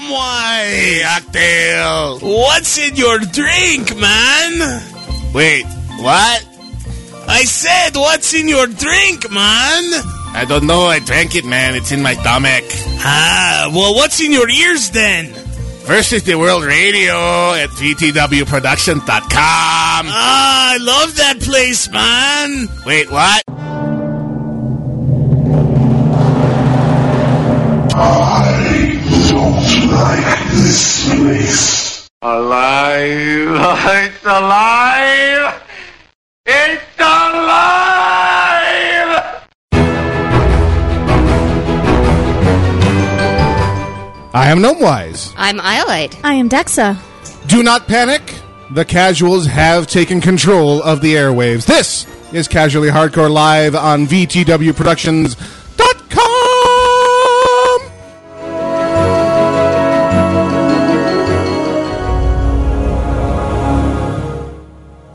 why? Cocktail. What's in your drink, man? Wait, what? I said, what's in your drink, man? I don't know. I drank it, man. It's in my stomach. Ah, well, what's in your ears then? First is the World Radio at VTWProduction.com. Ah, I love that place, man. Wait, what? Alive! It's alive! It's alive! I am Gnomewise. I'm Iolite. I am Dexa. Do not panic. The casuals have taken control of the airwaves. This is Casually Hardcore Live on VTWProductions.com.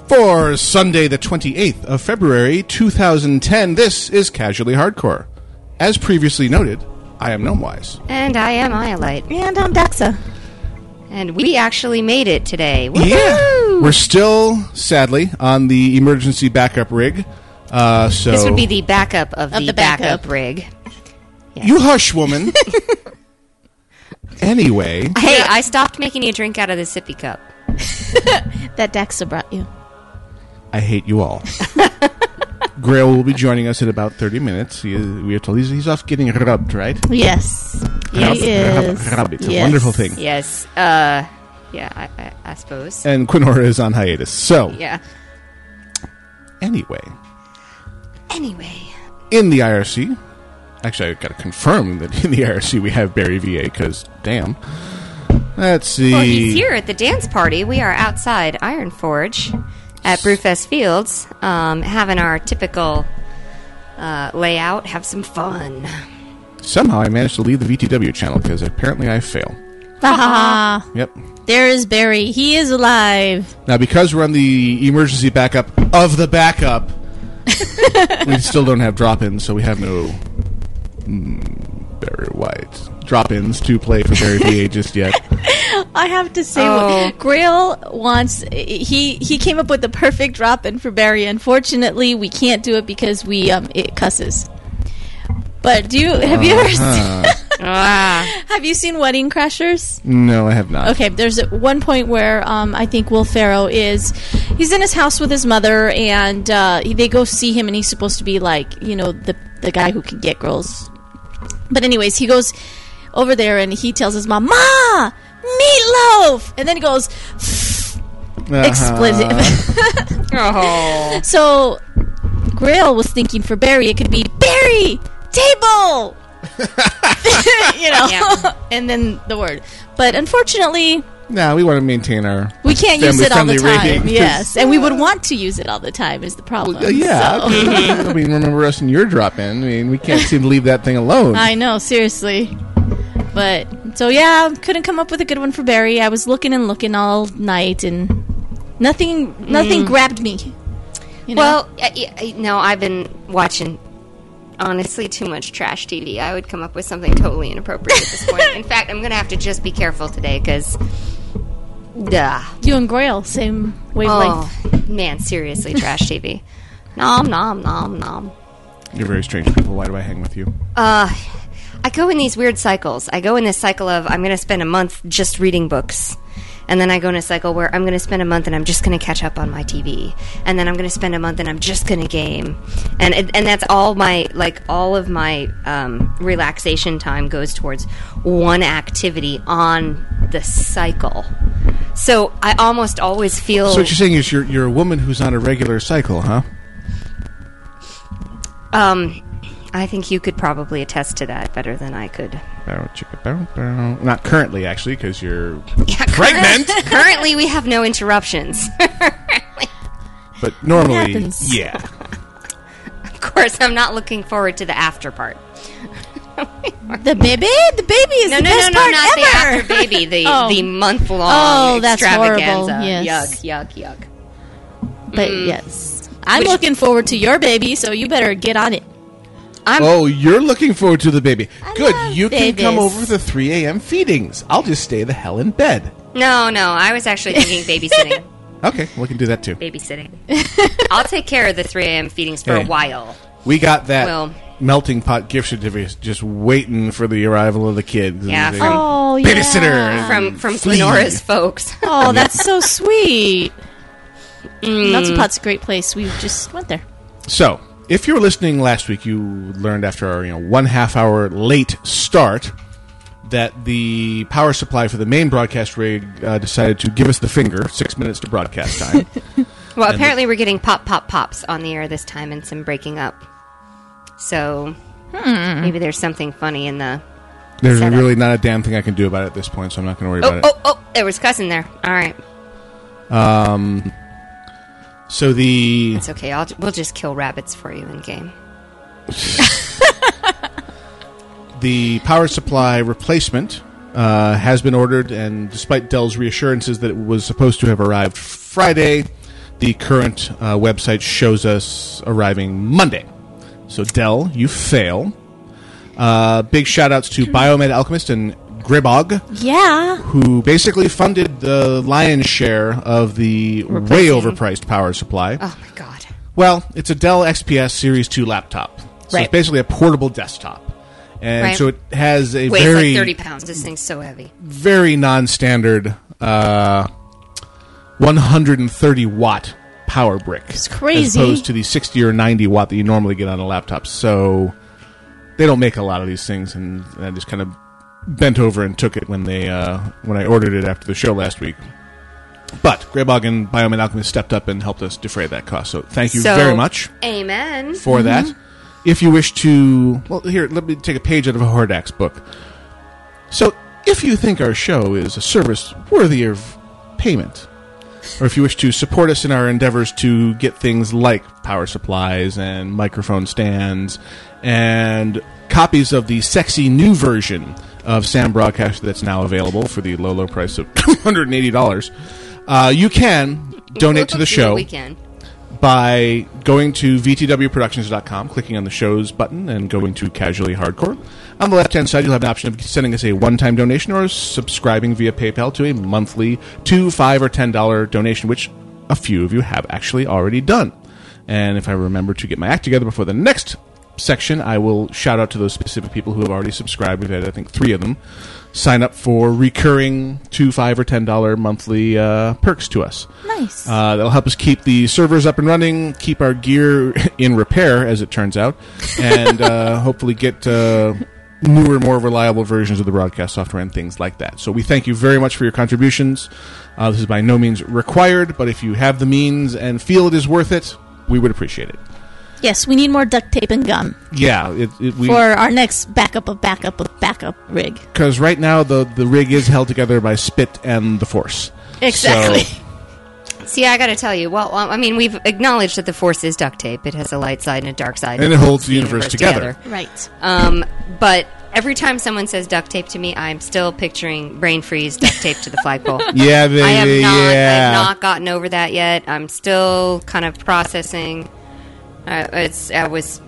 For Sunday, the 28th of February, 2010, this is Casually Hardcore. As previously noted, I am Gnomewise. And I am Iolite. And I'm Dexa. And we actually made it today. Yeah, we're still sadly on the emergency backup rig. Uh, so This would be the backup of, Of the, the backup. backup. rig. you hush, woman. anyway, Hey, I stopped making you drink out of the sippy cup. That Dexa brought you. I hate you all. Grail will be joining us in about thirty minutes. He, we are told he's, he's off getting rubbed, right? Yes. Yes. He is. Rub- rub- It's a Yes. wonderful thing. Yes. Uh, yeah, I, I, I suppose. And Quinora is on hiatus. So Yeah. anyway, Anyway. in the IRC, actually, I got to confirm that in the IRC we have Barry VA because damn. Let's see. Well, he's here at the dance party. We are outside Iron Forge at Brewfest Fields, um, having our typical uh, layout, have some fun. Somehow I managed to leave the VTW channel because apparently I fail. Ah, Yep. there is Barry. He is alive. Now because we're on the emergency backup of the backup, we still don't have drop-ins, so we have no mm, Barry White drop-ins to play for Barry VA just yet. I have to say, Oh. Grail wants he he came up with the perfect drop in for Barry. Unfortunately, we can't do it because we um it cusses. But do you have you ever seen, Ah, have you seen Wedding Crashers? No, I have not. Okay, there's at one point where um, I think Will Farrow is he's in his house with his mother, and uh, they go see him, and he's supposed to be like you know the the guy who can get girls. But anyways, he goes over there and he tells his mom, "Ma, meatloaf," and then he goes Uh-huh. explicit. oh. so Grail was thinking for Barry, it could be Barry table, you know, Yeah. and then the word. But unfortunately, Now we want to maintain our. we can't Family use it all the friendly time. rating. Yes, and we would want to use it all the time is the problem. Uh, yeah, So- okay. I mean, remember us in your drop-in. I mean, we can't seem to leave that thing alone. I know, seriously. But so yeah, couldn't come up with a good one for Barry. I was looking and looking all night, and nothing, nothing grabbed me. You know? Mm. Well, I, I, no, I've been watching honestly too much trash TV. I would come up with something totally inappropriate at this point. In fact, I'm going to have to just be careful today because. Duh. you and Grail, same wavelength. Oh, man, seriously, trash TV. Nom, nom, nom, nom. You're very strange people. Why do I hang with you? Uh, I go in these weird cycles. I go in this cycle of I'm going to spend a month just reading books. And then I go in a cycle where I'm going to spend a month and I'm just going to catch up on my TV. And then I'm going to spend a month and I'm just going to game. And it- and that's all my like all of my um, relaxation time goes towards one activity on the cycle. So I almost always feel So what you're saying is you're you're a woman who's on a regular cycle, huh? um I think you could probably attest to that better than I could. Bow, chicka, bow, bow. Not currently, actually, because you're Yeah, Pregnant? current- currently, we have no interruptions. But normally, happens. yeah. of course, I'm not looking forward to the after part. The baby, the baby is Oh. No, no, the no, best no, part not the ever. after baby. The Oh. the month long Oh, that's horrible. extravaganza. Yes. Yuck, yuck, yuck. Mm. But yes, I'm looking forward to your baby, so you better get on it. I'm Oh, you're looking forward to the baby. Good. love You can come babies. over the 3 a.m. feedings. I'll just stay the hell in bed. no, no. I was actually thinking babysitting. Okay, we can do that too. babysitting. I'll take care of the 3 a.m. feedings for Hey. a while. We got that Well- melting pot gift certificate just waiting for the arrival of the kids. Yeah, They- from- Oh, yeah. Babysitter. From from Flea. Glenora's folks. Oh, that's so sweet. Mm. Melting Pot's a great place. We just went there. So, if you were listening last week, you learned after our you know one half hour late start that the power supply for the main broadcast rig uh, decided to give us the finger six minutes to broadcast time. Well, apparently we're getting pop pop pops on the air this time and some breaking up. So Hmm. maybe there's something funny in the There's Set up. really not a damn thing I can do about it at this point, so I'm not going to worry Oh, about it. oh, oh, there was cussing there. All right. So the It's okay. I'll we'll just kill rabbits for you in game. the power supply replacement uh, has been ordered, and despite Dell's reassurances that it was supposed to have arrived Friday, the current uh, website shows us arriving Monday. So Dell, you fail. Uh, big shout outs to Biomed Alchemist and Gribog, Yeah. who basically funded the lion's share of the way overpriced power supply. Oh my god. Well, it's a Dell XPS Series 2 laptop. So it's Right. basically a portable desktop. And Right. so it has a Weighs very, like 30 pounds. This thing's so heavy. very non standard uh, 130 watt power brick. It's crazy. As opposed to the 60 or 90 watt that you normally get on a laptop. So they don't make a lot of these things. And I just kind of bent over and took it when, they, uh, when I ordered it after the show last week. But Greybog and Biomed Alchemist stepped up and helped us defray that cost. So thank you so, very much Amen. for that. If you wish to, Mm-hmm. well, here, let me take a page out of a Hordak's book. So, if you think our show is a service worthy of payment, or if you wish to support us in our endeavors to get things like power supplies and microphone stands and copies of the sexy new version of Sam Broadcaster that's now available for the low, low price of $180, uh, you can donate to the show We can. by going to vtwproductions.com, clicking on the shows button, and going to casually hardcore. On the left hand side, you'll have an option of sending us a one time donation or subscribing via PayPal to a monthly two, five, or ten dollar donation, which a few of you have actually already done. And if I remember to get my act together before the next section, I will shout out to those specific people who have already subscribed. We've had, I think, three of them sign up for recurring two, five, or ten dollar monthly uh, perks to us. Nice. Uh, that'll help us keep the servers up and running, keep our gear in repair, as it turns out, and uh, hopefully get uh, newer, more reliable versions of the broadcast software and things like that. So we thank you very much for your contributions. Uh, this is by no means required, but if you have the means and feel it is worth it, we would appreciate it. yes, we need more duct tape and gum Yeah, it, it, we for our next backup of backup of backup rig. because right now the the rig is held together by spit and the force. Exactly. So- See, I got to tell you. Well, I mean, we've acknowledged that the force is duct tape. It has a light side and a dark side, And it holds the universe together. Right. Um, but every time someone says duct tape to me, I'm still picturing brain freeze duct tape to the flagpole. Yeah, baby. I have not. yeah. I've not gotten over that yet. I'm still kind of processing. Uh, it's. I was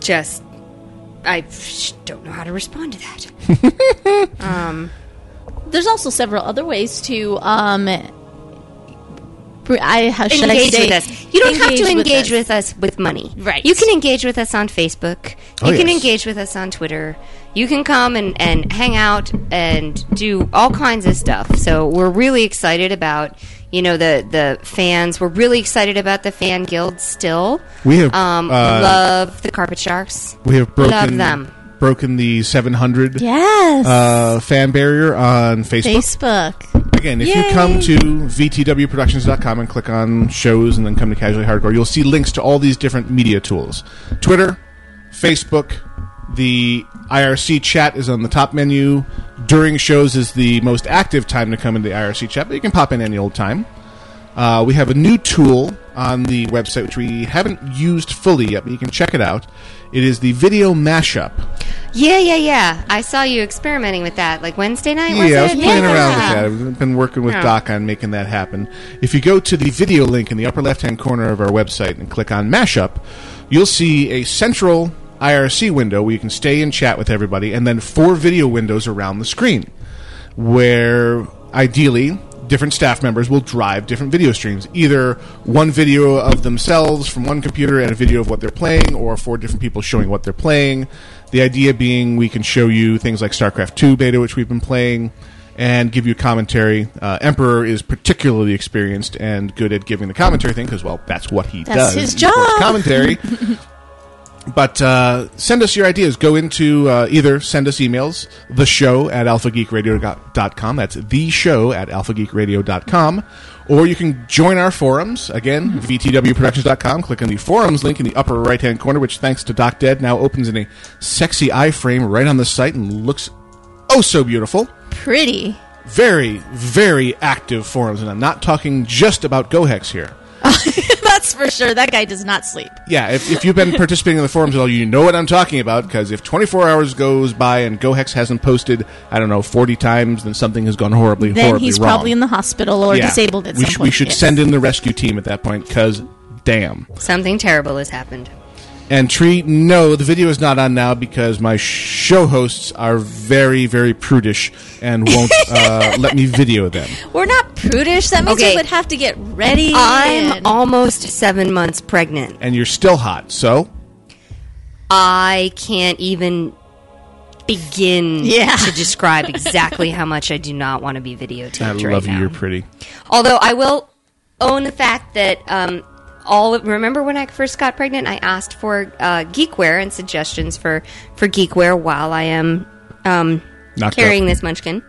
just. I sh- don't know how to respond to that. There's also several other ways to um. br- I how should engage I say with us. You don't have to engage us. with us. with money. Right. You can engage with us on Facebook. Oh, you can yes. engage with us on Twitter. You can come and, and hang out and do all kinds of stuff. So we're really excited about you know the the fans. We're really excited about the fan guild still. We have, um, uh, love the carpet sharks. We have broken Love them. broken the 700 Yes. uh, fan barrier on Facebook. Facebook. Again, if you come to vtwproductions.com and click on shows and then come to Casually Hardcore, you'll see links to all these different media tools: Twitter, Facebook. The IRC chat is on the top menu. During shows is the most active time to come into the IRC chat, but you can pop in any old time. Uh, we have a new tool on the website which we haven't used fully yet, but you can check it out. It is the video mashup. Yeah, yeah, yeah. I saw you experimenting with that, like Wednesday night. was Yeah, I was it? playing Yeah. around with that. I've been working with Yeah. Doc on making that happen. If you go to the video link in the upper left hand corner of our website and click on Mashup, you'll see a central IRC window where you can stay and chat with everybody, and then four video windows around the screen where ideally different staff members will drive different video streams either one video of themselves from one computer and a video of what they're playing or four different people showing what they're playing the idea being we can show you things like starcraft 2 beta which we've been playing and give you commentary uh, emperor is particularly experienced and good at giving the commentary thing because well that's what he does That's his equals job. commentary but uh, send us your ideas. Go into uh, either send us emails, the show at alphageekradio.com. That's the show at alphageekradio.com. Or you can join our forums. Again, vtwproductions.com. Click on the forums link in the upper right hand corner, which, thanks to Doc Dead, now opens in a sexy iframe right on the site and looks oh so beautiful Pretty. very, very active forums, and I'm not talking just about GoHex here. That's for sure. That guy does not sleep. Yeah, if, if you've been participating in the forums at all, you know what I'm talking about, because if 24 hours goes by and GoHex hasn't posted, I don't know, 40 times, then something has gone horribly, Then horribly he's wrong. probably in the hospital or Yeah. disabled at we some sh- point. We should Yes. send in the rescue team at that point, because damn. Something terrible has happened. And Tree, no, the video is not on now because my show hosts are very, very prudish and won't uh, let me video them. We're not prudish. That means Okay. we would have to get ready. I'm and- almost seven months pregnant. And you're still hot, so I can't even begin Yeah. to describe exactly how much I do not want to be videotaped I right love you, now. you're pretty. Although I will own the fact that um, all of, remember when I first got pregnant, I asked for uh, geekware and suggestions for for geekware while I am um, Knocked carrying up. this munchkin.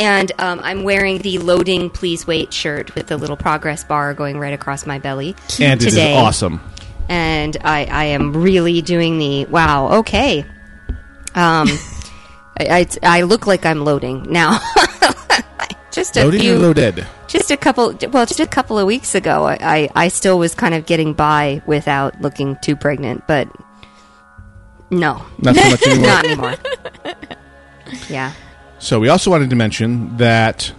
And um, I'm wearing the loading please wait shirt with the little progress bar going right across my belly. And it is today. awesome. And I, I am really doing the wow, okay. Um, I, I, I look like I'm loading now. Just a Loaded few or loaded? just a couple well just a couple of weeks ago I, I i still was kind of getting by without looking too pregnant but no Not so much anymore. not anymore yeah So we also wanted to mention that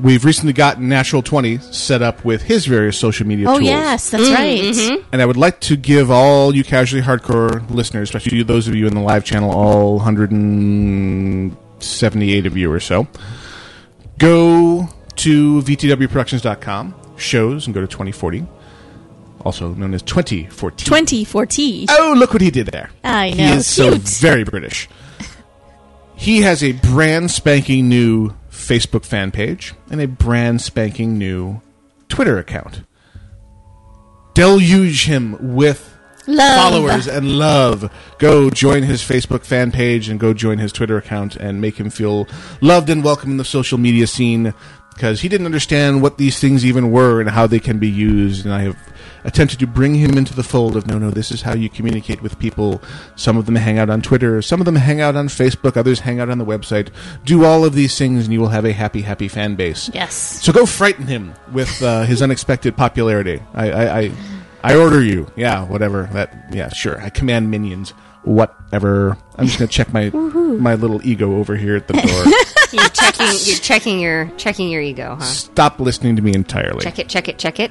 we've recently gotten Natural 20 set up with his various social media Oh tools. yes, that's right. Mm-hmm. And I would like to give all you casually hardcore listeners, especially you, those of you in the live channel, all 178 of you or so, go to vtwproductions.com, shows, and go to 2040, also known as 2014. Twenty forty. Oh, look what he did there. I He know, is so cute. very British. He has a brand spanking new Facebook fan page and a brand spanking new Twitter account. Deluge him with Love. followers and love. Go join his Facebook fan page and go join his Twitter account and make him feel loved and welcome in the social media scene because he didn't understand what these things even were and how they can be used. And I have attempted to bring him into the fold of no, no, this is how you communicate with people. Some of them hang out on Twitter, some of them hang out on Facebook, others hang out on the website. Do all of these things and you will have a happy, happy fan base. Yes. So go frighten him with uh, his unexpected popularity. I, I, I, I order you. Yeah, whatever. That. Yeah, sure. I command minions. Whatever. I'm just gonna check my my little ego over here at the door. you're checking you're checking your checking your ego huh Stop listening to me entirely. check it check it check it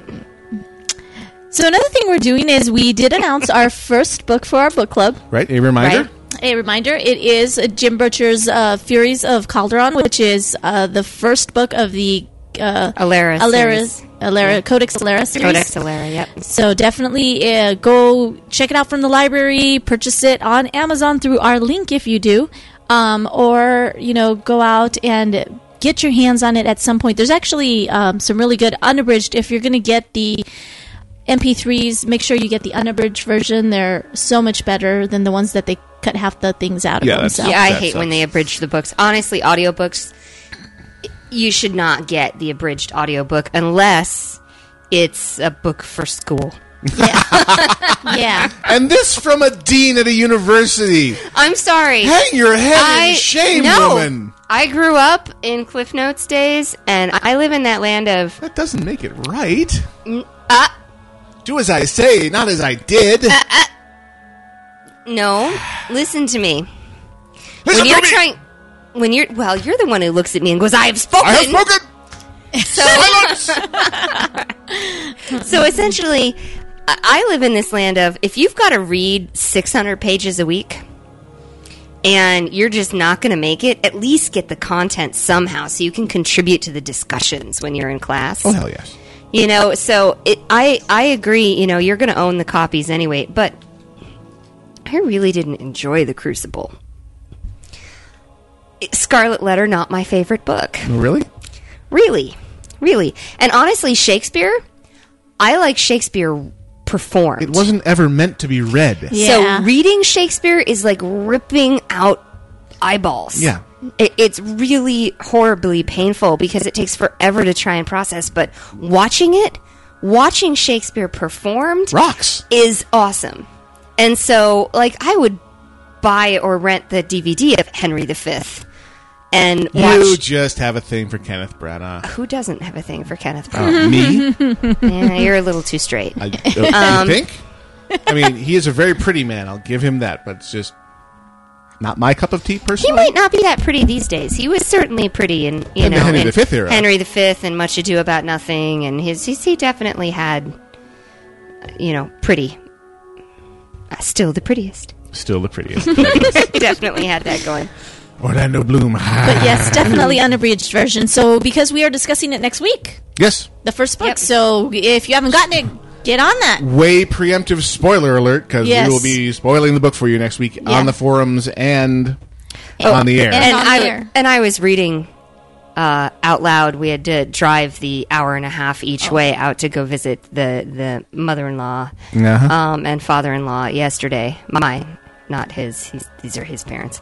So another thing we're doing is we did announce our first book for our book club. Right? A reminder. Right. A reminder, it is uh, Jim Butcher's uh, Furies of Calderon, which is uh, the first book of the uh, Alara Alera, series. Alera, Codex Alera series. codex alara yep So definitely uh, go check it out from the library, purchase it on Amazon through our link if you do, um, or you know go out and get your hands on it at some point. There's actually um, some really good unabridged. If you're going to get the MP3s, make sure you get the unabridged version. They're so much better than the ones that they cut half the things out of Yeah, that's- themselves. yeah i that hate when they abridge the books honestly audiobooks you should not get the abridged audiobook unless it's a book for school yeah. And this from a dean at a university. i'm sorry Hang your head in shame, no. woman. I grew up in Cliff Notes days, and I live in that land of That doesn't make it right. uh, Do as I say, not as I did. no. Listen to me. Listen when you're to me. trying, when you're well, you're the one who looks at me and goes, "I have spoken." I have spoken. So, so essentially, I- I live in this land of if you've got to read 600 pages a week and you're just not going to make it, at least get the content somehow so you can contribute to the discussions when you're in class. Oh hell yes. You know, so it, I I agree. You know, you're going to own the copies anyway. But I really didn't enjoy the Crucible. It- Scarlet Letter, not my favorite book. Oh, Really? Really, really, and honestly, Shakespeare. I like Shakespeare performed. It wasn't ever meant to be read. Yeah. So reading Shakespeare is like ripping out eyeballs. Yeah. It, it's really horribly painful because it takes forever to try and process. But watching it, watching Shakespeare performed Rocks. is awesome. And so, like, I would buy or rent the DVD of Henry V and You watch. just have a thing for Kenneth Branagh. Who doesn't have a thing for Kenneth Branagh? Uh, me? yeah, you're a little too straight. I, uh, you think? I mean, he is a very pretty man. I'll give him that, but it's just not my cup of tea, He personally. might not be that pretty these days. He was certainly pretty in you In the know Henry in V era. Henry V and Much Ado About Nothing, and his he's, he definitely had you know pretty. Uh, still the prettiest. Still the prettiest. definitely had that going. Orlando Bloom. Ah. But yes, definitely unabridged version. So because we are discussing it next week, yes. the first book. Yep. So if you haven't gotten it, get on that. Way preemptive spoiler alert because Yes. we will be spoiling the book for you next week on the forums and Oh, on the air. and- And on I the w- air. and I was reading uh, out loud. We had to drive the hour and a half each way out to go visit the the mother in law uh, Uh-huh. um, and father in law yesterday. Mine, not his. He's, these are his parents.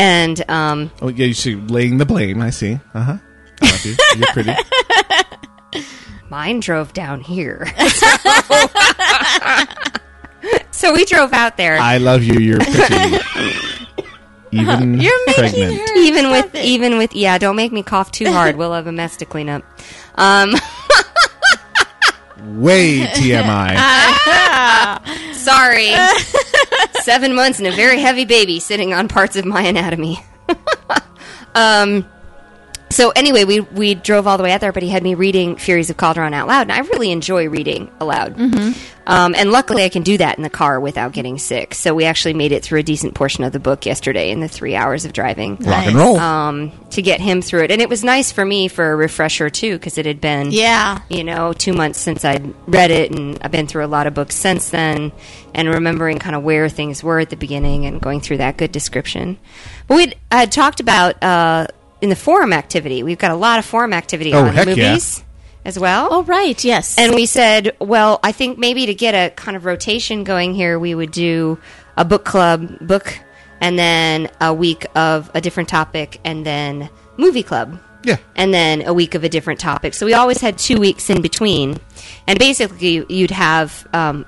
And um, oh, yeah, you see, laying the blame. I see. Uh huh. I love you. You're pretty. mine drove down here. so we drove out there. I love you. You're pretty. Even You're making pregnant. her even stop with it. even with yeah, don't make me cough too hard. We'll have a mess to clean up. Um, Way TMI. sorry. Seven months and a very heavy baby sitting on parts of my anatomy. um, so anyway, we we drove all the way out there, but he had me reading Furies of Calderon out loud, and I really enjoy reading aloud. Um, and luckily, I can do that in the car without getting sick. So we actually made it through a decent portion of the book yesterday in the three hours of driving Rock and roll. Oh. um, to get him through it, and it was nice for me for a refresher too, because it had been Yeah. you know, two months since I'd read it, and I've been through a lot of books since then, and remembering kind of where things were at the beginning and going through that good description. But we had talked about uh, in the forum activity, we've got a lot of forum activity Oh, on heck yeah. movies as well. Oh right, yes. And we said, well, I think maybe to get a kind of rotation going here, we would do a book club book, and then a week of a different topic, and then movie club yeah. and then a week of a different topic. So we always had two weeks in between. And basically, you'd have um,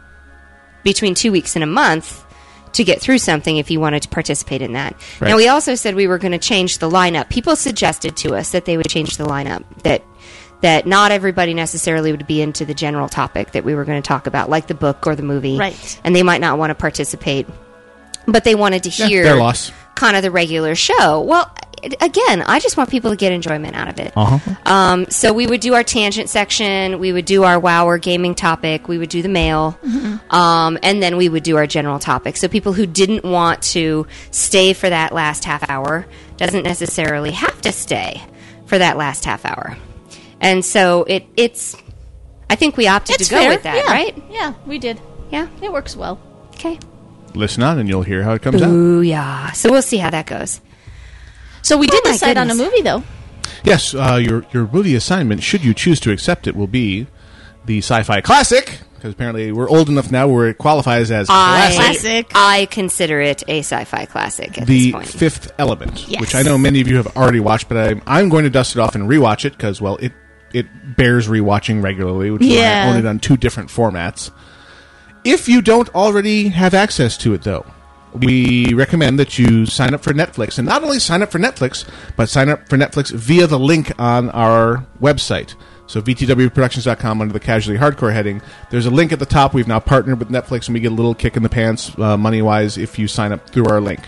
between two weeks and a month to get through something if you wanted to participate in that. Now, we also said we were going to change the lineup. People suggested to us that they would change the lineup, that that not everybody necessarily would be into the general topic that we were going to talk about, like the book or the movie. Right. And they might not want to participate, but they wanted to hear their loss. kind of the regular show. Well, it- again, I just want people to get enjoyment out of it. Uh-huh. Um, so we would do our tangent section, we would do our wow or gaming topic, we would do the mail, Mm-hmm. um, and then we would do our general topic. So people who didn't want to stay for that last half hour doesn't necessarily have to stay for that last half hour. And so it it's I think we opted it's to go fair. with that, yeah. right? Yeah, we did. Yeah. It works well. Okay. Listen on and you'll hear how it comes out. Ooh yeah. So we'll see how that goes. So we did my decide on a goodness. movie though. Yes, uh, your your movie assignment, should you choose to accept it, will be the sci-fi classic. Because apparently we're old enough now where it qualifies as I, classic. Classic. I consider it a sci-fi classic at The this point. Fifth Element, Yes. which I know many of you have already watched, but I'm, I'm going to dust it off and rewatch it because well, it it bears rewatching regularly, which is Yeah. why I own it on two different formats. If you don't already have access to it, though, we recommend that you sign up for Netflix, and not only sign up for Netflix, but sign up for Netflix via the link on our website. So vtwproductions.com under the casually hardcore heading, there's a link at the top. We've now partnered with Netflix, and we get a little kick in the pants uh, money wise if you sign up through our link.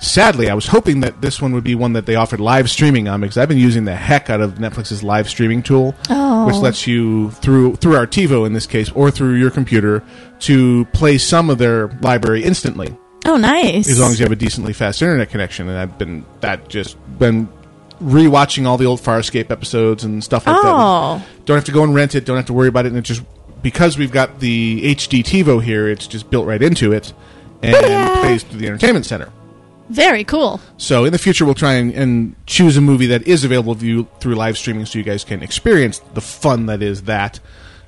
Sadly, I was hoping that this one would be one that they offered live streaming on because I've been using the heck out of Netflix's live streaming tool, which lets you through through our TiVo in this case or through your computer to play some of their library instantly Oh, nice. as long as you have a decently fast internet connection. And I've been that just been rewatching all the old Farscape episodes and stuff like Oh. that. Don't have to go and rent it. Don't have to worry about it. And it just because we've got the HD TiVo here, it's just built right into it and plays through the entertainment center. Very cool. So in the future, we'll try and, and choose a movie that is available to you through live streaming, so you guys can experience the fun that is that.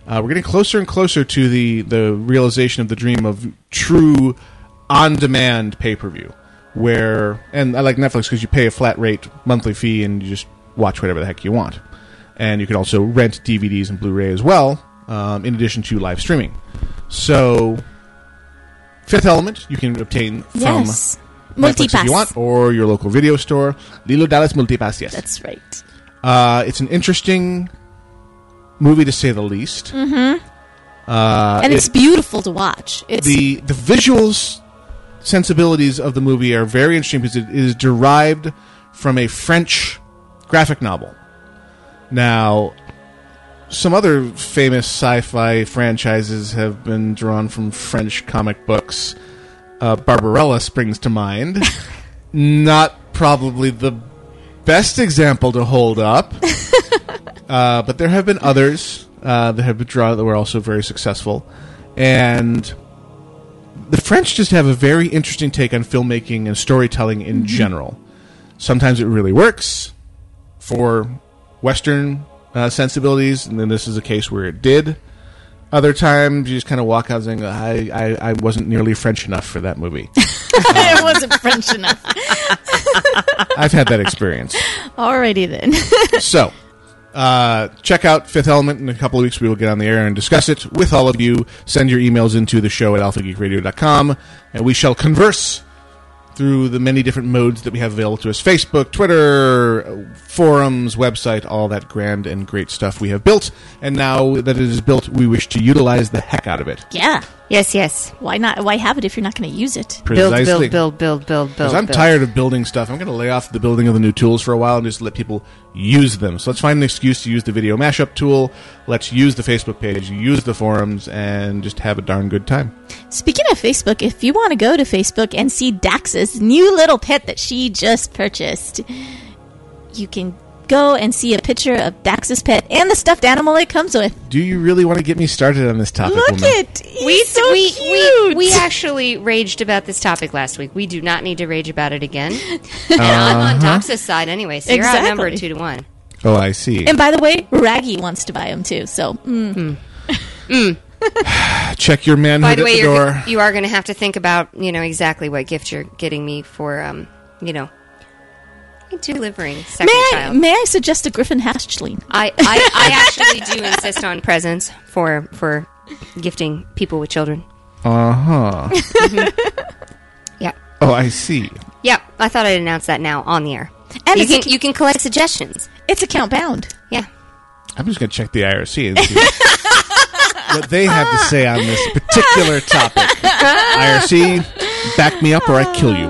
Uh, we're getting closer and closer to the the realization of the dream of true on demand pay per view, where and I like Netflix because you pay a flat rate monthly fee and you just watch whatever the heck you want, and you can also rent DVDs and Blu-ray as well, um, in addition to live streaming. So. Fifth Element, you can obtain from Netflix Yes. if Multipass. you want, or your local video store. Lilo Dallas Multipass, yes. That's right. Uh, it's an interesting movie to say the least. Mm-hmm. Uh, and it- it's beautiful to watch. It's the the visuals sensibilities of the movie are very interesting because it is derived from a French graphic novel. Now, some other famous sci-fi franchises have been drawn from French comic books. Uh, Barbarella springs to mind. Not probably the best example to hold up, uh, but there have been others uh, that have been drawn that were also very successful, and the French just have a very interesting take on filmmaking and storytelling in general. Sometimes it really works for Western uh, sensibilities, and then this is a case where it did. Other times, you just kind of walk out saying, I, I, I wasn't nearly French enough for that movie. uh, it wasn't French enough. I've had that experience. Alrighty then. So, uh, check out Fifth Element. In a couple of weeks, we will get on the air and discuss it with all of you. Send your emails into the show at alphageekradio.com, and we shall converse through the many different modes that we have available to us Facebook, Twitter, forums, website, all that grand and great stuff we have built. And now that it is built, we wish to utilize the heck out of it. yeah. Yes, yes. Why not? Why have it if you're not going to use it? Build, build, build, build, build, build. Because I'm build. tired of building stuff. I'm going to lay off the building of the new tools for a while and just let people use them. So let's find an excuse to use the video mashup tool. Let's use the Facebook page, use the forums, and just have a darn good time. Speaking of Facebook, if you want to go to Facebook and see Dax's new little pet that she just purchased, you can go and see a picture of Dax's pet and the stuffed animal it comes with. Do you really want to get me started on this topic? Look woman? it! He's We, so we, we, cute. we actually raged about this topic last week. We do not need to rage about it again. And I'm Uh-huh. on Dox's side anyway, so you're outnumbered Exactly. two to one. Oh, I see. and by the way, Raggy wants to buy him too. So mm, Check your manhood By the way, at the you're, door. go- you are going to have to think about you know exactly what gift you're getting me for um you know delivering second may I child. may I suggest a Griffin hatchling? I, I I actually do insist on presents for for gifting people with children. Uh huh. Yeah. Oh, I see. Yeah, I thought I'd announce that now on the air. And you it's, can ac- you can collect suggestions. it's account bound. Yeah. I'm just going to check the IRC and see what they have to say on this particular topic. IRC, back me up or I kill you.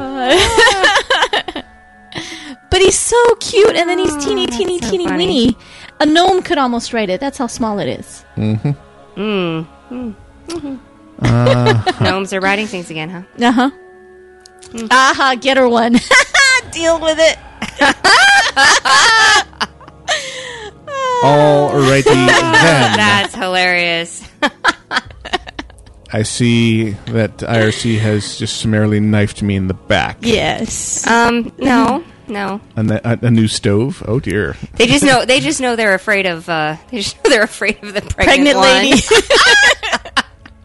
But he's so cute, and then he's teeny, teeny, teeny, funny. weeny. A gnome could almost write it. That's how small it is. Gnomes are writing things again, huh? Uh huh. Mm. Aha, get her one. Deal with it. Alrighty then. That's hilarious. I see that IRC has just summarily knifed me in the back. Yes. Um no, no. A, ne- a, a new stove. Oh dear. They just know they just know they're afraid of uh they just know they're afraid of the pregnant, Pregnant one. lady.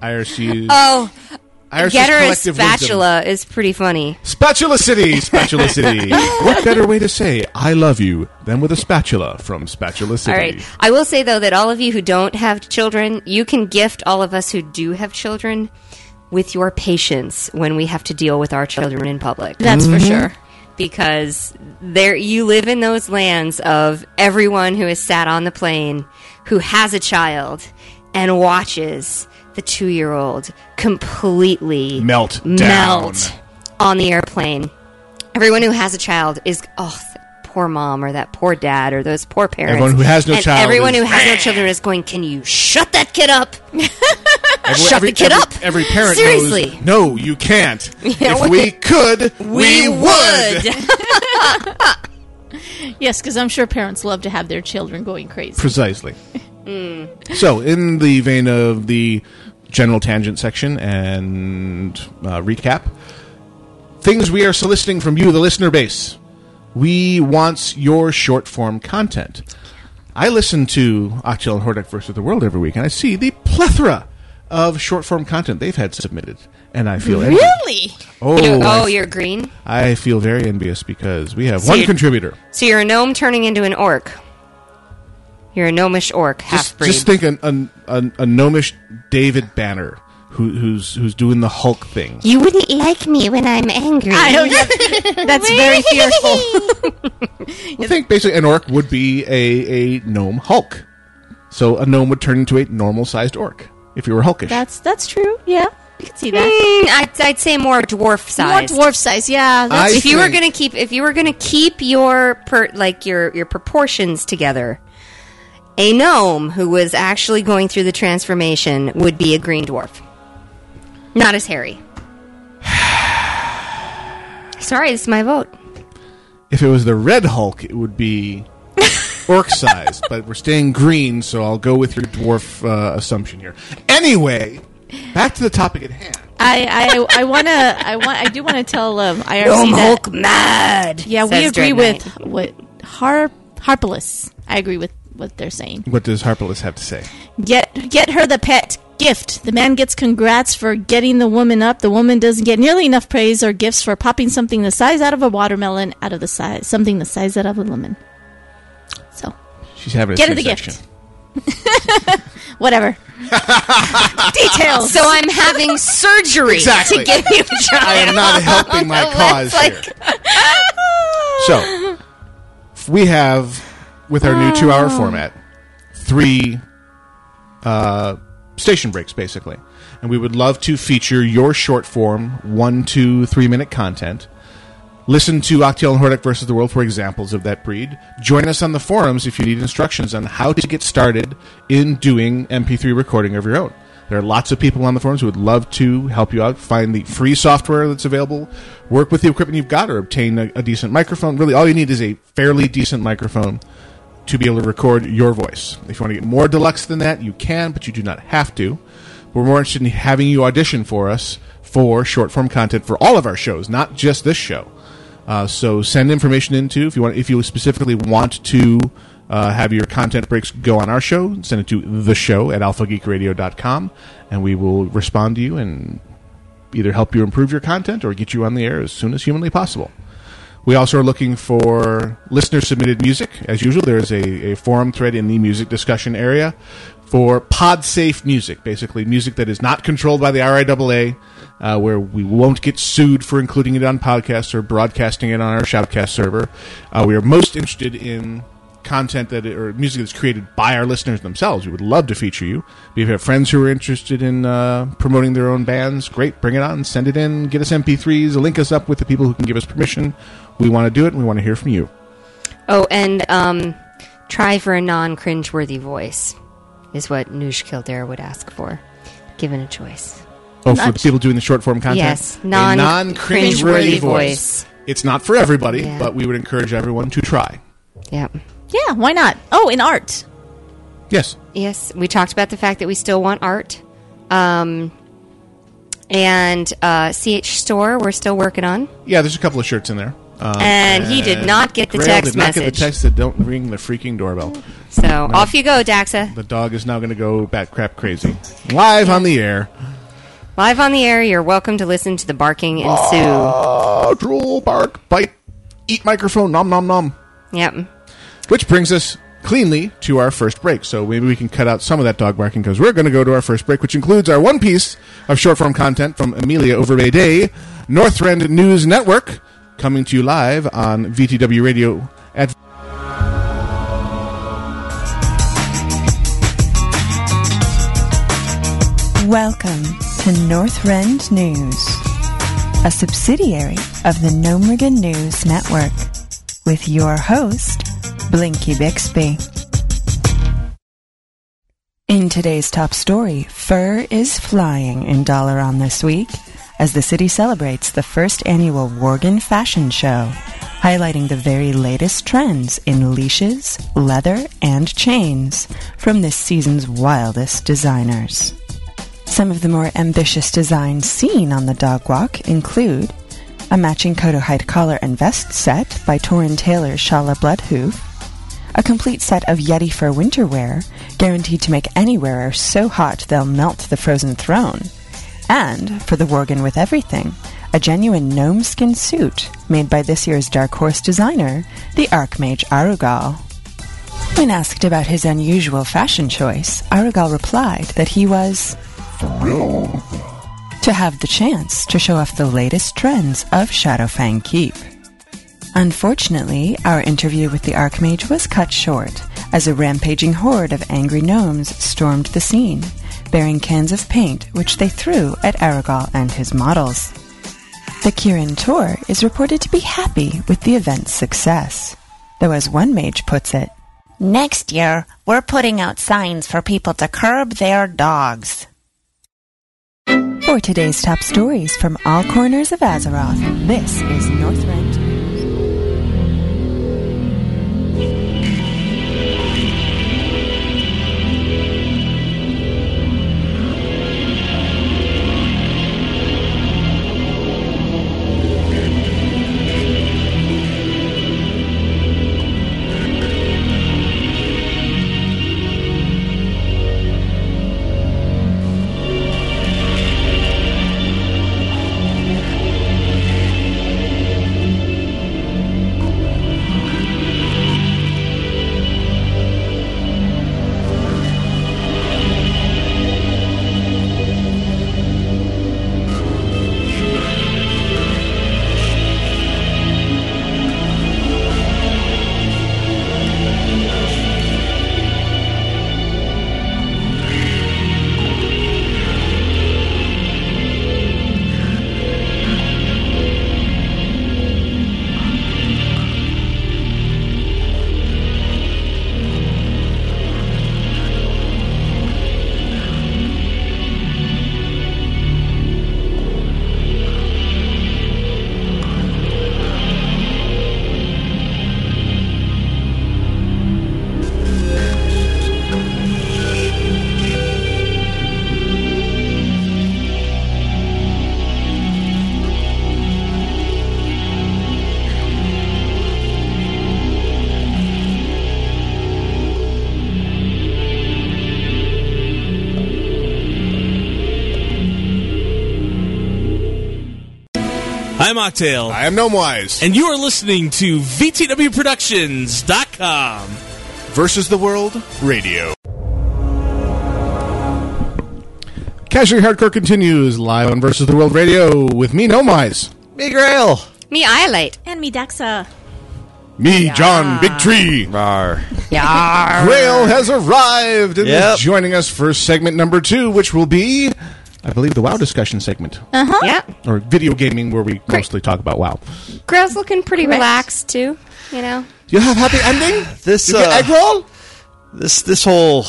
IRC. Oh, IRC's get her a collective wisdom. spatula is pretty funny. Spatula City. Spatula City. what better way to say I love you than with a spatula from Spatula City? All right. I will say though that all of you who don't have children, you can gift all of us who do have children with your patience when we have to deal with our children in public That's for sure. because there you live in those lands of everyone who has sat on the plane who has a child and watches the 2-year-old completely Melt down. melt on the airplane Everyone who has a child is oh, that poor mom or that poor dad or those poor parents. Everyone who has no And child Everyone is- who has no children is going. Can you shut that kid up? Every, Shut every- the kid every- up. Every parent Seriously. knows, no, you can't. if we- we could, we, would. Yes, because I'm sure parents love to have their children going crazy. Precisely. So, in the vein of the general tangent section and uh, recap, things we are soliciting from you, the listener base. We want your short form content. I listen to Achil and Hordak versus the World every week, and I see the plethora of short form content they've had submitted, and I feel envious. Really? Oh, You- oh, I- you're green. I feel very envious because we have one you- contributor. So you're a gnome turning into an orc. You're a gnomish orc, half just, breed. just think an, an, an, a gnomish David Banner who, who's who's doing the Hulk thing. you wouldn't like me when I'm angry. That's very fearful. I think basically an orc would be a, a gnome Hulk. So a gnome would turn into a normal sized orc if you were Hulkish. That's that's true. Yeah, you can see that. Mm, I'd, I'd say more dwarf size. More dwarf size. Yeah. That's, I if you were think- gonna keep, if you were gonna keep your per, like your your proportions together, a gnome who was actually going through the transformation would be a green dwarf, not as hairy. Sorry, this is my vote. If it was the Red Hulk, it would be orc sized, but we're staying green, so I'll go with your dwarf uh, assumption here. Anyway, back to the topic at hand. I I, I wanna I want I do want to tell um, IRC Oh, Gnome that Hulk mad. yeah we says agree Dread with Knight. what Har Harpalus. I agree with what they're saying. What does Harpalus have to say? Get get her the pet gift. The man gets congrats for getting the woman up. The woman doesn't get nearly enough praise or gifts for popping something the size out of a watermelon out of the size something the size out of a lemon. So She's having a Get her the C-section. gift. whatever. Details. So I'm having surgery Exactly. to get you a job. I am not helping my cause here. So, f- we have, with our new two hour format, three uh, station breaks, basically. And we would love to feature your short form, one, two, three minute content. Listen to Octel and Hordak versus the World for examples of that breed. Join us on the forums if you need instructions on how to get started in doing MP3 recording of your own. There are lots of people on the forums who would love to help you out, find the free software that's available, work with the equipment you've got, or obtain a, a decent microphone. Really, all you need is a fairly decent microphone to be able to record your voice. If you want to get more deluxe than that, you can, but you do not have to. We're more interested in having you audition for us for short form content for all of our shows, not just this show. Uh, so send information in too if you want. If you specifically want to uh, have your content breaks go on our show, send it to the show at alphageekradio.com, and we will respond to you and either help you improve your content or get you on the air as soon as humanly possible. We also are looking for listener submitted music. As usual, there is a, a forum thread in the music discussion area for pod safe music, basically music that is not controlled by the RIAA, uh, where we won't get sued for including it on podcasts or broadcasting it on our Shoutcast server. Uh, we are most interested in content that or music that's created by our listeners themselves. We would love to feature you. We have friends who are interested in uh, promoting their own bands. Great, bring it on, send it in, get us MP3s, link us up with the people who can give us permission. We want to do it, and we want to hear from you. Oh, and um, try for a non cringeworthy voice is what Noosh Kildare would ask for, given a choice. Oh, for the people doing the short form content, Yes, A non- non-cringeworthy cringeworthy voice. It's not for everybody, Yeah. but we would encourage everyone to try. Yeah. yeah, why not? Oh, in art. Yes, Yes, we talked about the fact that we still want art. Um, and uh, CH Store, we're still working on. yeah. There's a couple of shirts in there. Um, And he did not get the Grail text did not get message. the text that don't ring the freaking doorbell. So off you go, Daxa. The dog is now going to go bat crap crazy. Live on the air. Live on the air, you're welcome to listen to the barking ensue. Uh, drool, bark, bite, eat microphone, nom nom nom. Yep. Which brings us cleanly to our first break. So maybe we can cut out some of that dog barking because we're going to go to our first break, which includes our one piece of short form content from Amelia Overbay Day, Northrend News Network, coming to you live on VTW Radio at Welcome to Northrend News. a subsidiary of the Nomrigan News Network, with your host, Blinky Bixby. In today's top story, fur is flying in Dalaran this week as the city celebrates the first annual Worgen Fashion Show, highlighting the very latest trends in leashes, leather, and chains from this season's wildest designers. Some of the more ambitious designs seen on the dog walk include a matching coat hide collar and vest set by Torin Taylor's Shala Bloodhoof, a complete set of Yeti fur winter wear, guaranteed to make any wearer so hot they'll melt the frozen throne. And, for the Worgen with everything, a genuine gnome skin suit made by this year's Dark Horse designer, the Archmage Arugal. When asked about his unusual fashion choice, Arugal replied that he was thrilled to have the chance to show off the latest trends of Shadowfang Keep. Unfortunately, our interview with the Archmage was cut short as a rampaging horde of angry gnomes stormed the scene, bearing cans of paint which they threw at Aragal and his models. The Kirin Tor is reported to be happy with the event's success, though, as one mage puts it, Next year, we're putting out signs for people to curb their dogs. For today's top stories from all corners of Azeroth, this is Northrend. I'm Octale. I am Gnome Wise And you are listening to VTWProductions.com. versus the world radio. Casually Hardcore continues live on Versus the World Radio with me, Gnome Eyes. Big Rail. Me, I light. And me, Daxa. Me, John Big Tree. Rar. Rail has arrived and Yep. is joining us for segment number two, which will be, I believe, the WoW discussion segment. Yeah. Or video gaming, where we mostly talk about WoW. Grail's looking pretty relaxed, too. You know? You have happy ending? This You get uh, egg roll? this this whole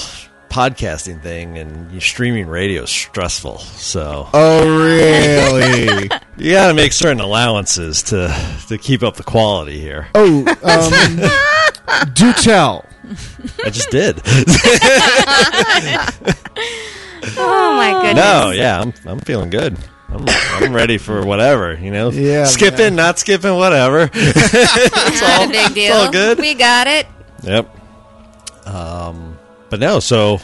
podcasting thing and streaming radio is stressful. So Oh, really? you got to make certain allowances to to keep up the quality here. oh, um, do tell. I just did. Oh, my goodness. no, yeah, I'm I'm feeling good. I'm, I'm ready for whatever, you know. Yeah, skipping, not skipping, whatever. Not a big deal. all good. We got it. Yep. Um, but no, so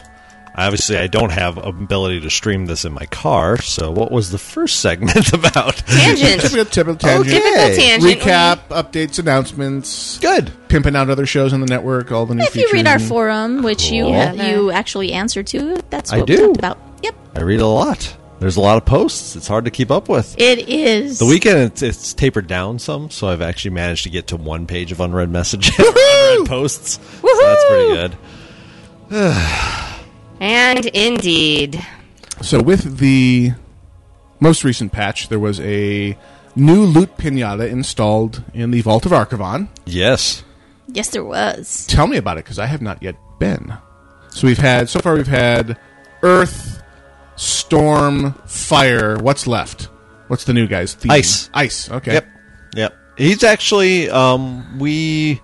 obviously I don't have ability to stream this in my car. So what was the first segment about? Tangent. Typical, typical tangent. Typical tangent. Recap, updates, announcements, Good. pimping out other shows on the network, all the new If you features. read our and- forum, which you Cool. you actually answer to, that's I what we do. talked about. Yep, I read a lot. There's a lot of posts. It's hard to keep up with. it is. The weekend it's, it's tapered down some, so I've actually managed to get to one page of unread messages, unread posts. So that's pretty good. And indeed. So with the most recent patch, there was a new loot pinata installed in the Vault of Archivon. Yes. Yes, there was. Tell me about it because I have not yet been. So we've had so far we've had Earth, Storm, Fire. What's left? What's the new guy's theme? Ice. Ice. Okay. Yep. Yep. He's actually um we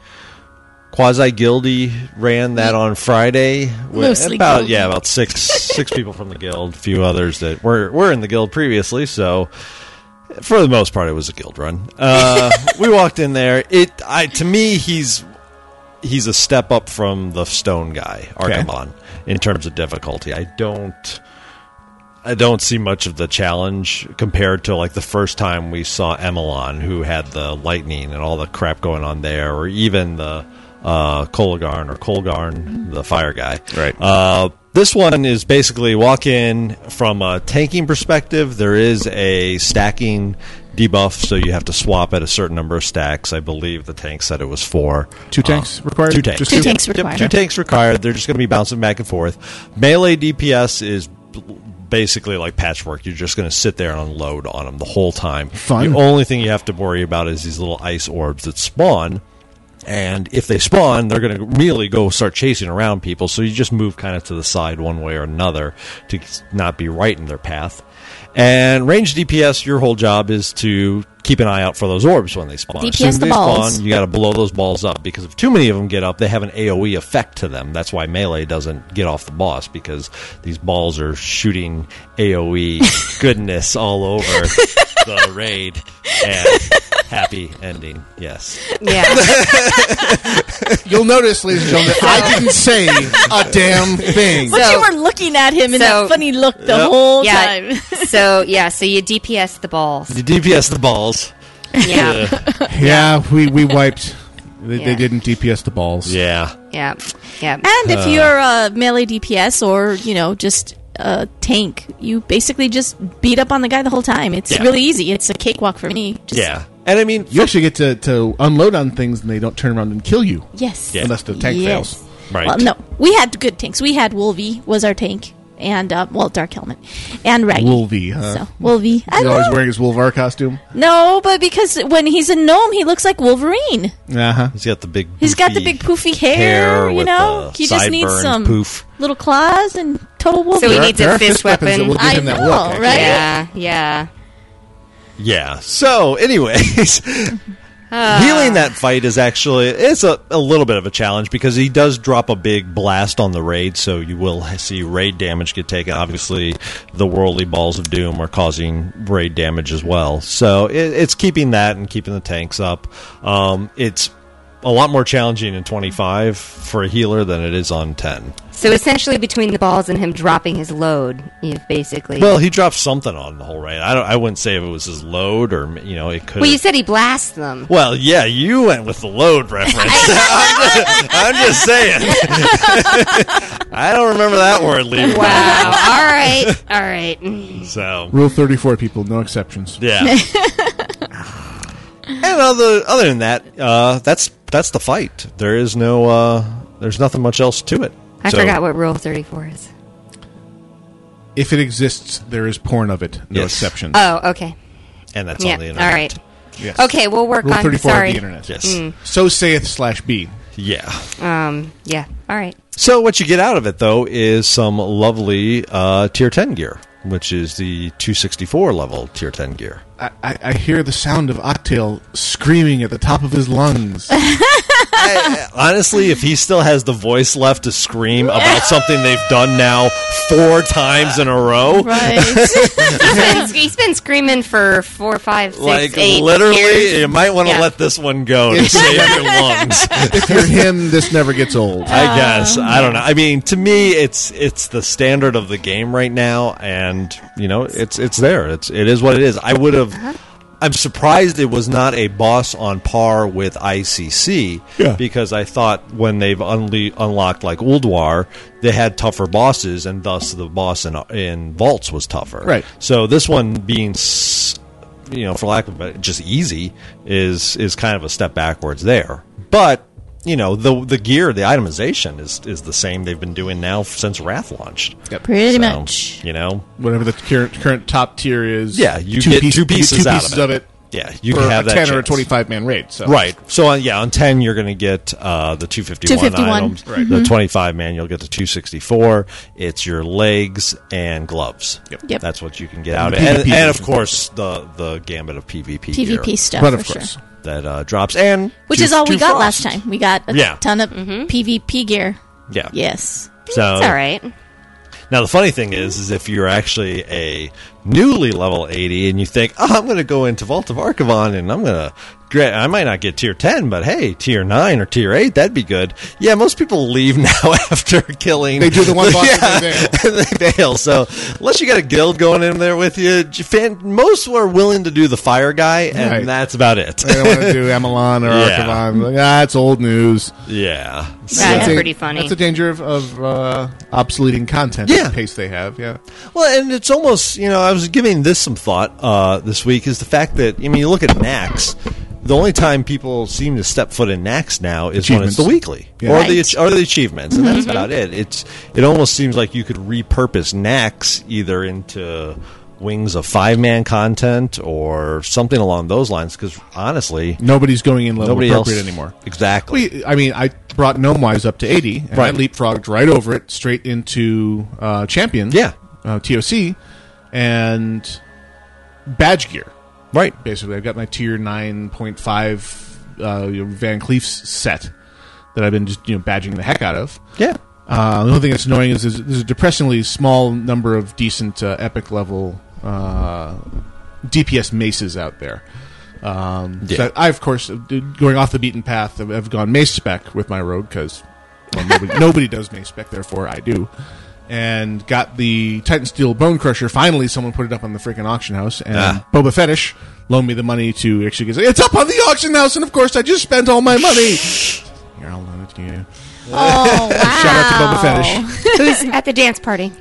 quasi guildy ran that on Friday. with Mostly about guildy. yeah, about six six people from the guild, a few others that were were in the guild previously, so for the most part it was a guild run. Uh, we walked in there. It I to me he's he's a step up from the stone guy, Archimon, in terms of difficulty. I don't I don't see much of the challenge compared to like the first time we saw Emelon, who had the lightning and all the crap going on there, or even the uh, Kolgarn or Kolgarn, the fire guy. Right. Uh, this one is basically walk in from a tanking perspective. There is a stacking debuff, so you have to swap at a certain number of stacks. I believe the tank said it was four. Two tanks required? Uh, Two tanks. Just Two two? tanks required. Two tanks required. They're just going to be bouncing back and forth. Melee DPS is b- basically like patchwork. You're just going to sit there and unload on them the whole time. Fun. The only thing you have to worry about is these little ice orbs that spawn. And if they spawn, they're going to really go start chasing around people. So you just move kind of to the side one way or another to not be right in their path. And range DPS, your whole job is to keep an eye out for those orbs when they spawn. DPS As soon as the they balls. spawn, you got to blow those balls up because if too many of them get up, they have an AOE effect to them. That's why melee doesn't get off the boss because these balls are shooting AOE goodness all over the raid. And happy ending, yes. Yeah. You'll notice, ladies and gentlemen, I didn't say a damn thing. But So- you were looking at him so- in that funny look the whole yeah. time. so yeah, so you DPS the balls. You DPS the balls. Yeah. Yeah, we, we wiped. They, Yeah. they didn't DPS the balls. Yeah. Yeah. Yeah. And Uh. if you're a melee DPS or you know just a tank, you basically just beat up on the guy the whole time. It's Yeah. really easy. It's a cakewalk for me. Just- Yeah. And I mean, You actually get to, to unload on things and they don't turn around and kill you. Yes. Yeah. Unless the tank yes. fails. Right. Well, no, we had good tanks. We had Wolvie was our tank, and uh, well, Dark Helmet, and Raggy. Wolvie, huh? So Wolvie. Uh, I He's don't always know. wearing his Wolvar costume. no, but because when he's a gnome, he looks like Wolverine. Uh huh. he's got the big. He's got the poofy big poofy hair. you with know, the he just needs sideburn some poof. little claws and total Wolvie. So he needs there a are fist, fist weapons that weapon. will give I him that know, look, actually. right? yeah. Yeah. Yeah. So, anyways, healing that fight is actually it's a, a little bit of a challenge because he does drop a big blast on the raid, so you will see raid damage get taken. Obviously, the worldly balls of doom are causing raid damage as well. So it, it's keeping that and keeping the tanks up. Um, it's a lot more challenging in 25 for a healer than it is on 10. So essentially, between the balls and him dropping his load, you've basically. Well, he dropped something on the whole raid. I don't. I wouldn't say if it was his load or you know it could. Well, you said he blasts them. Well, yeah, you went with the load reference. I'm, just, I'm just saying. I don't remember that word, Lee. Wow. all right. All right. Mm. So Rule 34, people, no exceptions. yeah. and other other than that, uh, that's that's the fight. There is no, uh, there's nothing much else to it. I So- forgot what Rule 34 is. If it exists, there is porn of it. No Yes. exceptions. Oh, okay. and that's Yeah. on the All internet. right. Hmm. Yes. Okay, we'll work Rule on 34 Sorry. of the internet. Yes. So saith slash B. Yeah. Um, yeah. All right. So what you get out of it though is some lovely uh, tier ten gear, which is the 264 level tier ten gear. I, I, I hear the sound of Octail screaming at the top of his lungs. Honestly, if he still has the voice left to scream about something they've done now four times in a row, Right. He's been, he's been screaming for four, five, six, like eight literally, years. you might want to Yeah. let this one go to save your lungs. if you're him, this never gets old. I guess I don't know. I mean, to me, it's it's the standard of the game right now, and you know, it's it's there. It's it is what it is. I would have. I'm surprised it was not a boss on par with ICC Yeah. because I thought when they've unle- unlocked like Ulduar, they had tougher bosses, and thus the boss in in Vaults was tougher. Right. So this one being. S- you know, for lack of a just easy is is kind of a step backwards there. But you know, the the gear, the itemization is is the same they've been doing now since Wrath launched. Pretty So, much. you know, Whatever the current, current top tier is. Yeah, you get two you get pieces two out of pieces it. of it. yeah, you for can have a that ten or a chance. twenty-five man raid. So Right. So on, yeah, on ten you're going to get uh, the two fifty one 251. items. The twenty five man you'll get the two sixty four. It's your legs and gloves. Yep. That's what you can get out of it. PvP And, and of version. course the the gambit of PvP gear PvP stuff, but for of sure. course, that uh, drops and Which two- is all we two got frosts. last time. We got a Yeah. ton of Mm-hmm. PvP gear. Yeah. Yes. So It's all right. Now the funny thing is, is if you're actually a newly level 80 and you think, oh, I'm going to go into Vault of Archivon and I'm going to get, I might not get tier 10, but hey, tier 9 or tier 8, that'd be good. Yeah, most people leave now after killing. They do the one boss yeah, and they they fail. So unless you got a guild going in there with you, j- fan, most are willing to do the fire guy, and Right. that's about it. I don't want to do Amalon or Yeah. Archivon. Like, ah, it's old news. Yeah, yeah. that's a- pretty funny. That's the danger of, of uh, obsoleting content. Yeah. the pace they have. Yeah, Well, and it's almost you know I was giving this some thought uh, this week is the fact that I mean you look at Nax, the only time people seem to step foot in Nax now is when it's Achievements. the weekly Yeah. or the Right. ach- or the achievements, and that's about it. It's it almost seems like you could repurpose Nax either into wings of five man content or something along those lines because honestly nobody's going in level nobody else appropriate anymore. exactly We, I mean, I brought Gnomewise up to 80, and Right. I leapfrogged right over it straight into uh, Champion. Yeah. Uh, TOC, and Badge Gear. right Basically, I've got my tier 9.5 uh, you know, Van Cleef's set that I've been just you know badging the heck out of. yeah Uh, the only thing that's annoying is there's, there's a depressingly small number of decent uh, epic level uh, DPS maces out there. Um, so Yeah. I, of course, uh, d- going off the beaten path, I've, I've gone mace spec with my rogue because well, nobody, nobody does mace spec, therefore I do. And got the Titan Steel Bone Crusher. Finally, someone put it up on the freaking auction house, and Ah. Boba Fetish loaned me the money to actually get it's up on the auction house, and of course, I just spent all my money. Here, I'll loan it to you. Oh wow! Shout out to Boba Fetish. Who's at the dance party?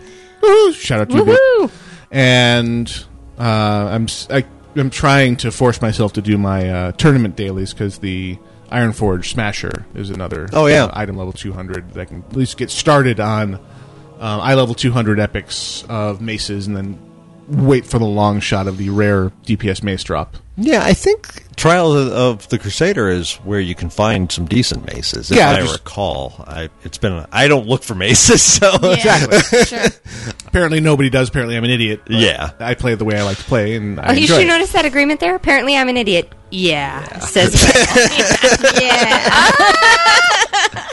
Oh, Woohoo! Shout out to you. babe. Woohoo! And uh, I'm s- I, am i am trying to force myself to do my uh, tournament dailies because the Iron Forge Smasher is another Oh, yeah. uh, item level 200 that can at least get started on uh, I level 200 epics of maces and then wait for the long shot of the rare DPS mace drop. yeah I think Trial of- of the Crusader is where you can find some decent maces. If Yeah, I just- recall, I it's been a, I don't look for maces, so Exactly. Sure. Apparently nobody does. Apparently I'm an idiot. but Yeah. I play the way I like to play, and I Oh, you enjoy should it. notice that agreement there. Apparently, I'm an idiot. Yeah, says. yeah,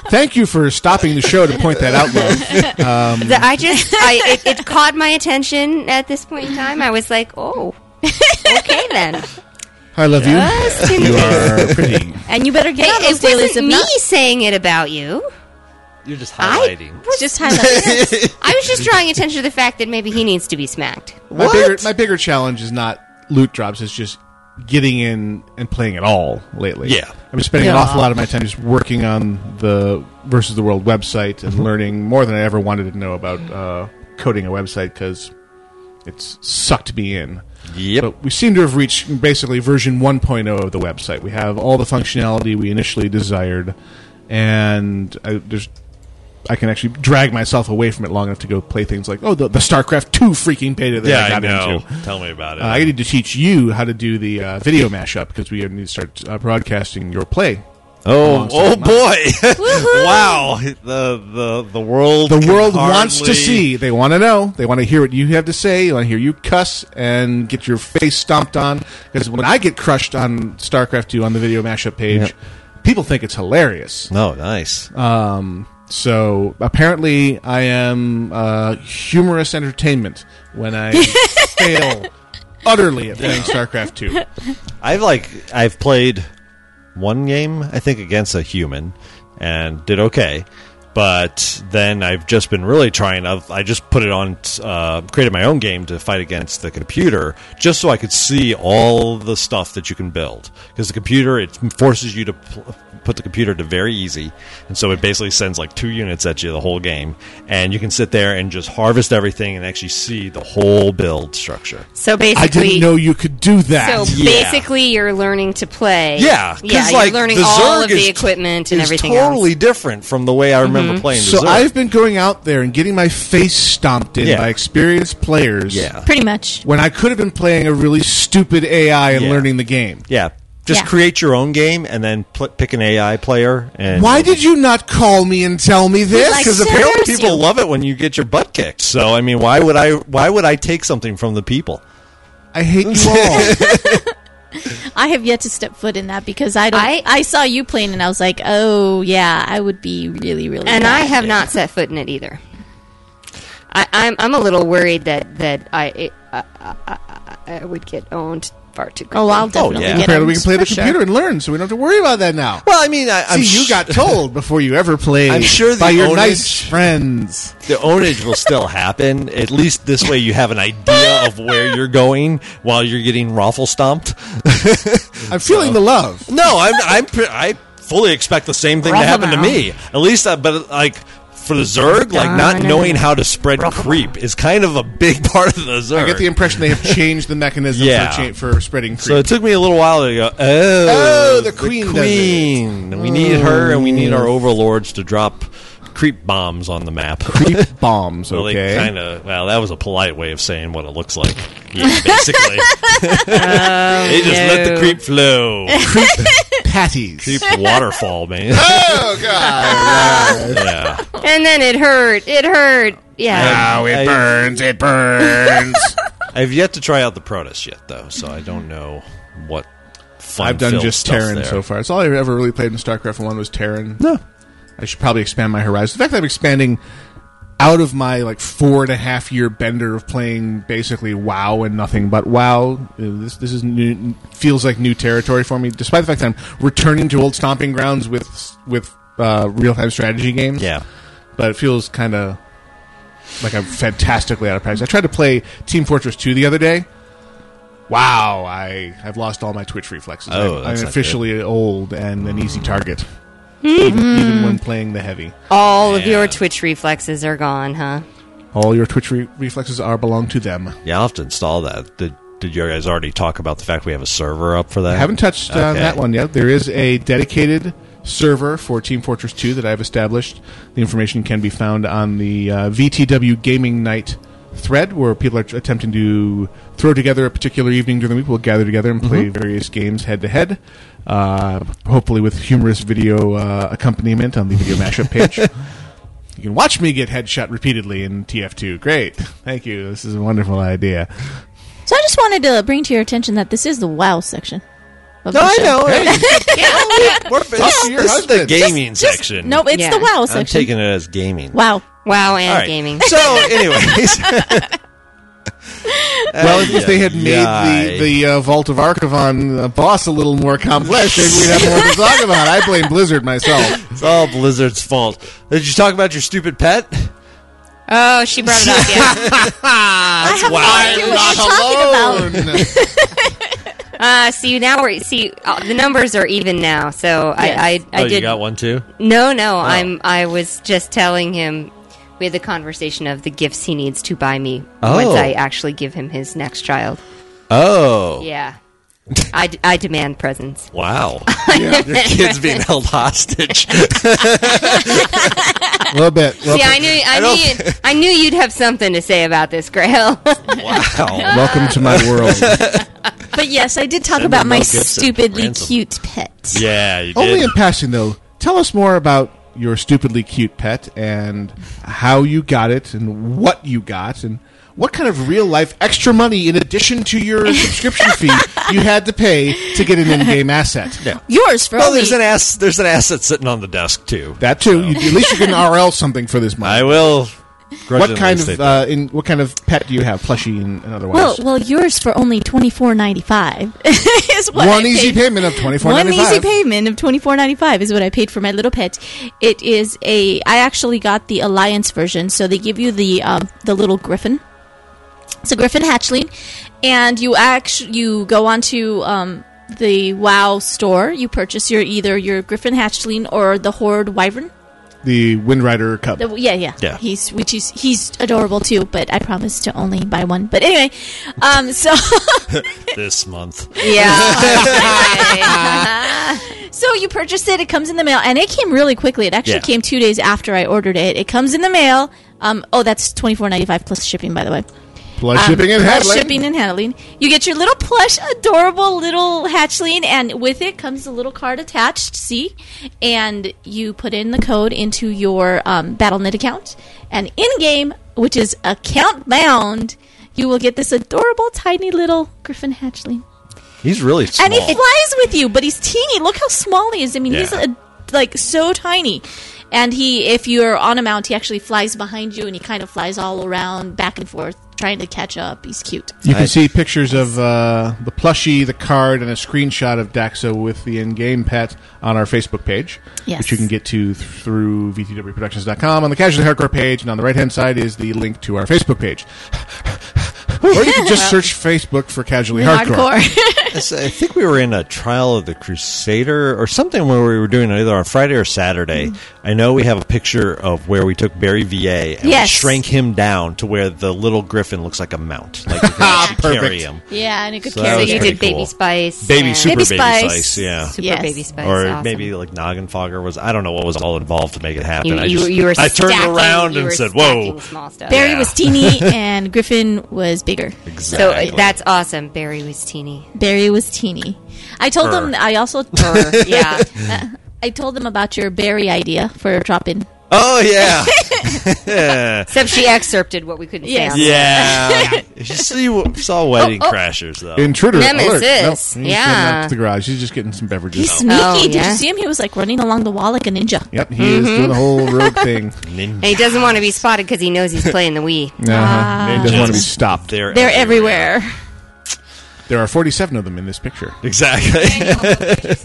Thank you for stopping the show to point that out, love. The- I just I it, it caught my attention at this point in time. I was like, oh, okay then. I love you. Just in You case. are pretty. and you better get Hey, on those it dailies. If wasn't me not, saying it about you. you're just I it's just highlight. I was just drawing attention to the fact that maybe he needs to be smacked. My bigger my bigger challenge is not loot drops. It's just getting in and playing at all lately. Yeah. I'm spending an Yeah. awful lot of my time just working on the versus the world website Mm-hmm. and learning more than I ever wanted to know about uh, coding a website because it's sucked me in. Yep. But we seem to have reached basically version 1.0 of the website. We have all the functionality we initially desired, and I, there's I can actually drag myself away from it long enough to go play things like oh the, the StarCraft 2 freaking beta that yeah, I I, got know. into. Tell me about it. Uh, I need to teach you how to do the uh, video mashup because we need to start uh, broadcasting your play. oh, Monster oh boy! wow, the the the world The can world wants to hardly- see. They want to know. They want to hear what you have to say. They want to hear you cuss and get your face stomped on. Because when I get crushed on StarCraft 2 on the video mashup page, people think it's hilarious. No, Oh, nice. So apparently, I am uh, humorous entertainment when I fail utterly at playing StarCraft 2. I've like I've played one game I think against a human and did okay. But then I've just been really trying. I've, I just put it on, uh, created my own game to fight against the computer, just so I could see all the stuff that you can build. Because the computer, it forces you to pl- put the computer to very easy, and so it basically sends like two units at you the whole game, and you can sit there and just harvest everything and actually see the whole build structure. So I basically, didn't know you could do that. So Yeah. basically, you're learning to play. Yeah, 'cause, yeah. like, you're learning the all Zerg of the is- equipment and is everything Mm-hmm. totally different from the way I remember on the plane. So deserve. I've been going out there and getting my face stomped in Yeah. by experienced players. yeah, Pretty much. When I could have been playing a really stupid AI and Yeah. learning the game. yeah. Just Yeah. create your own game and then pl- pick an AI player. And Why did you not call me and tell me this? Like, Because Sir, apparently Sue. people love it when you get your butt kicked. So I mean, why would I? Why would I take something from the people? I hate you all. I have yet to step foot in that because I don't. I, I- saw you playing and I was like, oh yeah, I would be really, really. and I bad. have not set foot in it either. I, I'm I'm a little worried that that I it, I, I, I, I would get owned far too quickly. Oh, I'll definitely yeah. get Apparently, we can owned, play the for sure. computer and learn, so we don't have to worry about that now. Well, I mean, I, I'm See, you sh- got told before you ever played. I'm sure the by your ownage- nice friends. the ownage will still happen. At least this way, you have an idea of where you're going while you're getting raffle stomped. I'm feeling the love. No, I'm, I'm pre- I fully expect the same thing to happen to me. At least, uh, but like for the Zerg, like not knowing how to spread creep is kind of a big part of the Zerg. I get the impression they have changed the mechanism Yeah. for, cha- for spreading. so it creep. took me a little while to go. Oh, Oh, the queen does it. Mm. queen. We need her, and we need our overlords to drop creep bombs on the map. creep bombs. Well, Okay, they kind of. Well, that was a polite way of saying what it looks like. Yeah, basically, they just let the creep flow. patties. Creep waterfall, man. Oh god. yeah. And then it hurt. It hurt. Yeah. Now it I- burns, it burns. I've yet to try out the Protus yet, though, so I don't know what fun. I've done filled just stuff's Terran there. so far. It's all I ever really played in StarCraft One was Terran. No, I should probably expand my horizons. In fact, I'm expanding out of my like four and a half year bender of playing basically WoW and nothing but WoW. Uh, This this is new, feels like new territory for me, despite the fact that I'm returning to old stomping grounds with with uh, real time strategy games. Yeah. but it feels kind of like I'm fantastically out of practice. I tried to play Team Fortress 2 the other day. Wow, I have lost all my Twitch reflexes. Oh, I'm, that's I'm not officially old and an easy target, even, even when playing the heavy. All of your twitch reflexes are gone, huh? All your Twitch re- reflexes are belong to them. Yeah, I'll have to install that. Did Did you guys already talk about the fact we have a server up for that? I haven't touched on Okay. that one yet. There is a dedicated server for Team Fortress 2 that I've established. The information can be found on the uh, VTW Gaming Night thread, where people are t- attempting to throw together a particular evening during the week. We'll gather together and play Mm-hmm. various games head to head, uh, hopefully with humorous video uh, accompaniment on the video mashup page. You can watch me get headshot repeatedly in TF2. Great. Thank you. This is a wonderful idea. So I just wanted to bring to your attention that this is the wow section. of No, the I show. know. Yeah. This, to your this is the husband. gaming Just- section. No, it's Yeah. the wow I'm section. taking it as gaming. wow. wow, and All right. gaming. So, anyways. Well, if, if they had made the, the uh, Vault of Archivon uh, boss a little more complex, maybe we'd have more to talk about. I blame Blizzard myself. It's all Blizzard's fault. Did you talk about your stupid pet? Oh, she brought it up. Yeah. I have no wow. idea what you're talking about. Uh, see now we're see uh, the numbers are even now. So Yes. I I, I oh, did you got one too. no Oh. no I'm I was just telling him we had the conversation of the gifts he needs to buy me once Oh. I actually give him his next child. Oh, Yeah. I, d- I demand presents. wow! Your kid's being held hostage. A little bit. Well, See, I knew I, knew don't- you'd, I knew you'd have something to say about this, Grail. wow. welcome to my world. But yes, I did talk about my Mel Gibson stupidly ransom. cute pet. Yeah, you Only did. in passing, though, tell us more about your stupidly cute pet and how you got it and what you got and what kind of real life extra money, in addition to your subscription fee, you had to pay to get an in game asset. Yeah. Yours for Oh, only there's an ass. There's an asset sitting on the desk too. That too. You, at least you can RL something for this money. I will. what grudgingly kind state of that. uh, in what kind of pet do you have, plushie and, and otherwise? well, well, yours for only twenty four ninety five is what one I easy paid. payment of twenty four One ninety easy five. payment of twenty four ninety five is what I paid for my little pet. It is a. I actually got the alliance version, so they give you the um, the little griffin. It's a griffin hatchling, and you actually you go onto um, the WoW store. You purchase your either your griffin hatchling or the horde wyvern. The Wind Rider Cub. The- yeah, yeah, Yeah. He's which is he's adorable too, but I promise to only buy one. But anyway, um, so this month. yeah. So you purchased it. It comes in the mail, and it came really quickly. It actually Yeah. came two days after I ordered it. It comes in the mail. Um, oh, that's twenty four ninety five plus shipping, by the way. Plus Um, shipping and plus handling. shipping and handling. You get your little plush, adorable little hatchling, and with it comes a little card attached. See, and you put in the code into your um, BattleNet account, and in game, which is account bound, you will get this adorable, tiny little Griffin hatchling, He's really small. and he flies with you. But he's teeny. Look how small he is. I mean, he's Yeah. a, like so tiny. And he, if you're on a mount, he actually flies behind you, and he kind of flies all around, back and forth, trying to catch up. He's cute. You can I- see pictures of uh, the plushie, the card, and a screenshot of Daxa with the in-game pet on our Facebook page, Yes. which you can get to th- through vtwproductions.com on the Casually Hardcore page, and on the right-hand side is the link to our Facebook page. or you can just search Facebook for Casually Hardcore. Yes, I think we were in a trial of the Crusader or something where we were doing it either on Friday or Saturday. I know we have a picture of where we took Barry VA and we Yes. shrank him down to where the little griffin looks like a mount. Like you can actually carry Ah, Perfect. him. Yeah, and it could So So that carry was you you. pretty did Baby cool. Spice. Baby and- Super Baby Baby, Spice. Spice, yeah. Super Yes. Baby Spice. or awesome. maybe like Noggenfogger was. I don't know what was all involved to make it happen. you, I you, just you were I turned stacking- around you and were said, stacking "Whoa!" Small stuff. Barry Yeah. was teeny and Griffin was bigger. So uh, Exactly. that's awesome. Barry was teeny. Barry was teeny. I told Burr. them I also Or, yeah. I told them about your Barry idea for drop in. Oh yeah, Except she excerpted what we couldn't Yes. say. on yeah. you see, you saw Wedding Oh, oh. Crashers though. Intruder alert. Nope, Nemesis, he's running yeah. out to the garage. He's just getting some beverages. He's sneaky. Oh, Did yeah. you see him? He was like running along the wall like a ninja. Yep, he is Mm-hmm. doing the whole rogue thing. Ninja. And he doesn't want to be spotted because he knows he's playing the Wii. Uh-huh. Ah. He doesn't want to be stopped. They're, They're everywhere. There are 47 of them in this picture. Exactly.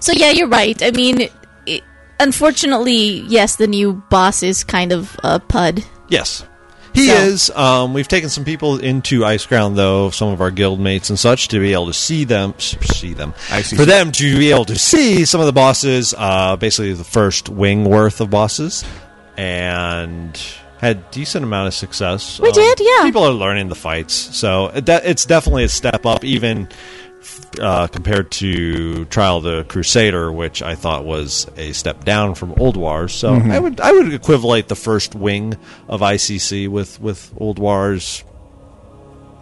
So yeah, you're right. I mean, it, unfortunately, yes, the new boss is kind of a pud. yes. He So- is. Um, we've taken some people into Ice Ground, though, some of our guild mates and such, to be able to see them. s- See them. I see. For them to be able to see some of the bosses, uh, basically the first wing worth of bosses, and had decent amount of success. We did, yeah. People are learning the fights, so it- that, it's definitely a step up, even uh, compared to Trial of the Crusader, which I thought was a step down from Old Wars. So Mm-hmm. I would I would equivalate the first wing of ICC with with Old Wars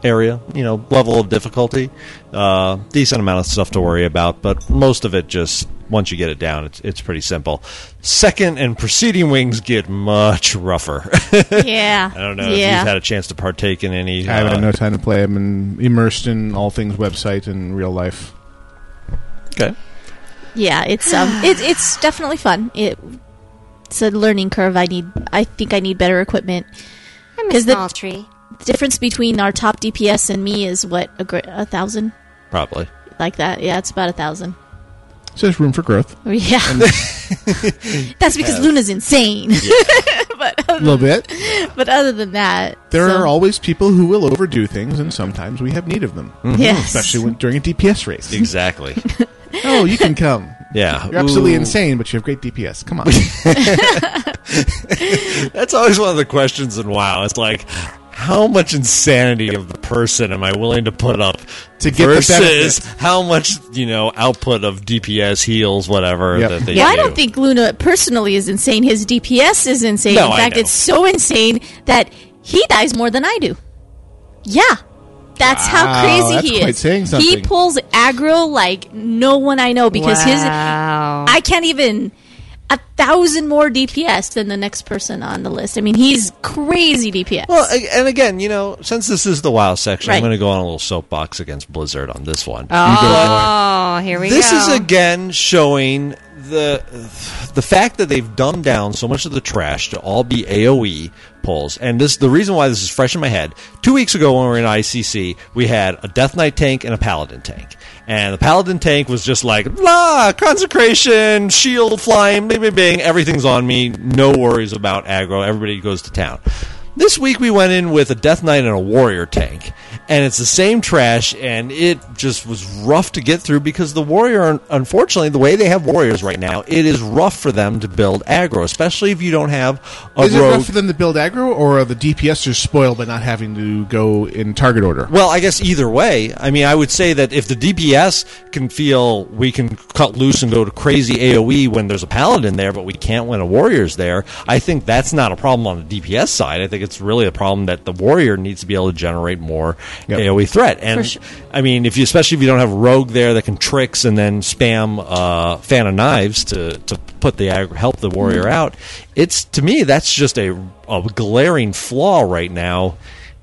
area, you know, level of difficulty. Uh, decent amount of stuff to worry about, but most of it just once you get it down, it's it's pretty simple. Second and preceding wings get much rougher. Yeah. I don't know if Yeah. you've had a chance to partake in any. I haven't uh, had no time to play. I've been immersed in all things website and real life. Okay. Yeah, it's um, it, it's definitely fun. It, it's a learning curve. I need. I think I need better equipment. I'm a Is the- small tree. The difference between our top DPS and me is what a, gr- a thousand, Probably. like that. Yeah, it's about a thousand. So there's room for growth. Yeah, that's because Luna's insane. but A little bit. but other than that, There so- are always people who will overdo things, and sometimes we have need of them, Mm. yes. especially when, during a DPS race. Exactly. oh, you can come. Yeah. You're absolutely Ooh. insane, but you have great DPS. Come on. That's always one of the questions in WoW. It's like, how much insanity of the person am I willing to put up To get the versus benefit. how much you know output of DPS heals whatever Yep. that they Well, I do. don't think Luna personally is insane. His DPS is insane. No, In I fact, know. it's so insane that he dies more than I do. Yeah. That's Wow, how crazy that's he quite is. saying He something. pulls aggro like no one I know because his Wow. I can't even a thousand more DPS than the next person on the list. I mean, he's crazy DPS. Well, a- and again, you know, since this is the WoW section, I'm Right. going to go on a little soapbox against Blizzard on this one. Oh, here we this go. is again showing the the fact that they've dumbed down so much of the trash to all be AOE pulls, and this the reason why this is fresh in my head. Two weeks ago, when we were in ICC, we had a Death Knight tank and a Paladin tank, and the Paladin tank was just like blah, consecration, shield flying, bing, bing, bing, everything's on me, no worries about aggro, everybody goes to town. This week we went in with a Death Knight and a Warrior tank, and it's the same trash, and it just was rough to get through because the Warrior, un- unfortunately, the way they have Warriors right now, it is rough for them to build aggro, especially if you don't have a Is it rogue. rough for them to build aggro, or are the DPSers spoiled by not having to go in target order? Well, I guess either way. I mean, I would say that if the DPS can feel we can cut loose and go to crazy AoE when there's a paladin there, but we can't when a warrior's there, I think that's not a problem on the DPS side. I think it's really a problem that the warrior needs to be able to generate more Yep. AoE threat. And I mean, if you especially if you don't have rogue there that can tricks and then spam uh, fan of knives to to put the ag- help the warrior out, it's to me that's just a a glaring flaw right now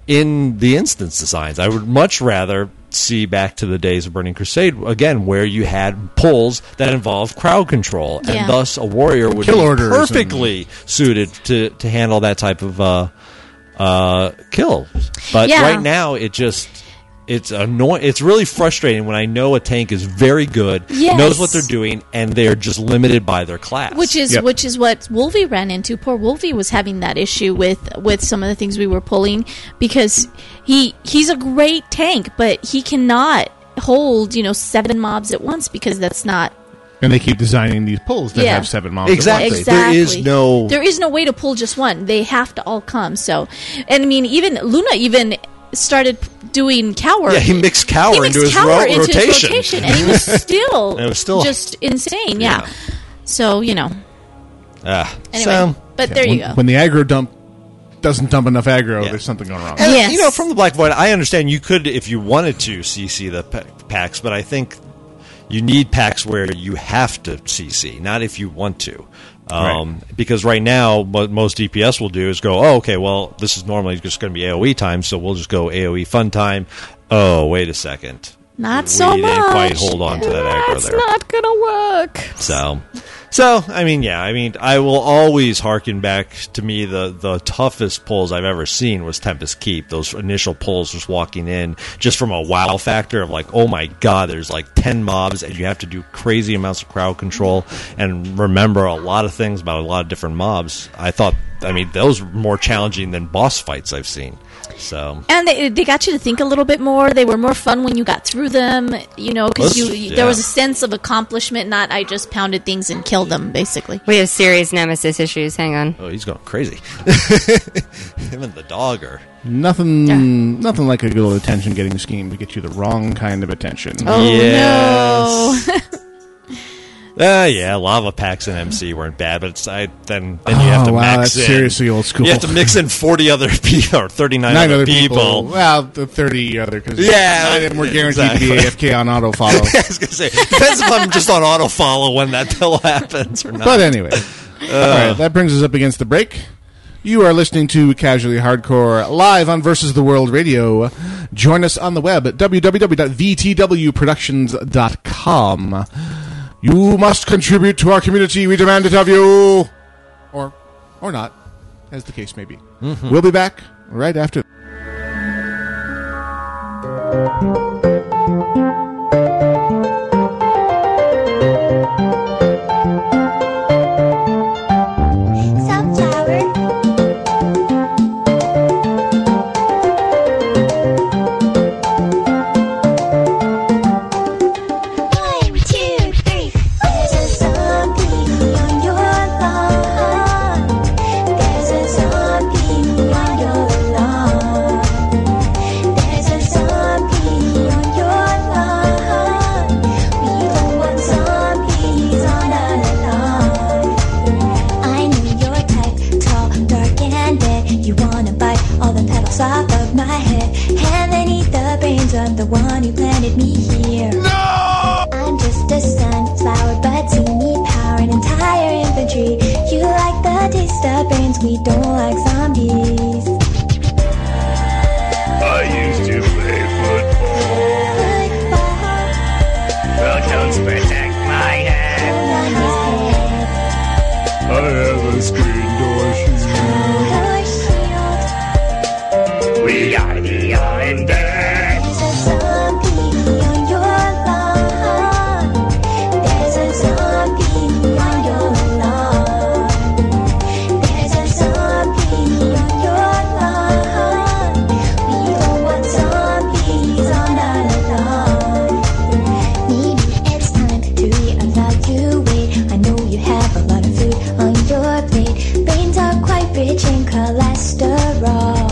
in the instance designs. I would much rather see back to the days of Burning Crusade again, where you had pulls that involved crowd control, Yeah. and thus a warrior would Kill be orders and- perfectly suited to to handle that type of uh, uh, kill. But Yeah. right now, it just. It's annoying. It's really frustrating when I know a tank is very good, Yes. knows what they're doing, and they're just limited by their class. Which is Yep. which is what Wolvie ran into. Poor Wolvie was having that issue with with some of the things we were pulling because he he's a great tank, but he cannot hold you know seven mobs at once because that's not And they keep designing these pulls that Yeah. have seven mobs. at Exactly. once. There is no- there is no way to pull just one. They have to all come. So, and I mean, even Luna even started p- doing cower. Yeah, he mixed Cower He mixed into his Cower ro- into his rotation. rotation, and he was still It was still- just insane. Yeah. Yeah. So you know, Ah. anyway, So- but there when, you go. when the aggro dump doesn't dump enough aggro, Yeah. there's something going wrong. And, Yes. You know, from the Black Void, I understand you could, if you wanted to, CC the pa- packs, but I think you need packs where you have to CC, not if you want to. Um, Because right now, what most DPS will do is go, oh, okay, well, this is normally just going to be AoE time, so we'll just go AoE fun time. Oh, wait a second. Not so we didn't quite much. hold on to that aggro That's there. not gonna work. So, so I mean, yeah, I mean, I will always harken back to me the the toughest pulls I've ever seen was Tempest Keep. Those initial pulls was walking in just from a wow factor of like, oh my god, there's like ten mobs and you have to do crazy amounts of crowd control and remember a lot of things about a lot of different mobs. I thought, I mean, those were more challenging than boss fights I've seen. So. And they, they got you to think a little bit more. They were more fun when you got through them, you know, because you Let's- there yeah. was a sense of accomplishment. Not I just pounded things and killed them, basically. We have serious nemesis issues. Hang on. Oh, he's going crazy. Him and the dog are. Nothing, nothing like a good old attention getting scheme to get you the wrong kind of attention. Oh Yes. no. Uh, yeah, lava packs and MC weren't bad, but it's, I, then then you have Oh, to wow, max that's in- seriously old school. You have to mix in forty other people or thirty nine Nine other, other people. people. Well, the thirty other because Yeah, nine of them were guaranteed exactly. to be AFK on auto follow. I was gonna say depends if I'm just on auto follow when that pill happens or not. But anyway, Uh, all right, that brings us up against the break. You are listening to Casually Hardcore live on Versus the World Radio. Join us on the web at www.vtwproductions.com. You must contribute to our community. We demand it of you, or or not, as the case may be. We'll be back right after. I know your type, tall, dark, and red. You wanna bite all the petals off of my head, and then eat the brains of the one who planted me here. No! I'm just a sunflower, but see me power an entire infantry. You like the taste of brains, we don't like zombies. I used to play football. Football, Well, don't protect my head. not his head. I have a screen door shoe. Her shield We are the Islanders. There's a zombie on your lawn. There's a zombie on your lawn. There's a zombie on your lawn. brains are quite rich in cholesterol.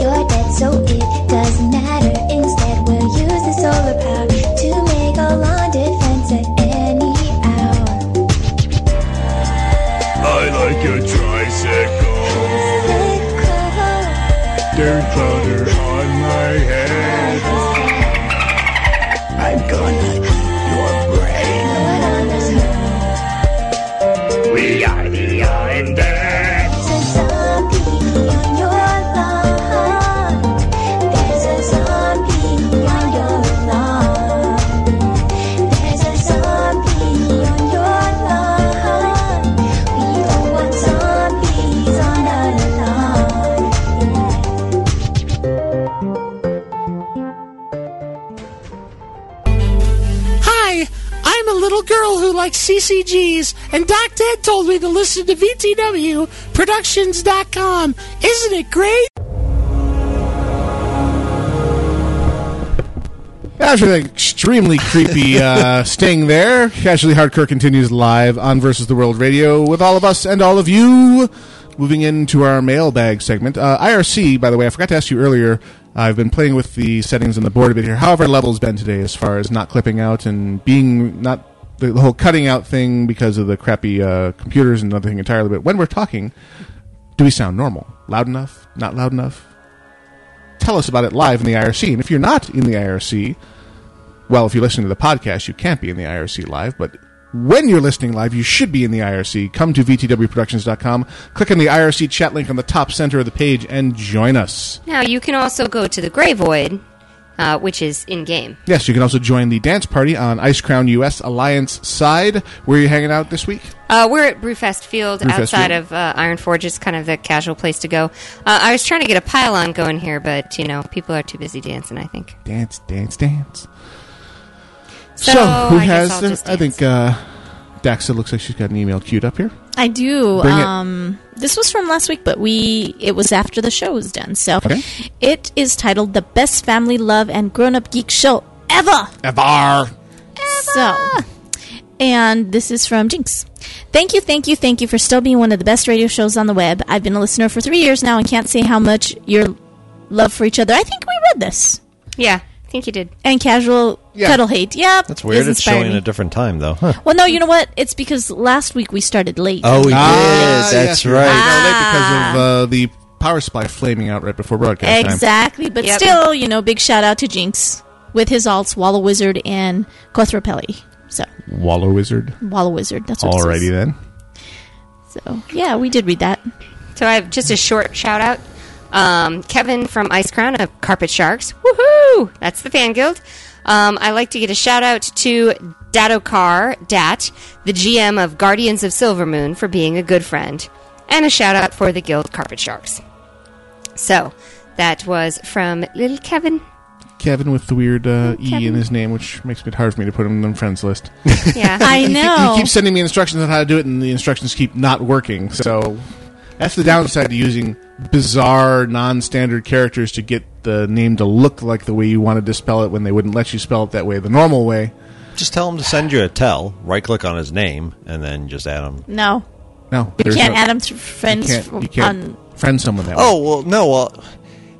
You're dead, so it doesn't matter. Instead, we'll use the solar power to make a lawn defense at any hour. I like your tricycle. Dirt powder on my head. I'm gonna eat your brain. We are the Islanders. Hi, I'm a little girl who likes CCGs, and Doc Ted told me to listen to VTW Productions.com. Isn't it great? After that extremely creepy uh, sting there, Casually Hardcore continues live on Versus the World Radio with all of us and all of you. Moving into our mailbag segment. Uh, IRC, by the way, I forgot to ask you earlier. I've been playing with the settings on the board a bit here. How have our levels been today as far as not clipping out and being not the, the whole cutting out thing because of the crappy uh, computers and other thing entirely? But when we're talking, do we sound normal? Loud enough? Not loud enough? Tell us about it live in the IRC. And if you're not in the IRC, well, if you listen to the podcast, you can't be in the IRC live, but when you're listening live, you should be in the IRC. Come to VTWProductions.com, click on the IRC chat link on the top center of the page, and join us. Now, you can also go to the Grey Void, uh, which is in game. Yes, you can also join the dance party on Ice Crown US Alliance side. Where are you hanging out this week? Uh, we're at Brewfest Field Brewfest outside Field. of uh, Iron Forge. It's kind of the casual place to go. Uh, I was trying to get a pylon going here, but, you know, people are too busy dancing, I think. Dance, dance, dance. So, who I guess has I'll the- just I think uh, Daxa looks like she's got an email queued up here. I do. Bring it. Um, this was from last week, but we it was after the show was done. So Okay. it is titled "The Best Family Love and Grown Up Geek Show Ever." Evar! So, and this is from Jinx. Thank you, thank you, thank you for still being one of the best radio shows on the web. I've been a listener for three years now and can't say how much your love for each other. I think we read this Yeah, I think you did. and casual Yeah. cuddle hate. Yeah, That's weird. It's showing me. at a different time, though. Huh. well, no, you know what? It's because last week we started late. Oh, we Ah, did. yes, That's we were right. already late Ah. because of uh, the power supply flaming out right before broadcast time. Exactly, but Yep. still, you know, big shout out to Jinx with his alts, Wallow Wizard and Cothrapelli. So Wallow Wizard. Wallow Wizard, that's what Alrighty It then. says. So yeah, we did read that. So I have just a short shout out. Um, Kevin from Ice Crown of Carpet Sharks. Woohoo! That's the fan guild. Um, I like to get a shout out to Dadokar Dat, the GM of Guardians of Silvermoon, for being a good friend, and a shout out for the guild Carpet Sharks. So that was from little Kevin. Kevin with the weird uh, E in Kevin. his name, which makes it hard for me to put him on the friends list. Yeah, I know. He keeps sending me instructions on how to do it, and the instructions keep not working. So that's the downside to using bizarre, non-standard characters to get the name to look like the way you wanted to spell it when they wouldn't let you spell it that way the normal way. Just tell him to send you a tell. Right click on his name, and then just add him. no, No, we there's can't no- add him to friends. You can't, from- you can't on- friend someone that way. Oh well, no. Well,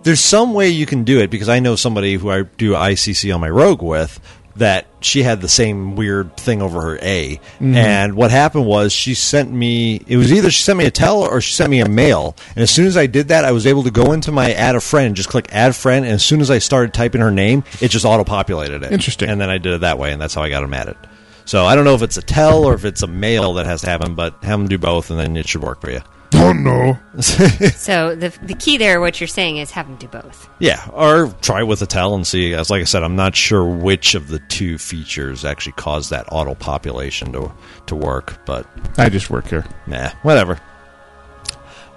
there's some way you can do it because I know somebody who I do ICC on my rogue with that she had the same weird thing over her A. And what happened was she sent me. It was either she sent me a tell or she sent me a mail. And as soon as I did that, I was able to go into my add a friend and just click add friend. And as soon as I started typing her name, it just auto populated it. Interesting. And then I did it that way, and that's how I got him added. So I don't know if it's a tell or if it's a mail that has to happen, but have them do both, and then it should work for you. Don't know. so the the key there, what you're saying is have them do both. Yeah, or try with a tell and see. As like I said, I'm not sure which of the two features actually caused that auto population to to work, but I just work here. nah, whatever.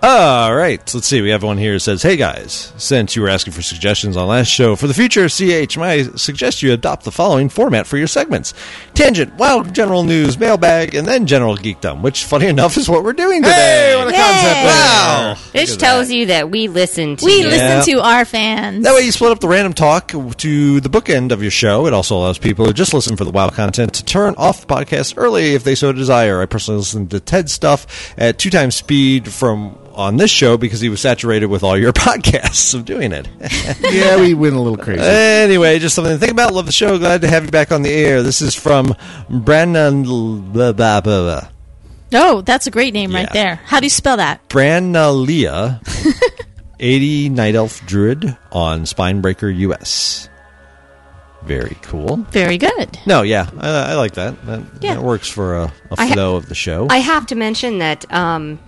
All right, so let's see. We have one here that says, "Hey guys, since you were asking for suggestions on last show for the future of CH, I suggest you adopt the following format for your segments: tangent, wild general news, mailbag, and then general geekdom." Which, funny enough, is what we're doing today. what a this episode. Wow. Look Which at that. tells you that we listen to We you. listen to our fans. That way, you split up the random talk to the bookend of your show. It also allows people who just listen for the wow content to turn off podcasts early if they so desire. I personally listen to Ted's stuff at two times speed from on this show because he was saturated with all your podcasts of doing it. yeah, we went a little Uh. crazy. anyway, just something to think about. Love the show. Glad to have you back on the air. This is from Brandon. Blah, blah, blah, blah. Oh, that's a great name right Yeah. there. How do you spell that? Brannalia, 80 Night Elf Druid on Spinebreaker US. Very cool. Very good. No, yeah, I, I like that. That, Yeah. that works for a, a I ha- flow of the show. I have to mention that um,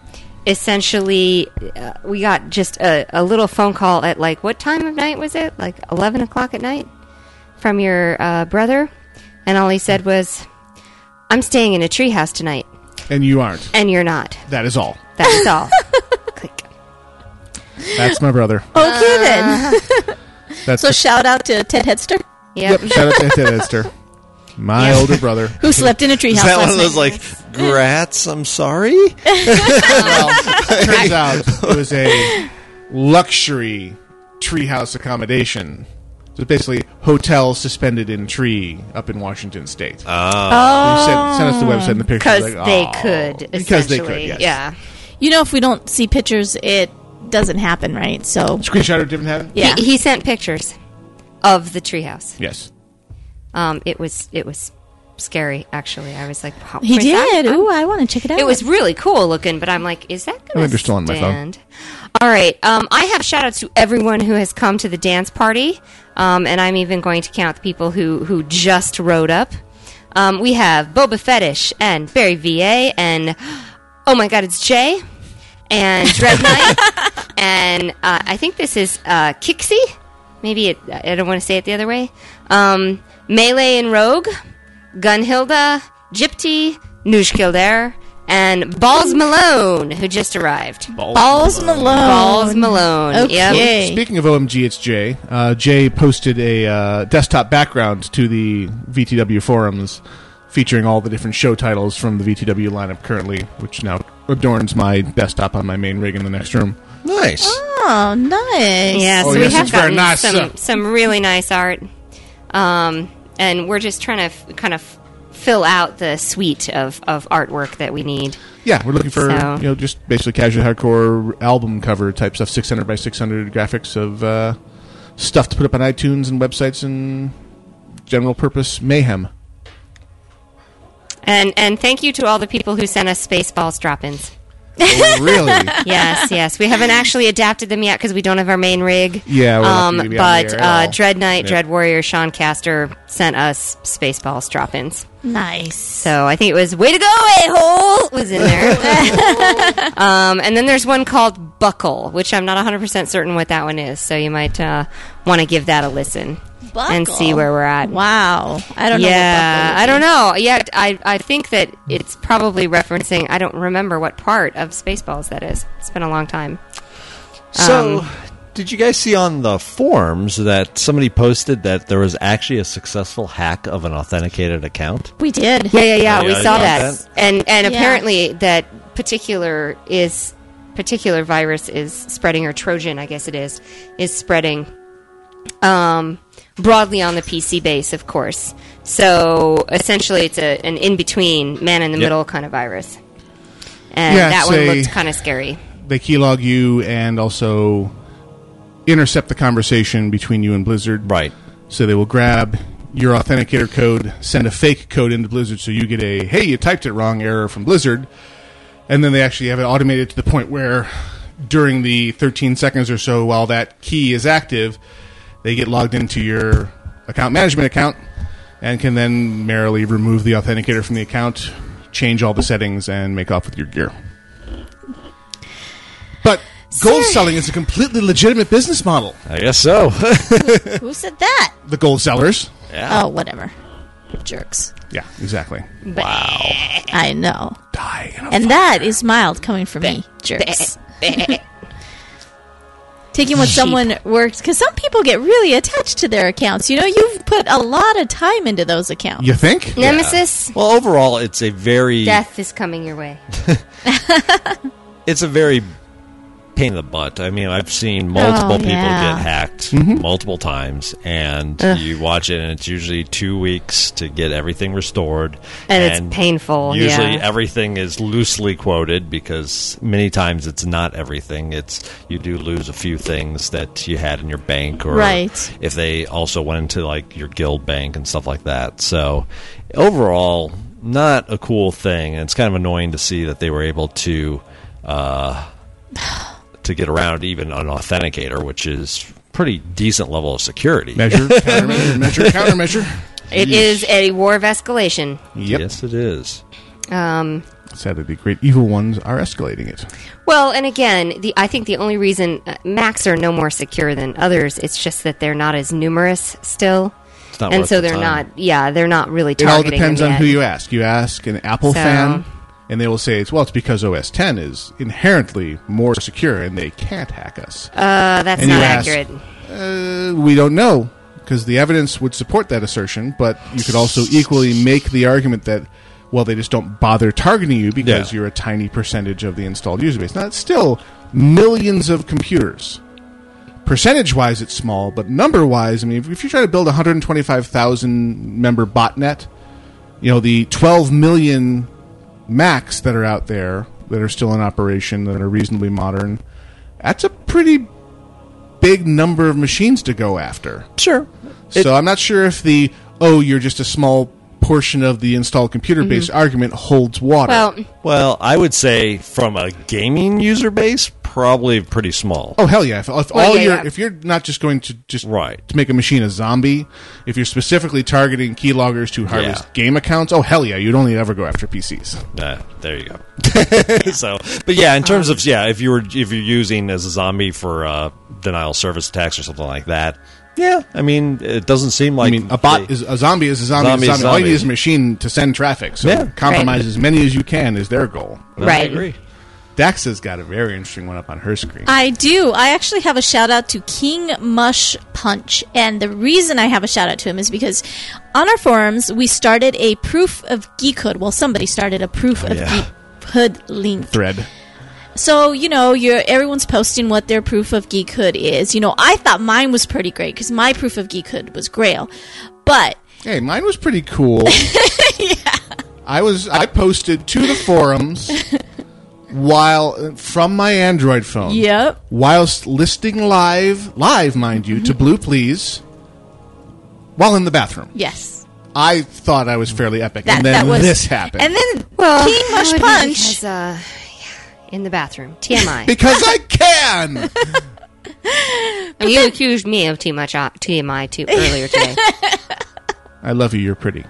essentially uh, we got just a, a little phone call at like what time of night was it? Like eleven o'clock at night from your uh, brother, and all he said was, "I'm staying in a treehouse tonight, And you aren't. and you're not." That is all. That's all. Click. That's my brother. Okay then. That's Oh, So shout out to Ted Headster Yep. shout out to Ted Esther, my older brother. who slept in a treehouse. is that one last of those night. like, grats, I'm sorry? Turns out it was a luxury treehouse accommodation. So basically, hotel suspended in tree up in Washington State. Oh, sent, sent us the website and the pictures. Oh. Because like, they "Aw." could, Because they could. essentially. Yes. Yeah. you know, if we don't see pictures, it doesn't happen, right? So Screenshot of different heaven. yeah, He, he sent pictures of the treehouse. Yes. Um, it was it was scary. Actually, I was like, wow, he Chris, I'm- did. I'm- Ooh, I want to check it out. It was really cool looking, but I'm like, is that I going think to they're still on my phone. stand? All right. Um, I have shout outs to everyone who has come to the dance party, um, and I'm even going to count the people who, who just rode up. Um, we have Boba Fetish and Barry VA and oh my god, it's Jay and Dread Knight and uh, I think this is uh, Kixie. Maybe it, I don't want to say it the other way. Um, Melee and Rogue, Gunhilda, Gypti, Nushkildare, and Balls Malone, who just arrived. Balls, Balls Malone. Malone. Yep. Okay. Speaking of OMG, it's Jay. Uh, Jay posted a uh, desktop background to the VTW forums featuring all the different show titles from the VTW lineup currently, which now adorns my desktop on my main rig in the next room. nice. Oh, nice. Yeah, so Oh, we yes, have it's very gotten nice, uh, some, some really nice art. Um, and we're just trying to f- kind of fill out the suite of, of artwork that we need. Yeah, we're looking for So- you know just basically casual hardcore album cover type stuff, six hundred by six hundred graphics of uh, stuff to put up on iTunes and websites and general purpose mayhem. And, and thank you to all the people who sent us Spaceballs drop ins. Oh, really? yes, yes. We haven't actually adapted them yet because we don't have our main rig. Yeah, we're lucky um, to be on the but air at uh, all. Dread Knight, Dread Warrior, Sean Caster sent us Spaceballs drop-ins. Nice. So I think it was "Way to go, a hole" was in there. um, and then there's one called Buckle, which I'm not 100 percent certain what that one is. So you might uh, want to give that a listen and see where we're at. Wow. I don't Yeah, know. I don't know. Yeah, I I think that it's probably referencing. I don't remember what part of Spaceballs that is. It's been a long time. So, Um, did you guys see on the forums that somebody posted that there was actually a successful hack of an authenticated account? We did. Yeah, yeah, yeah. Oh, we yeah, saw you that. got that? and and Yeah. apparently that particular is particular virus is spreading, or Trojan, I guess it is, is spreading um, broadly on the PC base, of course. So essentially, it's a, an in between, man in the middle kind of virus, and Yeah, that it's one a- looked kind of scary. they keylog you and also intercept the conversation between you and Blizzard. Right. So they will grab your authenticator code, send a fake code into Blizzard, so you get a "Hey, you typed it wrong" error from Blizzard, and then they actually have it automated to the point where, during the 13 seconds or so while that key is active, they get logged into your account management account and can then merrily remove the authenticator from the account, change all the settings, and make off with your gear. But gold selling is a completely legitimate business model. I guess so. Who said that? The gold sellers. Oh, whatever. Jerks. Yeah, exactly. I know. Die. In a And that is mild coming from me. Jerks. Taking what someone worked because some people get really attached to their accounts. You know, you've put a lot of time into those accounts. You think? Nemesis, well, overall, it's a very death is coming your way. it's a very pain in the butt. I mean, I've seen multiple Oh, people yeah. get hacked multiple times, and Ugh. you watch it, and it's usually two weeks to get everything restored, And it's painful, Usually, yeah. everything is loosely quoted because many times it's not everything. It's you do lose a few things that you had in your bank, or Right. if they also went into like your guild bank and stuff like that. So overall, not a cool thing, and it's kind of annoying to see that they were able to uh, to get around even an authenticator, which is pretty decent level of security. Measure, countermeasure, measure, countermeasure. It is a war of escalation. Yep. Yes, it is. Um, Sadly, the great evil ones are escalating it. well, and again, the I think the only reason uh, Macs are no more secure than others, it's just that they're not as numerous still, It's not and worth so the they're time. not. Yeah, they're not really It all targeting. depends them on yet. who you ask. You ask an Apple So- fan, and they will say it's well, it's because OS 10 is inherently more secure, and they can't hack us. Uh, that's and not you ask- accurate. Uh, we don't know because the evidence would support that assertion, but you could also equally make the argument that well, they just don't bother targeting you because Yeah. you're a tiny percentage of the installed user base. Now, it's still millions of computers. Percentage wise, it's small, but number wise, I mean, if, if you try to build a 125,000 member botnet, you know, the 12 million Macs that are out there that are still in operation that are reasonably modern, that's a pretty big number of machines to go after. Sure. so I'm not sure if the oh you're just a small portion of the installed computer base argument holds water. Mm-hmm. Well, Well, I would say from a gaming user base, probably pretty small. oh hell yeah! If, if Well, all yeah, your yeah. if you're not just going to just Right. to make a machine a zombie, if you're specifically targeting keyloggers to harvest Yeah. game accounts, oh hell yeah! You'd only ever go after PCs. Nah, there you go. so, but yeah, in terms Um, of yeah, if you were if you're using as a zombie for uh, denial of service attacks or something like that, yeah, I mean it doesn't seem like I mean, a bot they- is a zombie is a zombie. Zombie is is a zombie. All you zombie. need is a machine to send traffic. So Yeah. compromise Right. as many as you can is their goal. No, I Right. agree. Daxa's got a very interesting one up on her screen. I do. I actually have a shout out to King Mush Punch. And the reason I have a shout out to him is because on our forums, we started a proof of geekhood. Well, somebody started a proof of yeah. geekhood link. Thread. So, you know, you're, everyone's posting what their proof of geekhood is. You know, I thought mine was pretty great because my proof of geekhood was Grail. But Hey, mine was pretty cool. I was I posted to the forums while from my Android phone. Yep. Mm-hmm. Whilst listing live, live mind you, to Blue Please while in the bathroom. yes. I thought I was fairly epic That, and then that was this happened. And then well, King that Mush would be Punch. because, uh, in the bathroom. TMI. because I can. And you accused me of too much uh, TMI too earlier today. I love you, you're pretty.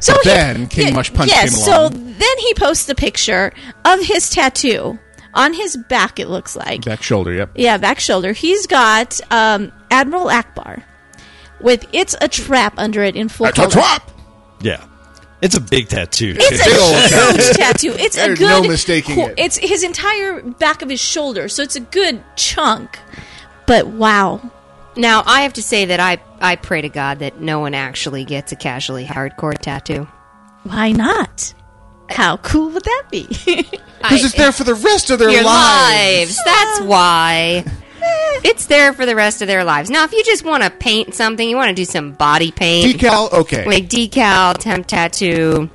So But then King Mush Punch yes, came along. So then he posts a picture of his tattoo on his back. It looks like Back shoulder, yep. yeah, back shoulder. He's got um, Admiral Akbar with it's a trap under it in full That's color. a trap. Yeah, it's a big tattoo. It's Big old a huge tattoo. It's a There's good. no mistaking it. It's his entire back of his shoulder, so it's a good chunk. But wow, Now, I have to say that I, I pray to God that no one actually gets a casually hardcore tattoo. why not? How cool would that be? Because it's there for the rest of their Your lives. lives. That's why. It's there for the rest of their lives. Now, if you just want to paint something, you want to do some body paint, Decal, okay. like decal, temp tattoo.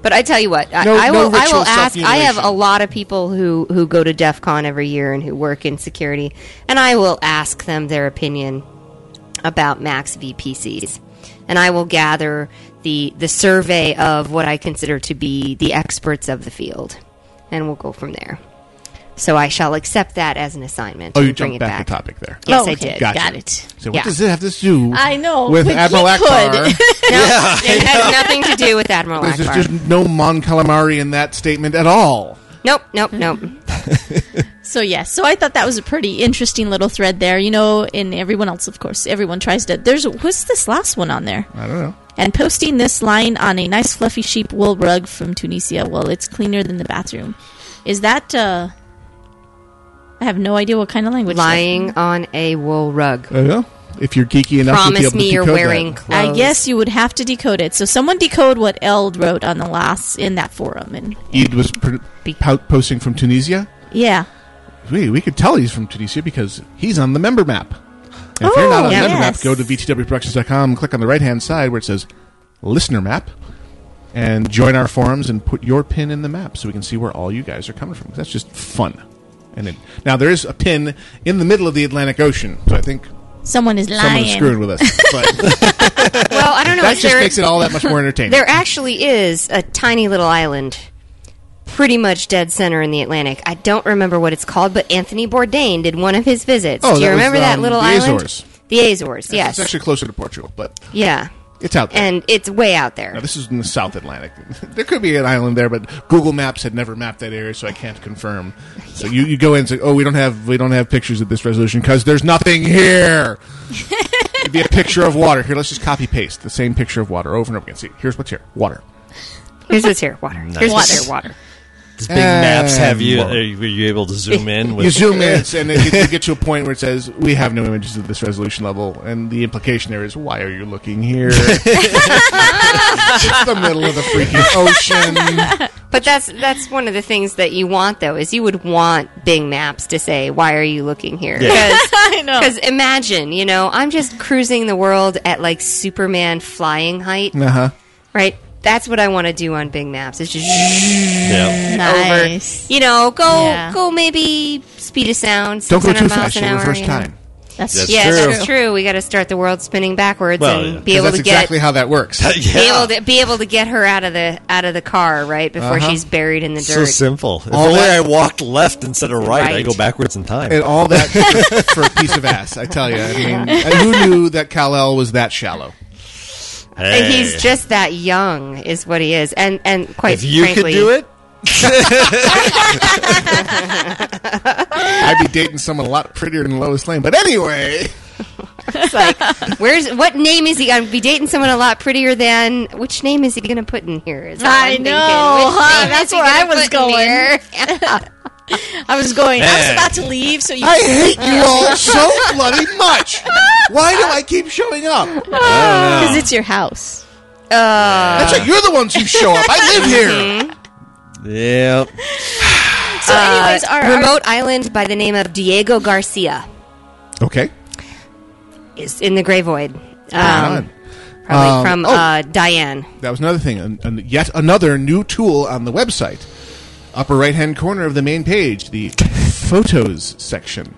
But I tell you what, I, No- I no will. I ritual will ask. I have a self-mutilation. lot of people who who go to DEF CON every year and who work in security, and I will ask them their opinion about Max VPCs, and I will gather the the survey of what I consider to be the experts of the field, and we'll go from there. So I shall accept that as an assignment. Oh, and you bring jumped it back back to topic there. Yes, Oh, I okay. did. Gotcha. Got it. So Yeah. what does it have to do? I know, with but Admiral you could. Akbar. No, it has nothing to do with Admiral There's Akbar. just no Mon Calamari in that statement at all. Nope, nope, nope. So yes, so I thought that was a pretty interesting little thread there, you know. And everyone else, of course, everyone tries to. There's what's this last one on there? I don't know. And posting this line on a nice fluffy sheep wool rug from Tunisia. Well, it's cleaner than the bathroom. Is that? uh I have no idea what kind of language. that- Lying on a wool rug. I don't know. if you're geeky enough to be Promise able to me you're decode that. wearing clothes. I guess you would have to decode it. So someone decode what Eld wrote on the last in that forum, and Eid was pr- po- posting from Tunisia. yeah, We, we could tell he's from Tunisia because he's on the member map. And if you're not on Oh, the member map, yes. go to vtwproductions.com, click on the right hand side where it says listener map, and join our forums and put your pin in the map so we can see where all you guys are coming from. 'Cause That's just fun. And it, now there is a pin in the middle of the Atlantic Ocean, so I think someone is lying. someone's screwing with us. But Well, I don't know. that if just there- makes it all that much more entertaining. There actually is a tiny little island, pretty much dead center in the Atlantic. I don't remember what it's called, but Anthony Bourdain did one of his visits. Oh, Do you that was, remember that um, little the island? Azores. The Azores, yes. It's actually closer to Portugal, but yeah. it's out there. And it's way out there. Now, this is in the South Atlantic. there could be an island there, but Google Maps had never mapped that area, so I can't confirm. So you, you go in and say, "Oh, we don't have we don't have pictures at this resolution because there's nothing here." It'd be a picture of water. Here, let's just copy paste the same picture of water over and over again. See, here's what's here: water. Here's what's here water. Here's what's here water. Does big maps have you? Uh, well. Are you, were you able to zoom in? With, You zoom in, and it, you get to a point where it says, "We have no images at this resolution level," and the implication there is, "Why are you looking here?" it's the middle of the freaking ocean. But that's that's one of the things that you want though is you would want Bing Maps to say why are you looking here? I know. Because imagine, you know, I'm just cruising the world at like Superman flying height, Uh huh. right? That's what I want to do on Bing Maps. It's just Yeah. Nice. over. You know, go Yeah. go maybe speed of sound. Don't go 600 too miles fast. an You're hour. the first you know? time. That's, That's Yeah, true. that's true. We got to start the world spinning backwards Well, and yeah. be 'Cause able that's to get exactly how that works. Yeah. be able to be able to get her out of the out of the car right before Uh-huh. she's buried in the so dirt. simple. If All only that- I walked left instead of right, I Right. go backwards in time. and all that for- for a piece of ass. I tell you, I mean, who knew that Kal El was that shallow? And Hey. He's just that young, is what he is, and and quite if you frankly, could do it, I'd be dating someone a lot prettier than Lois Lane. But anyway, it's like, where's what name is he? I'd be dating someone a lot prettier than. Which name is he going to put in here? Is all I I'm thinking. know, Which huh? name is That's he where I gonna was put in going. here? I was going. I was Man. about to leave, so you. I hate you all so bloody much. Why do I keep showing up? Because it's your house. That's right. You're the ones who show up. I live Mm-hmm. here. yeah, So, anyways, our, our- Uh, Remote island by the name of Diego Garcia Okay. is in the Grey Void, Right um, on. probably Um, from oh. uh, Diane. That was another thing. An, an, yet another new tool on the website. Upper right hand corner of the main page, the photos section.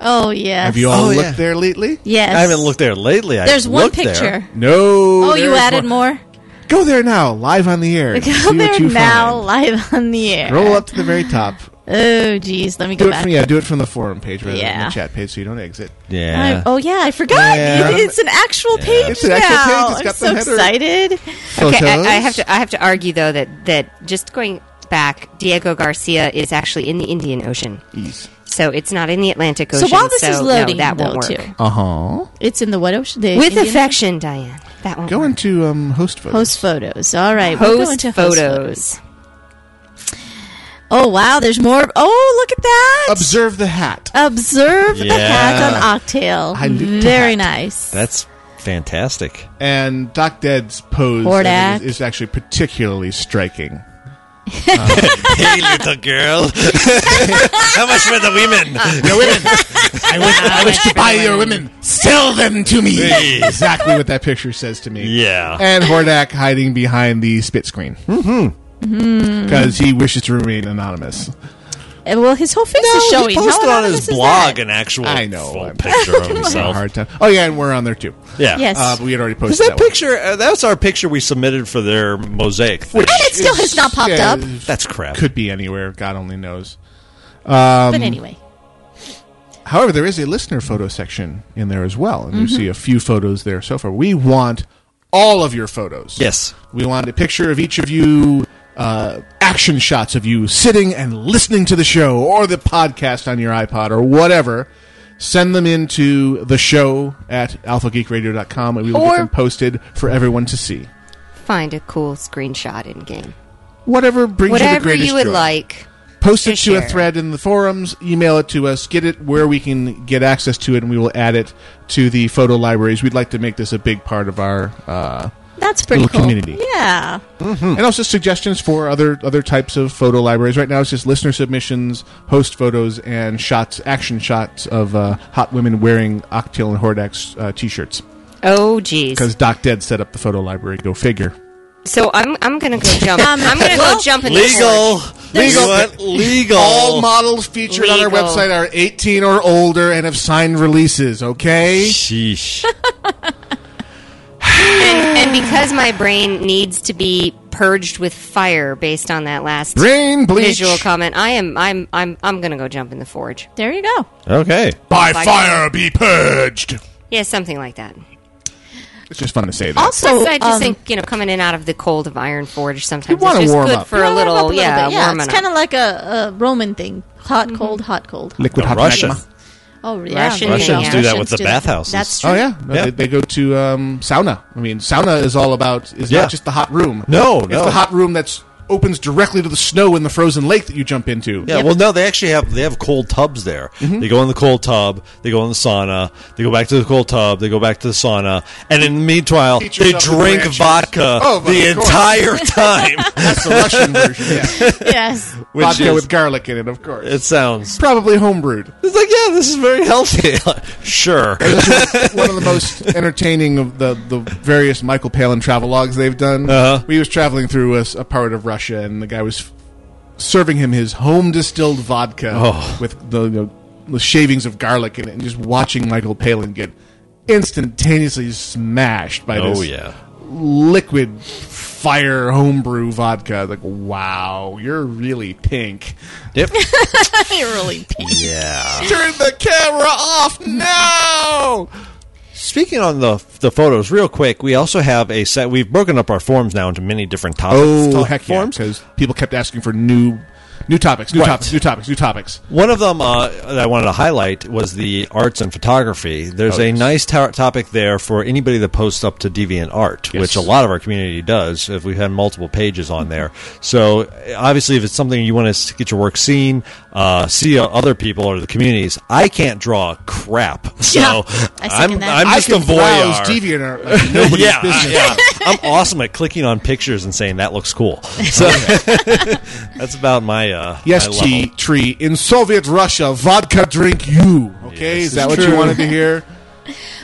oh yes, Have you all Oh, looked yeah. there lately? yes. I haven't looked there lately. I There's one looked there. picture. No. Oh, you there's added more. Go there now, live on the air. See Go what there you now, find. live on the air. Roll up to the very top. Oh, geez, let me Do go it back. from yeah. Do it from the forum page rather than Yeah. the chat page, so you don't exit. Yeah. I- oh yeah, I forgot. Yeah. It- It's an actual page It's an actual now. page. It's got the I'm so header. excited. Okay, I, Photos? I have to I have to argue though that that just going back, Diego Garcia is actually in the Indian Ocean. Ease. So it's not in the Atlantic So Ocean. while this is no, loading, that won't though, work. too, Uh huh. it's in the what ocean? The With Indian- affection, Diane. That won't Go work. into um, host photos. Host photos. All right, we're going Host to host photos. photos. Oh wow, there's more. Oh look at that! Observe the hat. Observe the hat Yeah. on Octail. I looked Very at. nice. That's fantastic. And Doc Dead's pose Hordak. is, is actually particularly striking. hey, little girl. How much for the Uh, women? Your women, I wish, I wish to buy your women. Sell them to me. Please. exactly what that picture says to me. Yeah. And Hordak hiding behind the spit screen. Mm-hmm. Because he wishes to remain anonymous. Uh, well, his whole face is showing. he How posted on anonymous his is that? blog an actual I know. full I'm picture of It's a himself. hard time. Oh yeah, and we're on there too. Yeah. Yes. Uh, but we had already posted Is that, that one. picture? Uh, that's our picture we submitted for their mosaic. Thing. And it still has not popped Yeah, up. That's crap. Could be anywhere. God only knows. but anyway, However, there is a listener photo section in there as well, and you see a few photos there so far. We want all of your photos. Yes. we want a picture of each of you. Uh, action shots of you sitting and listening to the show or the podcast on your iPod or whatever. Send them into the show at alphageekradio.com and we will get Or- them posted for everyone to see. Find a cool screenshot in game. Whatever brings you the Whatever greatest you would joy. like. Post it Just to a share. thread in the forums. Email it to us. Get it where we can get access to it, and we will add it to the photo libraries. We'd like to make this a big part of our. Uh, That's pretty Little cool. community. Yeah. and also suggestions for other other types of photo libraries. Right now, it's just listener submissions, host photos, and shots, action shots of uh, hot women wearing Octil and Hordax uh, t-shirts. Oh, jeez. Because Doc Dead set up the photo library. Go figure. So I'm I'm gonna go jump. I'm gonna go jump in the forge. Legal. Legal. Legal. All models featured on our Legal. website are 18 or older and have signed releases. Okay. Sheesh. And because my brain needs to be purged with fire based on that last Brain bleach. visual comment, I am I'm I'm I'm gonna go jump in the forge. There you go. Okay. By Like- fire be purged. Yeah, something like that. Oh, It's just fun to say that. Also, Plus, I just um, think you know coming in out of the cold of Iron Forge sometimes wanna it's just warm good up. for a Warm up little, bit. yeah, warming It's up. Mm-hmm. kind of like a, a Roman thing: hot, cold, hot, cold. Liquid hot Russia. magma. Oh, yeah. Russian there you Russians go. do that with the do that. bathhouses. That's true. Oh yeah, No, Yeah. They, they go to um, sauna. I mean, sauna is all about is Yeah. not just the hot room. No, it's no. the hot room that's opens directly to the snow in the frozen lake that you jump into. Yeah, well, no, they actually have they have cold tubs there. Mm-hmm. They go in the cold tub, they go in the sauna, they go back to the cold tub, they go back to the sauna, and in the meanwhile, Heat they yourself with drink branches. vodka Oh, but the of course. entire time. that's the Russian version. Yeah. Yes. Which Vodka is- with garlic in it, of course. it sounds. probably homebrewed. It's like, yeah, this is very healthy. sure. One of the most entertaining of the, the various Michael Palin travelogues they've done. Uh-huh. We was traveling through a, s- a part of Russia, and the guy was f- serving him his home distilled vodka Oh. with the, the, the shavings of garlic in it, and just watching Michael Palin get instantaneously smashed by Oh, this yeah. liquid fire homebrew vodka. Like, wow, you're really pink. Yep. You're really yeah. Turn the camera off now. Speaking on the the photos, real quick, we also have a set. We've broken up our forms now into many different topics. Oh top heck yeah! forms. Because people kept asking for new, new topics, new Right. topics, new topics, new topics. One of them uh, that I wanted to highlight was the arts and photography. There's Oh, a yes. nice to- topic there for anybody that posts up to Deviant Art, Yes. which a lot of our community does. If we've had multiple pages on there, so uh, obviously if it's something you want to get your work seen, uh, see uh, other people or the communities. I can't draw crap, so Yeah. I second I'm that. I'm I just a can voyeur. browse DeviantArt like nobody's yeah, business. yeah. I'm awesome at clicking on pictures and saying that looks cool. So that's about my uh, Yes, my level. tea tree in Soviet Russia, vodka drink you. Okay, Yes, is that it's what you true. wanted to hear?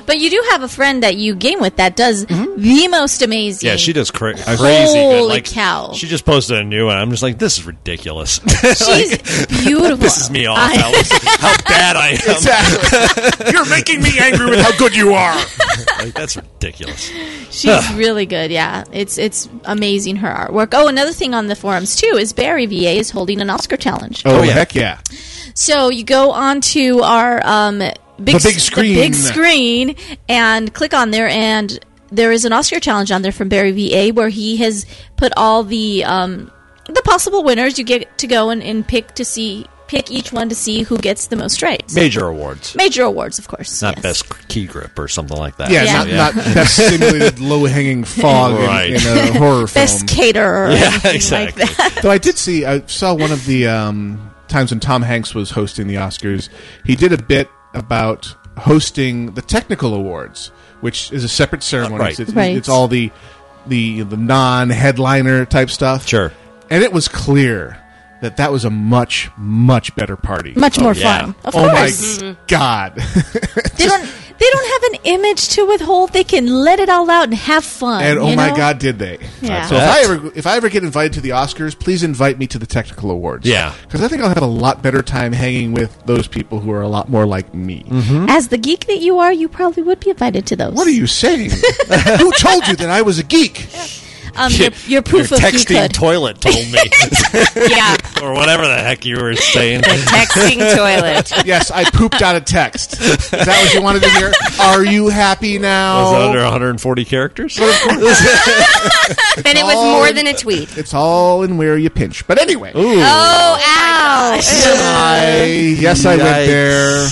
But you do have a friend that you game with that does the most amazing. Mm-hmm. Yeah, she does cra- crazy. good. Holy like, cow. She just posted a new one. I'm just like, this is ridiculous. She's beautiful. this is me off. I- Alex. how bad I am. You're making me angry with how good you are. Like, that's ridiculous. She's really good. Yeah, it's it's amazing her artwork. Oh, another thing on the forums too is Barry VA is holding an Oscar challenge. Oh, yeah. heck yeah! So you go onto our um, big, The s- big screen. big screen, and click on there, and there is an Oscar challenge on there from Barry VA where he has put all the um, the possible winners. You get to go and, and pick to see pick each one to see who gets the most rays. Major awards. Major awards, of course. Not yes. best key grip or something like that. Yeah, Yeah. Not, not best simulated low hanging fog in- Right. in, a horror film. Best caterer. Or Yeah, anything exactly. Like that. Though I did see, I saw one of the um, times when Tom Hanks was hosting the Oscars. He did a bit about hosting the technical awards, which is a separate ceremony. right. It's, it's- Right. it's all the the the non-headliner type stuff. Sure. And it was clear that that was a much much better party. Much more yeah. fun. Of oh course. my god! They don't. They don't have an image to withhold. They can let it all out and have fun. and oh you my know? god, did they? Yeah. So if bet. I ever if I ever get invited to the Oscars, please invite me to the technical awards. Yeah. because I think I'll have a lot better time hanging with those people who are a lot more like me. Mm-hmm. As the geek that you are, you probably would be invited to those. What are you saying? who told you that I was a geek? Um, your, your proof Your of texting geekhood. toilet told me, yeah, or whatever the heck you were saying. texting toilet. Yes, I pooped out a text. Is that what you wanted to hear? Are you happy now? Was it under 140 characters? And it was more than a tweet. it's all in where you pinch. But anyway, Oh, ouch! I, yes, I went Yikes. there.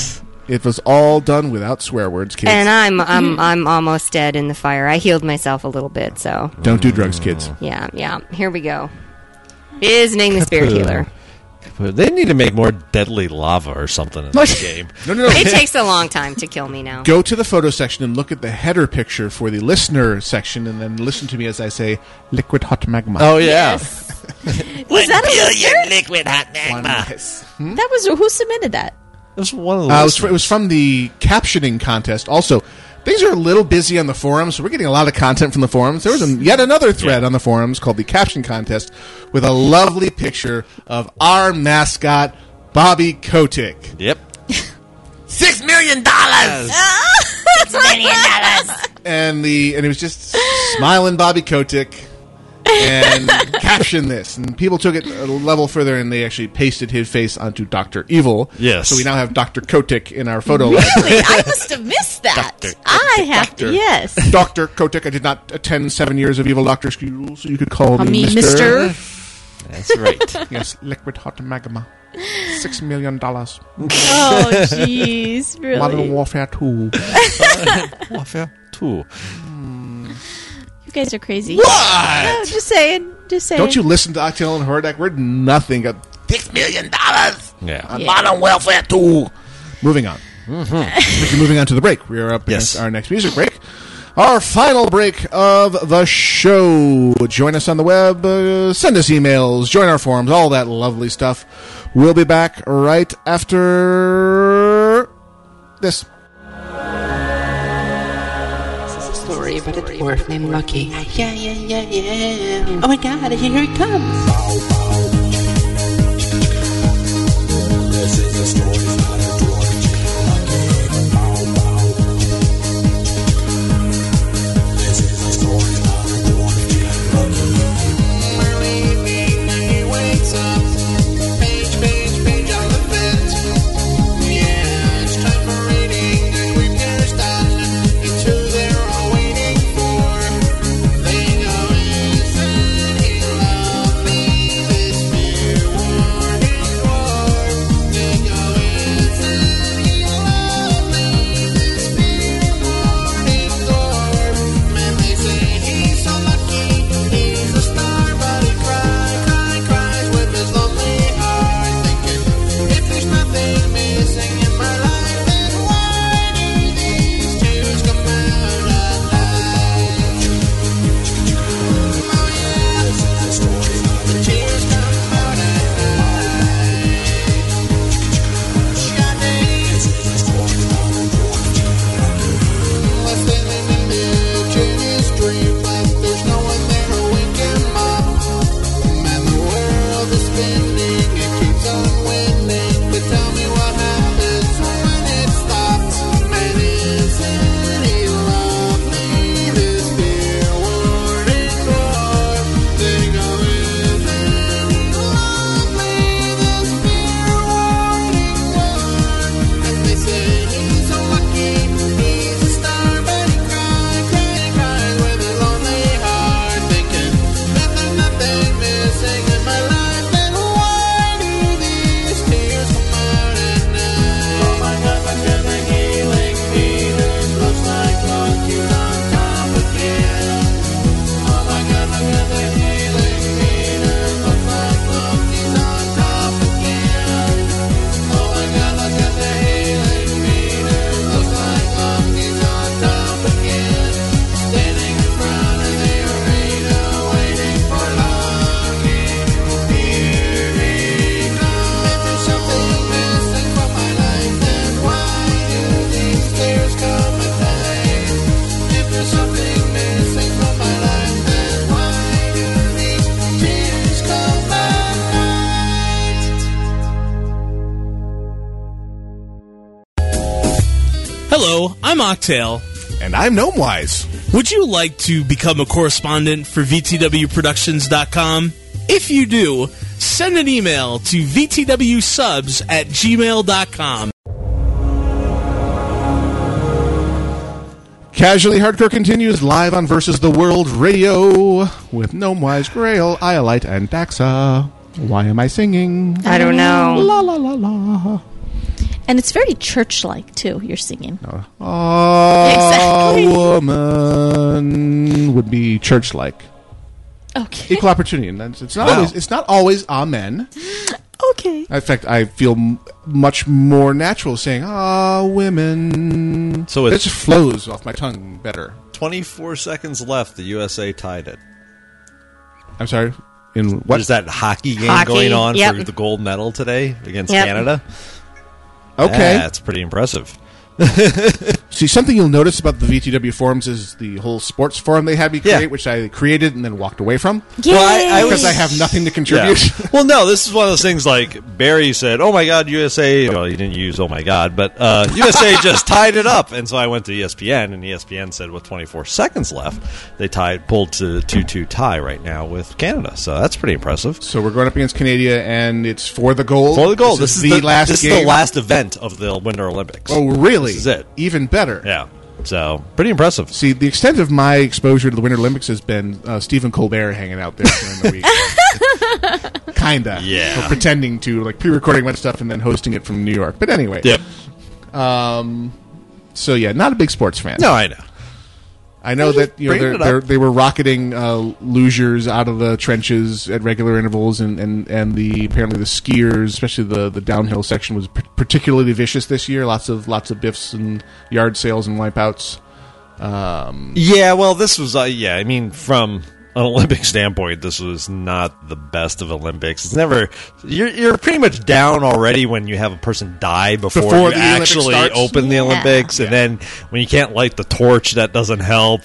It was all done without swear words, kids. And I'm I'm I'm almost dead in the fire. I healed myself a little bit, so Don't do drugs, kids. yeah, yeah. Here we go. Is Ning the Spirit Healer? But they need to make more deadly lava or something in this game. No, no, no. It takes a long time to kill me now. Go to the photo section and look at the header picture for the listener section, and then listen to me as I say liquid hot magma. Oh yeah, Yes. Was that a listener? liquid hot One- Hmm? That was who submitted that? It was one of the. Uh, it, was, fr- it was from the captioning contest. Also, things are a little busy on the forums, so we're getting a lot of content from the forums. There was an yet another thread on the forums called the caption contest with a lovely picture of our mascot, Bobby Kotick. yep. Six million dollars. And the and it was just smiling Bobby Kotick and caption this. And people took it a level further and they actually pasted his face onto Dr. Evil. Yes. So we now have Dr. Kotick in our photo lab. Really? I must have missed that. I have Doctor. to. Yes. Dr. Kotick, I did not attend seven years of evil doctor school, so you could call I me mean, Mr. Mister. That's right. yes, liquid hot magma. Six million dollars. Oh, jeez, Modern really? Warfare 2. Warfare two. You guys are crazy. What? No, just saying. Just saying. Don't you listen to Octel and Hordak? We're nothing. Uh, Six million dollars. Yeah. Modern welfare too. Moving on. We're moving on to the break. We are up against Yes. our next music break. Our final break of the show. Join us on the web. Uh, send us emails. Join our forums. All that lovely stuff. We'll be back right after this. story about a dwarf named Lucky. Yeah, yeah, yeah, yeah. Oh my god, here it comes. Hello, I'm Octail. And I'm Gnomewise. Would you like to become a correspondent for VTWProductions.com? If you do, send an email to VTWSubs at gmail.com. Casually Hardcore continues live on Versus the World Radio with Gnomewise, Grail, Iolite, and Daxa. Why am I singing? I don't know. La la la la. And it's very church-like too. You're singing. A Exactly. woman would be church like. Okay. Equal opportunity. And that's- It's not, Wow. always, it's not always amen. Okay. In fact, I feel m- much more natural saying "ah, women." So it it's- just flows off my tongue better. 24 seconds left. The USA tied it. I'm sorry. In what There's that hockey game Hockey, going on for yep. the gold medal today against Yep. Canada. Okay. That's pretty impressive. See, something you'll notice about the VTW forums is the whole sports forum they had me create, Yeah. which I created and then walked away from. Yay! Well, I- I was- because I have nothing to contribute. Yeah. Well, no, this is one of those things like Barry said, oh my God, USA. Well, he didn't use oh my God, but uh, USA just tied it up. And so I went to E ESPN, and ESPN said with 24 seconds left, they tied, pulled to 2 2 tie right now with Canada. So that's pretty impressive. So we're going up against Canada, and it's for the gold. For the goal. This, is, the, last This is game. the last event of the Winter Olympics. Oh, really? This is it. Even better. Yeah. So pretty impressive. See, the extent of my exposure to the Winter Olympics has been uh, Stephen Colbert hanging out there during the week. Kinda. Yeah. Or pretending to, like, pre recording my stuff and then hosting it from New York. But anyway. Yep. Um, so, yeah, not a big sports fan. No, I know. I know that you know bringing they're, it up. they're, they were rocketing uh, losers out of the trenches at regular intervals, and, and, and the apparently the skiers, especially the, the downhill section, was par- particularly vicious this year. Lots of lots of biffs and yard sales and wipeouts. Um, Yeah, well, this was uh, yeah. I mean, from an Olympic standpoint, this was not the best of Olympics. It's never you're you're pretty much down already when you have a person die before, Before you the Olympic actually starts? open the Yeah. Olympics, and then when you can't light the torch, that doesn't help.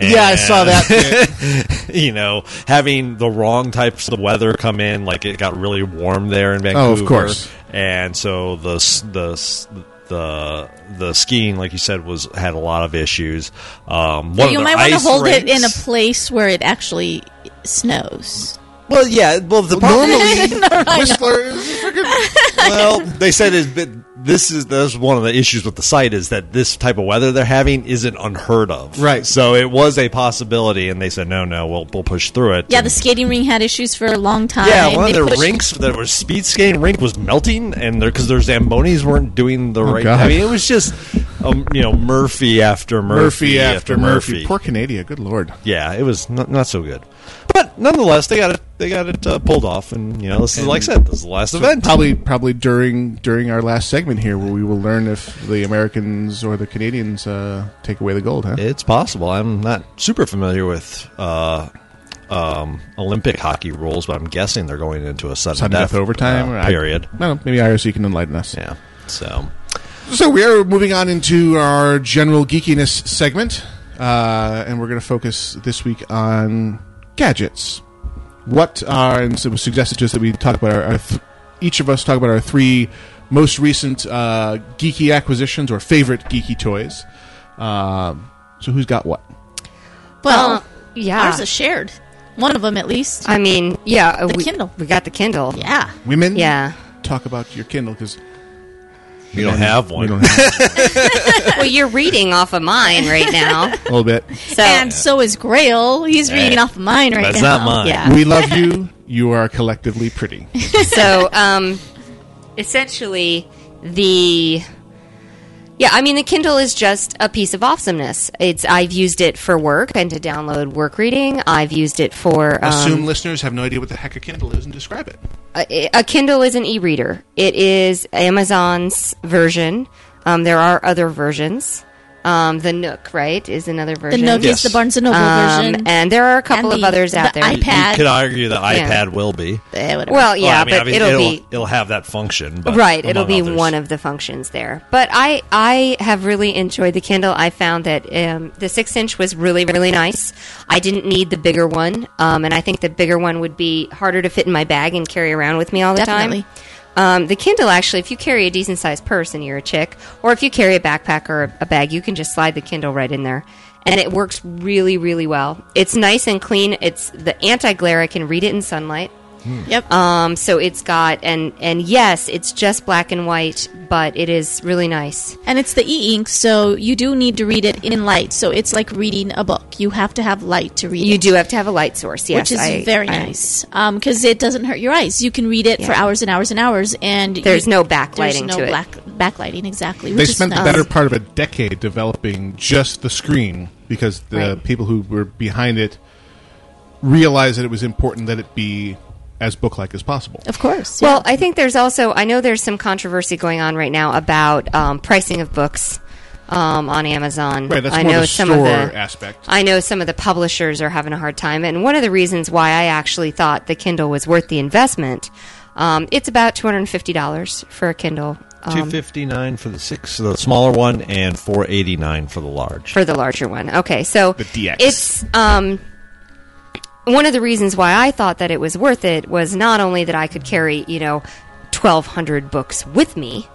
Yeah, I saw that that. you know, having the wrong types of weather come in, like it got really warm there in Vancouver. Oh, of course. And so the s- the s- the the skiing, like you said, was had a lot of issues. Um, one of you their might want to ice hold it rinks- in a place where it actually snows. Well, yeah. Well, the problem- Whistler well, they said is but this is that's one of the issues with the site is that this type of weather they're having isn't unheard of. Right. So it was a possibility, and they said no, no, we'll we'll push through it. Yeah, the skating ring had issues for a long time. Yeah, one They of their pushed- rinks that was speed skating rink was melting, and because their zambonis weren't doing the Oh, right. God. I mean, it was just um, you know Murphy after Murphy, Murphy after Murphy. Poor Canada, good lord. Yeah, it was not, not so good, but nonetheless, they got it. They got it uh, pulled off, and you know, this is like I said, this is the last So event. Probably, probably during during our last segment here, where we will learn if the Americans or the Canadians uh, take away the gold. Huh? It's possible. I'm not super familiar with uh, um, Olympic hockey rules, but I'm guessing they're going into a sudden, Sudden death overtime, or uh, I- period. I don't know, maybe IRC can enlighten us. Yeah. So So we are moving on into our general geekiness segment, uh, and we're going to focus this week on gadgets. What are and so it was suggested to us that we talk about our, our th- each of us talk about our three most recent uh, geeky acquisitions or favorite geeky toys. Um, so who's got what? Well, Uh, yeah. ours is shared. One of them, at least. I mean, yeah, The we, Kindle. We got the Kindle. Yeah. Women, Yeah. talk about your Kindle because we don't have one. well, you're reading off of mine right now. a little bit. So and so is Grail. He's reading off mine right now. Yeah. We love you. You are collectively pretty. so um, essentially the yeah i mean the kindle is just a piece of awesomeness it's i've used it for work and to download work reading i've used it for um, Assume listeners have no idea what the heck a Kindle is and describe it. a, a Kindle is an e-reader. It is Amazon's version. Um, there are other versions. Um, the Nook, right, is another version. Nook is Yes. the Barnes and Noble Um, version. and there are a couple And of the- others out the there. You- You could argue the iPad Yeah. will be. Eh, whatever. Well, yeah, I mean, but I mean, it'll it'll be- it'll have that function, but right it'll among be others. one of the functions there but i i have really enjoyed the kindle i found that um, the six inch was really really nice i didn't need the bigger one um, and i think the bigger one would be harder to fit in my bag and carry around with me all the Definitely. time um, the Kindle, actually, if you carry a decent sized purse and you're a chick, or if you carry a backpack or a, a bag, you can just slide the Kindle right in there. And it works really, really well. It's nice and clean. It's the anti glare. I can read it in sunlight. Hmm. Yep. Um, so it's got and and yes, it's just black and white, but it is really nice. And it's the e-ink, so you do need to read it in light. So it's like reading a book. You have to have light to read You it. do have to have a light source, yes, which is I- very I- nice because it doesn't hurt your eyes. You can read it for Yeah. hours and hours and hours, and There's you- no backlighting There's no to it. black, backlighting exactly. They which is spent the nice. better part of a decade developing just the screen because the Right. people who were behind it realized that it was important that it be as book-like as possible. Of course. Well, I think there's also I know there's some controversy going on right now about um, pricing of books um, on Amazon. Right, that's I more know the some of store the aspect. I know some of the publishers are having a hard time, and one of the reasons why I actually thought the Kindle was worth the investment. Um, it's about two hundred and fifty dollars for a Kindle. Two Um, fifty nine for the six, the smaller one, and four eighty nine for the large. for the larger one. Okay, so The DX. it's um one of the reasons why I thought that it was worth it was not only that I could carry you know twelve hundred books with me.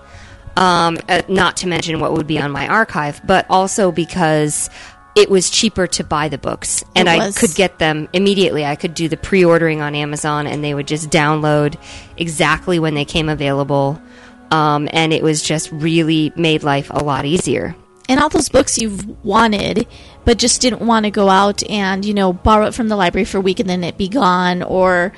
Um, uh, not to mention what would be on my archive, but also because it was cheaper to buy the books and It I was. could get them immediately. I could do the pre ordering on Amazon and they would just download exactly when they came available. Um, and it was just really made life a lot easier. and all those books you've wanted but just didn't want to go out and you know borrow it from the library for a week and then it be gone or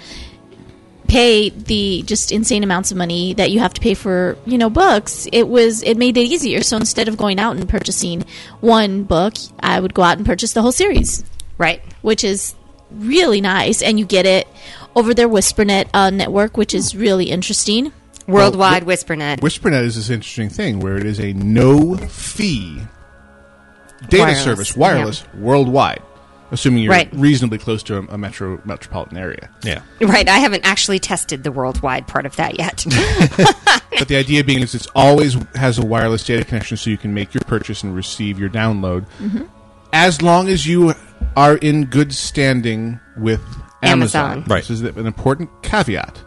pay the just insane amounts of money that you have to pay for you know books it was it made it easier so instead of going out and purchasing one book i would go out and purchase the whole series right which is really nice and you get it over their whispernet uh, network which is really interesting Worldwide WhisperNet. WhisperNet is this interesting thing where it is a no fee data Wireless, service, yeah. wireless, worldwide, assuming you're Right. reasonably close to a, a metro metropolitan area. Yeah. Right, I haven't actually tested the worldwide part of that yet. but the idea being is it's always has a wireless data connection so you can make your purchase and receive your download Mhm. as long as you are in good standing with amazon, Amazon. right this is an important caveat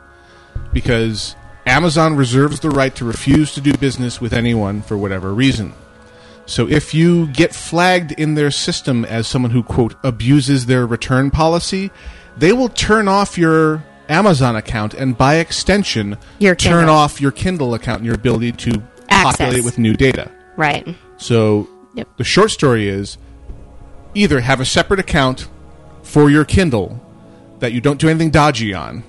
because amazon reserves the right to refuse to do business with anyone for whatever reason so if you get flagged in their system as someone who quote abuses their return policy they will turn off your amazon account and by extension Your turn Kindle. off your kindle account and your ability to Access. populate it with new data right. so the short story is either have a separate account for your kindle that you don't do anything dodgy on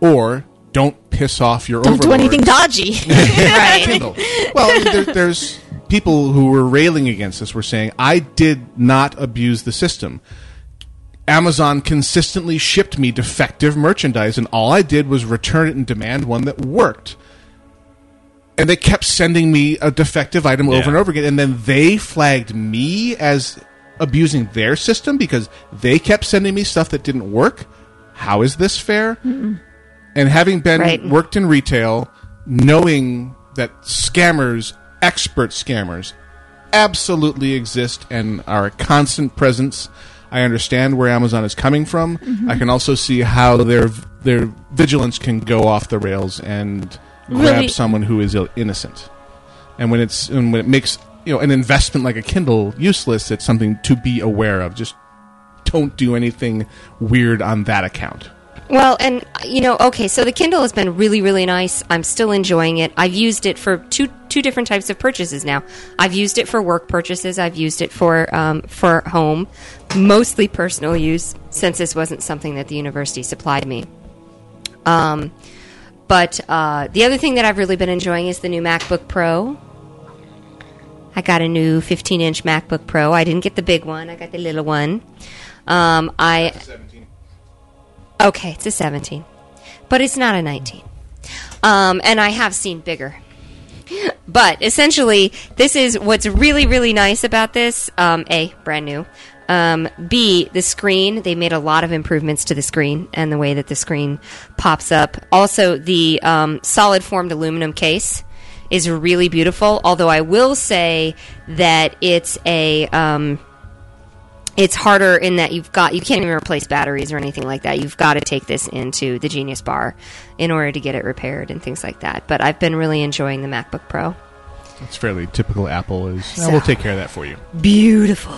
or don't piss off your don't do overlord. anything dodgy Kindle. Well, I mean, there, there's people who were railing against this were saying, I did not abuse the system. Amazon consistently shipped me defective merchandise, and all I did was return it and demand one that worked. And they kept sending me a defective item over and over again, and then they flagged me as abusing their system because they kept sending me stuff that didn't work. How is this fair? And having been Right. worked in retail, knowing that scammers, expert scammers, absolutely exist and are a constant presence, I understand where Amazon is coming from. Mhm. I can also see how their their vigilance can go off the rails and Really- grab someone who is ill- innocent. And when it's and when it makes you know an investment like a Kindle useless, it's something to be aware of. Just don't do anything weird on that account. Well, and you know, okay, so the Kindle has been really, really nice. I'm still enjoying it. I've used it for two two different types of purchases now. I've used it for work purchases. I've used it for um, for home, mostly personal use, since this wasn't something that the university supplied me. Um, but uh, the other thing that I've really been enjoying is the new MacBook Pro. I got a new 15 inch MacBook Pro. I didn't get the big one. I got the little one. Um, I Okay, it's a 17. But it's not a 19. Um, and I have seen bigger. But essentially, this is what's really, really nice about this. Um, a, brand new. Um, B, the screen. They made a lot of improvements to the screen and the way that the screen pops up. Also, the um, solid formed aluminum case is really beautiful. Although I will say that it's a. Um, it's harder in that you've got you can't even replace batteries or anything like that. You've got to take this into the Genius Bar in order to get it repaired and things like that. But I've been really enjoying the MacBook Pro. It's fairly typical Apple is. So- "Oh, we'll take care of that for you. Beautiful.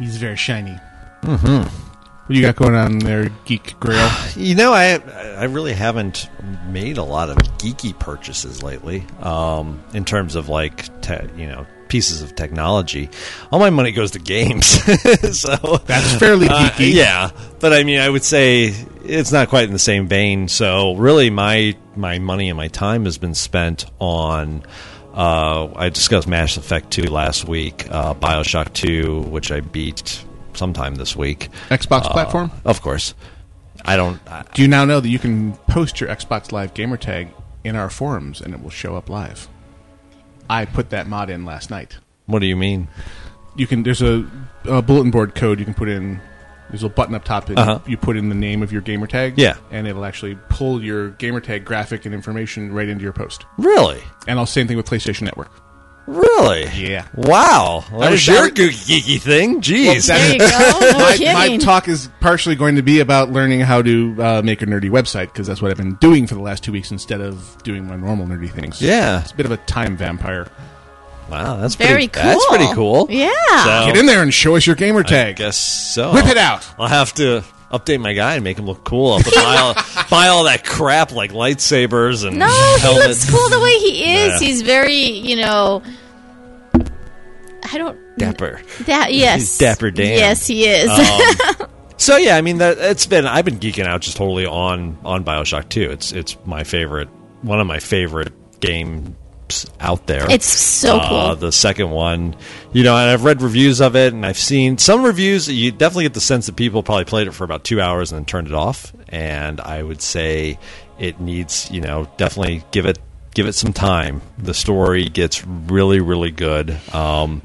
He's very shiny. Mm-hmm. What you got going on there, Geek Grail? You know, I I really haven't made a lot of geeky purchases lately. Um, in terms of like te- you know pieces of technology, all my money goes to games. so Uh, that's fairly geeky. yeah, but I mean, I would say it's not quite in the same vein. So really, my my money and my time has been spent on. Uh, I discussed Mass Effect 2 last week, uh, Bioshock 2, which I beat sometime this week. Xbox Uh, platform? of course. I don't. Do you now know that you can post your Xbox Live gamer tag in our forums and it will show up live? I put that mod in last night. What do you mean? You can. There's a, a bulletin board code you can put in. There's a button up top that Uh-huh. you put in the name of your gamer tag. Yeah. and it'll actually pull your gamer tag graphic and information right into your post. Really? And I'll same thing with PlayStation Network. Really? Yeah. Wow. That, That was was your shouted- geeky thing. Jeez. my, my talk is partially going to be about learning how to uh, make a nerdy website because that's what I've been doing for the last two weeks instead of doing my normal nerdy things. Yeah. it's a bit of a time vampire. Wow, that's Very pretty, That's cool. pretty cool. Yeah. So- Get in there and show us your gamer Um, I tag. guess so. Whip it out. I'll have to update my guy and make him look cool. I'll have to buy, all, buy all that crap like lightsabers and No, he helmets. looks cool the way he is. Yeah. He's very, you know, I don't dapper. that. Yes, Dapper Dan. Yes, he is. Um, so yeah, I mean that it's been I've been geeking out just totally on on BioShock 2. It's it's my favorite one of my favorite games out there. Uh, It's so cool. The second one, you know, and I've read reviews of it and I've seen some reviews you definitely get the sense that people probably played it for about 2 hours and then turned it off and I would say it needs, you know, definitely give it give it some time. The story gets really, really good. Um,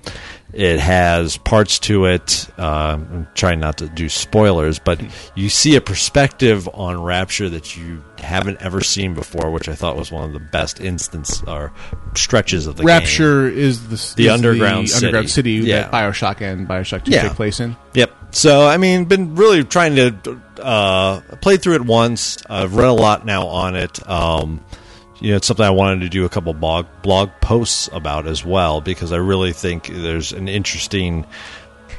it has parts to it. Uh, I'm trying not to do spoilers, but you see a perspective on Rapture that you haven't ever seen before, which I thought was one of the best instance or stretches of the game. Rapture is the is the underground city. underground city Yeah. that Bioshock and Bioshock Two Yeah. take place in. Yep. So I mean, been really trying to uh, play through it once. I've read a lot now on it. Um, you know, it's something I wanted to do a couple blog blog posts about as well because I really think there's an interesting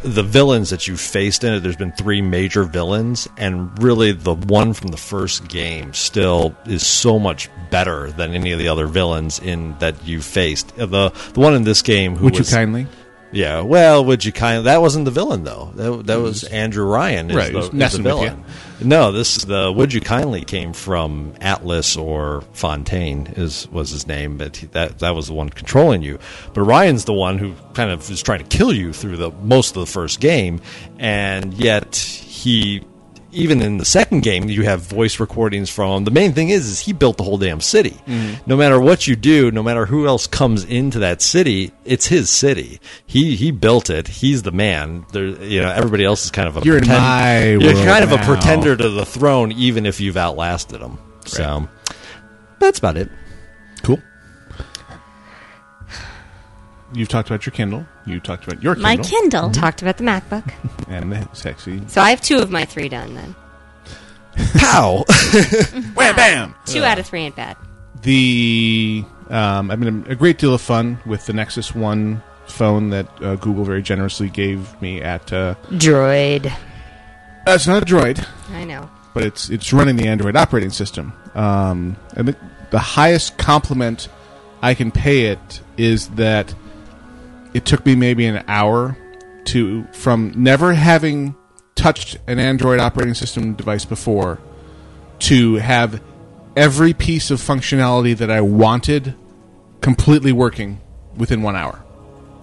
the villains that you faced in it. There's been three major villains, and really the one from the first game still is so much better than any of the other villains in that you faced. The the one in this game who Would you was- kindly? yeah, well, would you kind of? That wasn't the villain though. That, that was Andrew Ryan, Mm-hmm. is Right, The, he's is the messing with villain. No, this the would you kindly came from Atlas or Fontaine is was his name, but he, that that was the one controlling you. But Ryan's the one who kind of is trying to kill you through the most of the first game, and yet he. Even in the second game, you have voice recordings from him. The main thing is, is he built the whole damn city. Mhm. No matter what you do, no matter who else comes into that city, it's his city. He he built it. He's the man. There, you know, everybody else is kind of a You're in my you're world kind of a now. pretender to the throne, even if you've outlasted him. So that's about it. Cool. You've talked about your Kindle. You talked about your Kindle. My Kindle. Talked about the MacBook. And the sexy. So I have two of my three done then. Pow! Wham bam! Two out of three ain't bad. the um, I've been a great deal of fun with the Nexus One phone that uh, Google very generously gave me at uh, Droid. That's not a Droid, I know. but it's it's running the Android operating system. Um, and the, the highest compliment I can pay it is that it took me maybe an hour to from never having touched an Android operating system device before to have every piece of functionality that I wanted completely working within one hour.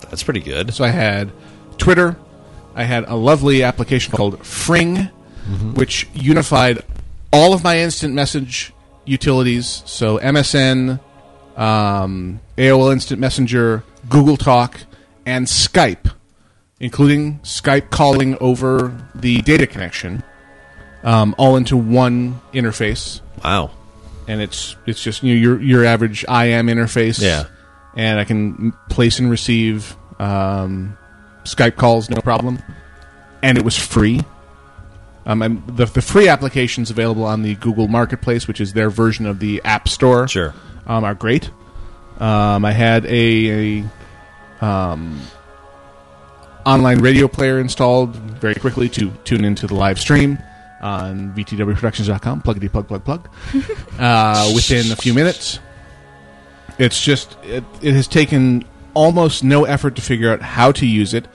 That's pretty good. So I had Twitter, I had a lovely application called Fring, which unified all of my instant message utilities. So MSN, um, AOL Instant Messenger, Google Talk, and Skype, including Skype calling over the data connection, um, all into one interface. Wow. And it's it's just you know, your your average IM interface. Yeah. And I can place and receive um, Skype calls no problem. And it was free. Um, and the, the free applications available on the Google Marketplace, which is their version of the App Store, sure, um, are great. Um, I had a, a um, online radio player installed very quickly to tune into the live stream on vtwproductions.com. Pluggity plug plug plug. uh, within a few minutes, it's just it, it has taken almost no effort to figure out how to use it.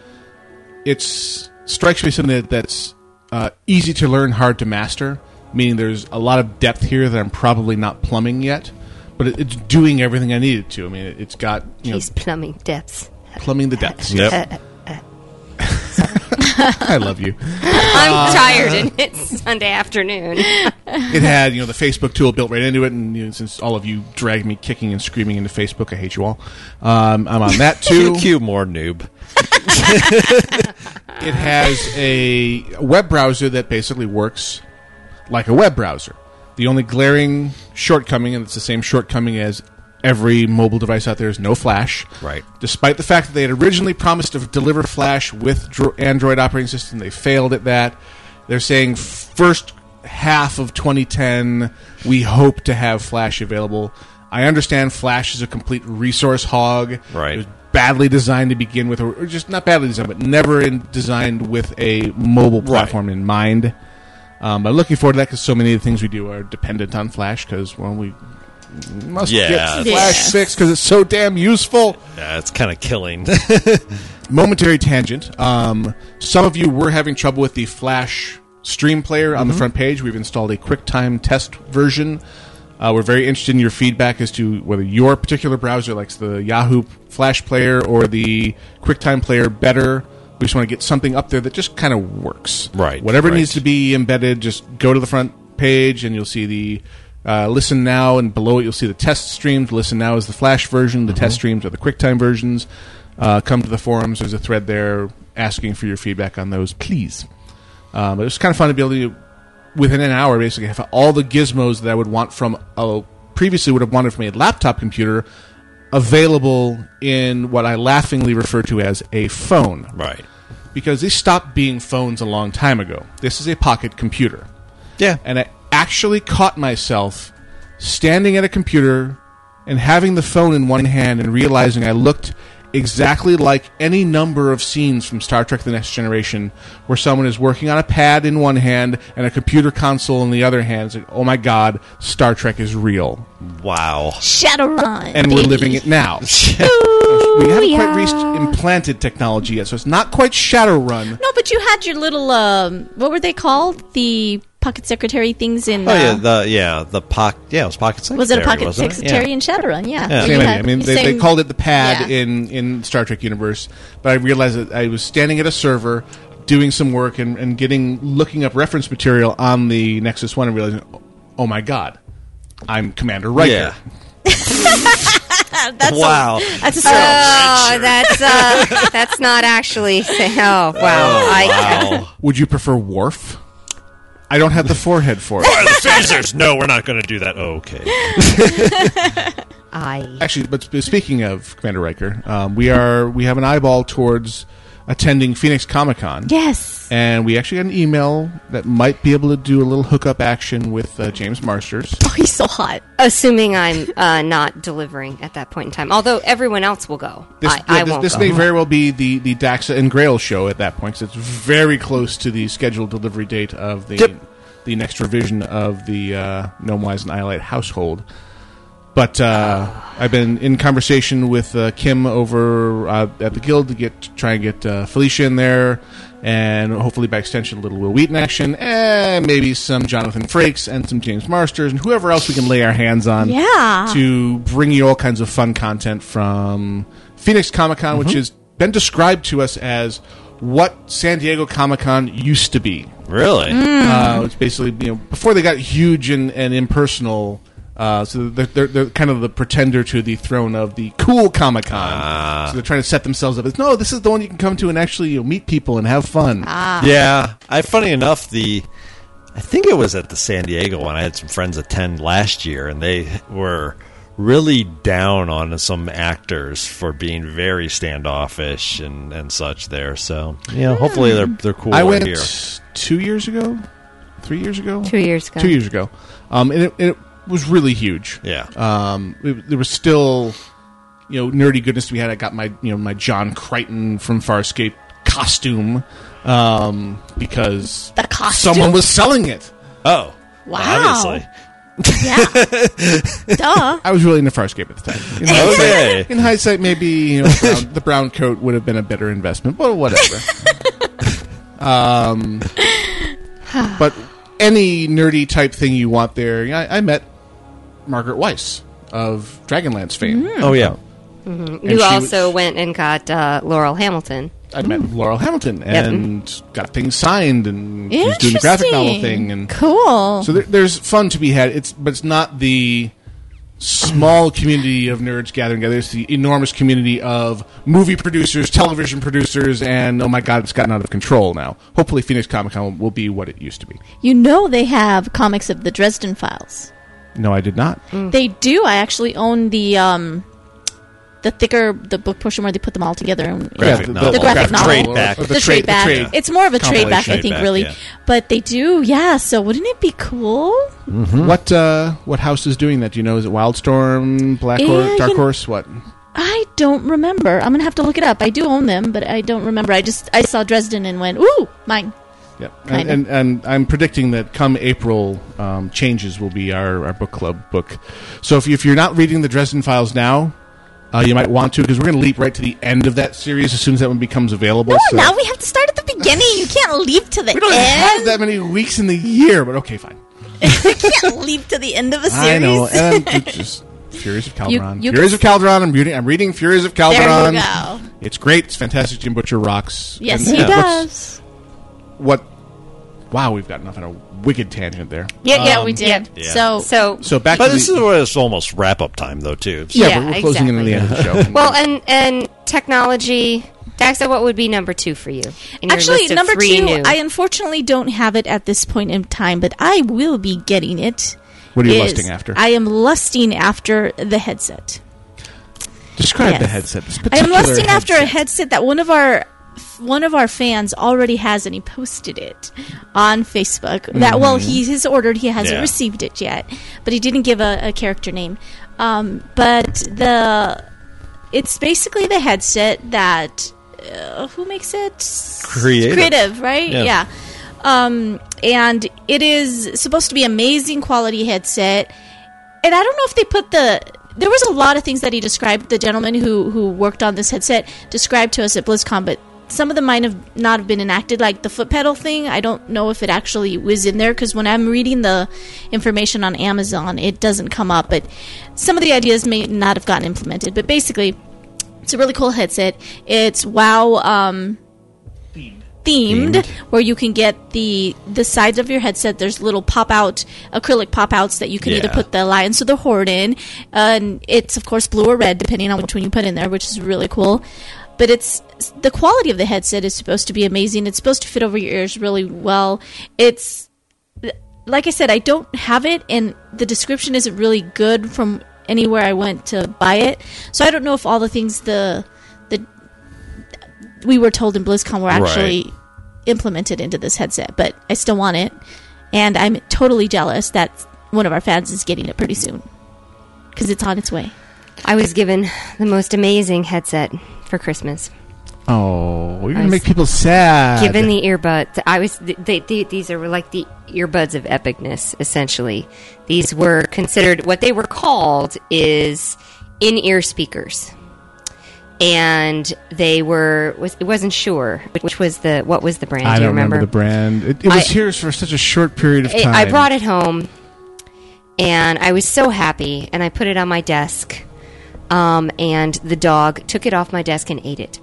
It's strikes me as something that, that's uh, easy to learn, hard to master. Meaning there's a lot of depth here that I'm probably not plumbing yet, but it, it's doing everything I need it to. I mean, it, it's got you know He's plumbing depths. plumbing the depths. Yep. I love you. I'm Uh, tired, and it's Sunday afternoon. It had you know the Facebook tool built right into it, and you know, since all of you dragged me kicking and screaming into Facebook, I hate you all. Um, I'm on that too. Q more noob. it has a web browser that basically works like a web browser. The only glaring shortcoming, and it's the same shortcoming as every mobile device out there, is no Flash. Right. Despite the fact that they had originally promised to deliver Flash with dro- Android operating system, they failed at that. They're saying first half of 2010, we hope to have Flash available. I understand Flash is a complete resource hog. Right. It was badly designed to begin with, or or just not badly designed, but never in, designed with a mobile platform in mind. Um, but I'm looking forward to that because so many of the things we do are dependent on Flash because, well, we must Yeah. get Flash fixed because it's so damn useful. Yeah, it's kind of killing. Momentary tangent. Um, some of you were having trouble with the Flash stream player on the front page. We've installed a QuickTime test version. Uh, we're very interested in your feedback as to whether your particular browser likes the Yahoo Flash player or the QuickTime player better. We just want to get something up there that just kind of works. Right. Whatever right. needs to be embedded, just go to the front page and you'll see the uh, listen now, and below it you'll see the test streams. Listen now is the Flash version. The test streams are the QuickTime versions. Uh, come to the forums. There's a thread there asking for your feedback on those, please. Um, but it was kind of fun to be able to, within an hour, basically have all the gizmos that I would want from a previously would have wanted from a laptop computer available in what I laughingly refer to as a phone. Right. Because these stopped being phones a long time ago. This is a pocket computer. Yeah. And I actually caught myself standing at a computer and having the phone in one hand and realizing I looked exactly like any number of scenes from Star Trek The Next Generation where someone is working on a pad in one hand and a computer console in the other hand. It's like, oh my god, Star Trek is real. Wow. Shadowrun. And we're living it now. we haven't quite Booyah. reached implanted technology yet, so it's not quite Shadowrun. No, but you had your little um, what were they called? The pocket secretary things in. Oh uh, yeah, the yeah the pocket yeah it was pocket secretary. was it a pocket wasn't secretary in Shadowrun? Yeah. Yeah, You same idea. had- I mean, they, they same- called it the pad yeah. in, in Star Trek universe, but I realized that I was standing at a server doing some work and, and getting looking up reference material on the Nexus One and realizing, oh, oh my god, I'm Commander Riker. Yeah. That's wow. That's a oh, that's uh, that's not actually. Oh wow! I, Oh. Would you prefer Worf? I don't have the forehead for it. The phasers. No, we're not going to do that. Oh, okay. I Actually, but sp- speaking of Commander Riker, um, we are we have an eyeball towards attending Phoenix Comic Con. Yes. and we actually got an email that might be able to do a little hookup action with uh, James Marsters. Oh, he's so hot. Assuming I'm uh, not delivering at that point in time, although everyone else will go. This, I, yeah, I this, won't this go. may very well be the, the Daxa and Grail show at that point, 'cause it's very close to the scheduled delivery date of the the next revision of the uh, Gnome Wise and Iolite household. But uh, I've been in conversation with uh, Kim over uh, at the guild to get to try and get uh, Felicia in there, and hopefully by extension, a little Will Wheaton action, and maybe some Jonathan Frakes and some James Marsters and whoever else we can lay our hands on Yeah. to bring you all kinds of fun content from Phoenix Comic Con, which has been described to us as what San Diego Comic Con used to be. Really? Mm-hmm. Hmm. Mm. Uh, it's basically you know before they got huge and, and impersonal. Uh, so they're, they're, they're kind of the pretender to the throne of the cool Comic Con. Ah. so they're trying to set themselves up as no, this is the one you can come to and actually you know, meet people and have fun. Ah. Yeah. I funny enough the I think it was at the San Diego one. I had some friends attend last year and they were really down on some actors for being very standoffish and, and such there. So yeah, hopefully they're they're cool I right went here. two years ago, three years ago, Two years ago. two years ago, um, and it, it was really huge. Yeah. um, it- there was still, you know, nerdy goodness to be had. I got my you know my John Crichton from Farscape costume um, because the costume? someone was selling it. Oh, Wow. obviously. Yeah. Duh. I was really into Farscape at the time. In Okay. hindsight, in hindsight maybe you know, brown, the brown coat would have been a better investment, but whatever. um, but any nerdy type thing you want Mm-hmm. there, I, I met Margaret Weiss of Dragonlance fame. Oh yeah. Mhm. And You she also went and got uh, Laurel Hamilton. I met Hmm. Laurel Hamilton Yep. and got things signed and was doing the graphic novel Interesting. thing and Cool. So there, there's fun to be had. It's but it's not the small community of nerds gathering together. It's the enormous community of movie producers, television producers, and oh my god, it's gotten out of control now. Hopefully, Phoenix Comic Con will be what it used to be. You know they have comics of the Dresden Files. No, I did not. They do. I actually own the um, the thicker the book portion where they put them all together. and- Graphic the, novel. the graphic Graphic novel. trade back. The, Or the trade, trade- the back. trade It's more of a trade back, I compilation. think, Trade really. back, But they do, yeah. So wouldn't it be cool? Hmm. What uh, what house is doing that? Do you know? Is it Wildstorm, Black Yeah, Horse, Dark you- Horse? What? I don't remember. I'm gonna have to look it up. I do own them, but I don't remember. I just I saw Dresden and went, ooh, mine. Yep. And, Kinda. and, and I'm predicting that come April, um, changes will be our, our book club book. So if, you, if you're not reading the Dresden Files now, uh, you might want to because we're going to leap right to the end of that series as soon as that one becomes available. so- Oh, Now we have to start at the beginning. You can't leap to the we don't end. have that many weeks in the year, but okay, fine. you can't leap to the end of a series. I know. And I'm just Furies of You- Calderon. you Furies can- of Calderon. I'm reading. I'm reading Furies of you Calderon. go. It's great. It's fantastic. Jim Butcher rocks. Yes, And he what's- does. What? Wow, we've gotten off on a wicked tangent there. Yeah, yeah, Um, we did. yeah. So, So So back But to this the- is where it's almost wrap up time, though, too. Yeah, but we're closing in on the end of the show. Well, and and technology. Daxa, what would be number two for you? in your actually, list of number three two, new? I unfortunately don't have it at this point in time, but I will be getting it. What are you is- lusting after? I am lusting after the headset. Describe the Yes. headset. This I am particular lusting after a headset. headset that one of our one of our fans already has, and he posted it on Facebook. That well, Mhm. he has ordered, he hasn't Yeah. received it yet, but he didn't give a, a character name. Um, but the it's basically the headset that uh, who makes it Creative. right? Yeah. yeah. Um, and it is supposed to be amazing quality headset. And I don't know if they put the there was a lot of things that he described. The gentleman who who worked on this headset described to us at BlizzCon, but some of them might have not have been enacted, like the foot pedal thing. I don't know if it actually was in there because when I'm reading the information on Amazon, it doesn't come up. But some of the ideas may not have gotten implemented. But basically, it's a really cool headset. It's wow. Um, themed, where you can get the the sides of your headset. There's little pop out acrylic pop outs that you can either Yeah. put the Lions or the Horde in, and it's of course blue or red depending on which one you put in there, which is really cool. But it's the quality of the headset is supposed to be amazing. It's supposed to fit over your ears really well. It's like I said, I don't have it, and the description isn't really good from anywhere I went to buy it. So I don't know if all the things the the we were told in BlizzCon were Right. actually implemented into this headset. But I still want it, and I'm totally jealous that one of our fans is getting it pretty soon because it's on its way. I was given the most amazing headset for Christmas. Oh, you're I gonna was make people sad. Given the earbuds, I was. They, they, these are like the earbuds of epicness, essentially. These were considered what they were called is in-ear speakers, and they were. Was, it wasn't sure which was the what was the brand? I do don't you remember? the brand. It, it was I- here for such a short period of I- time. I brought it home, and I was so happy, and I put it on my desk. Um, and the dog took it off my desk and ate it.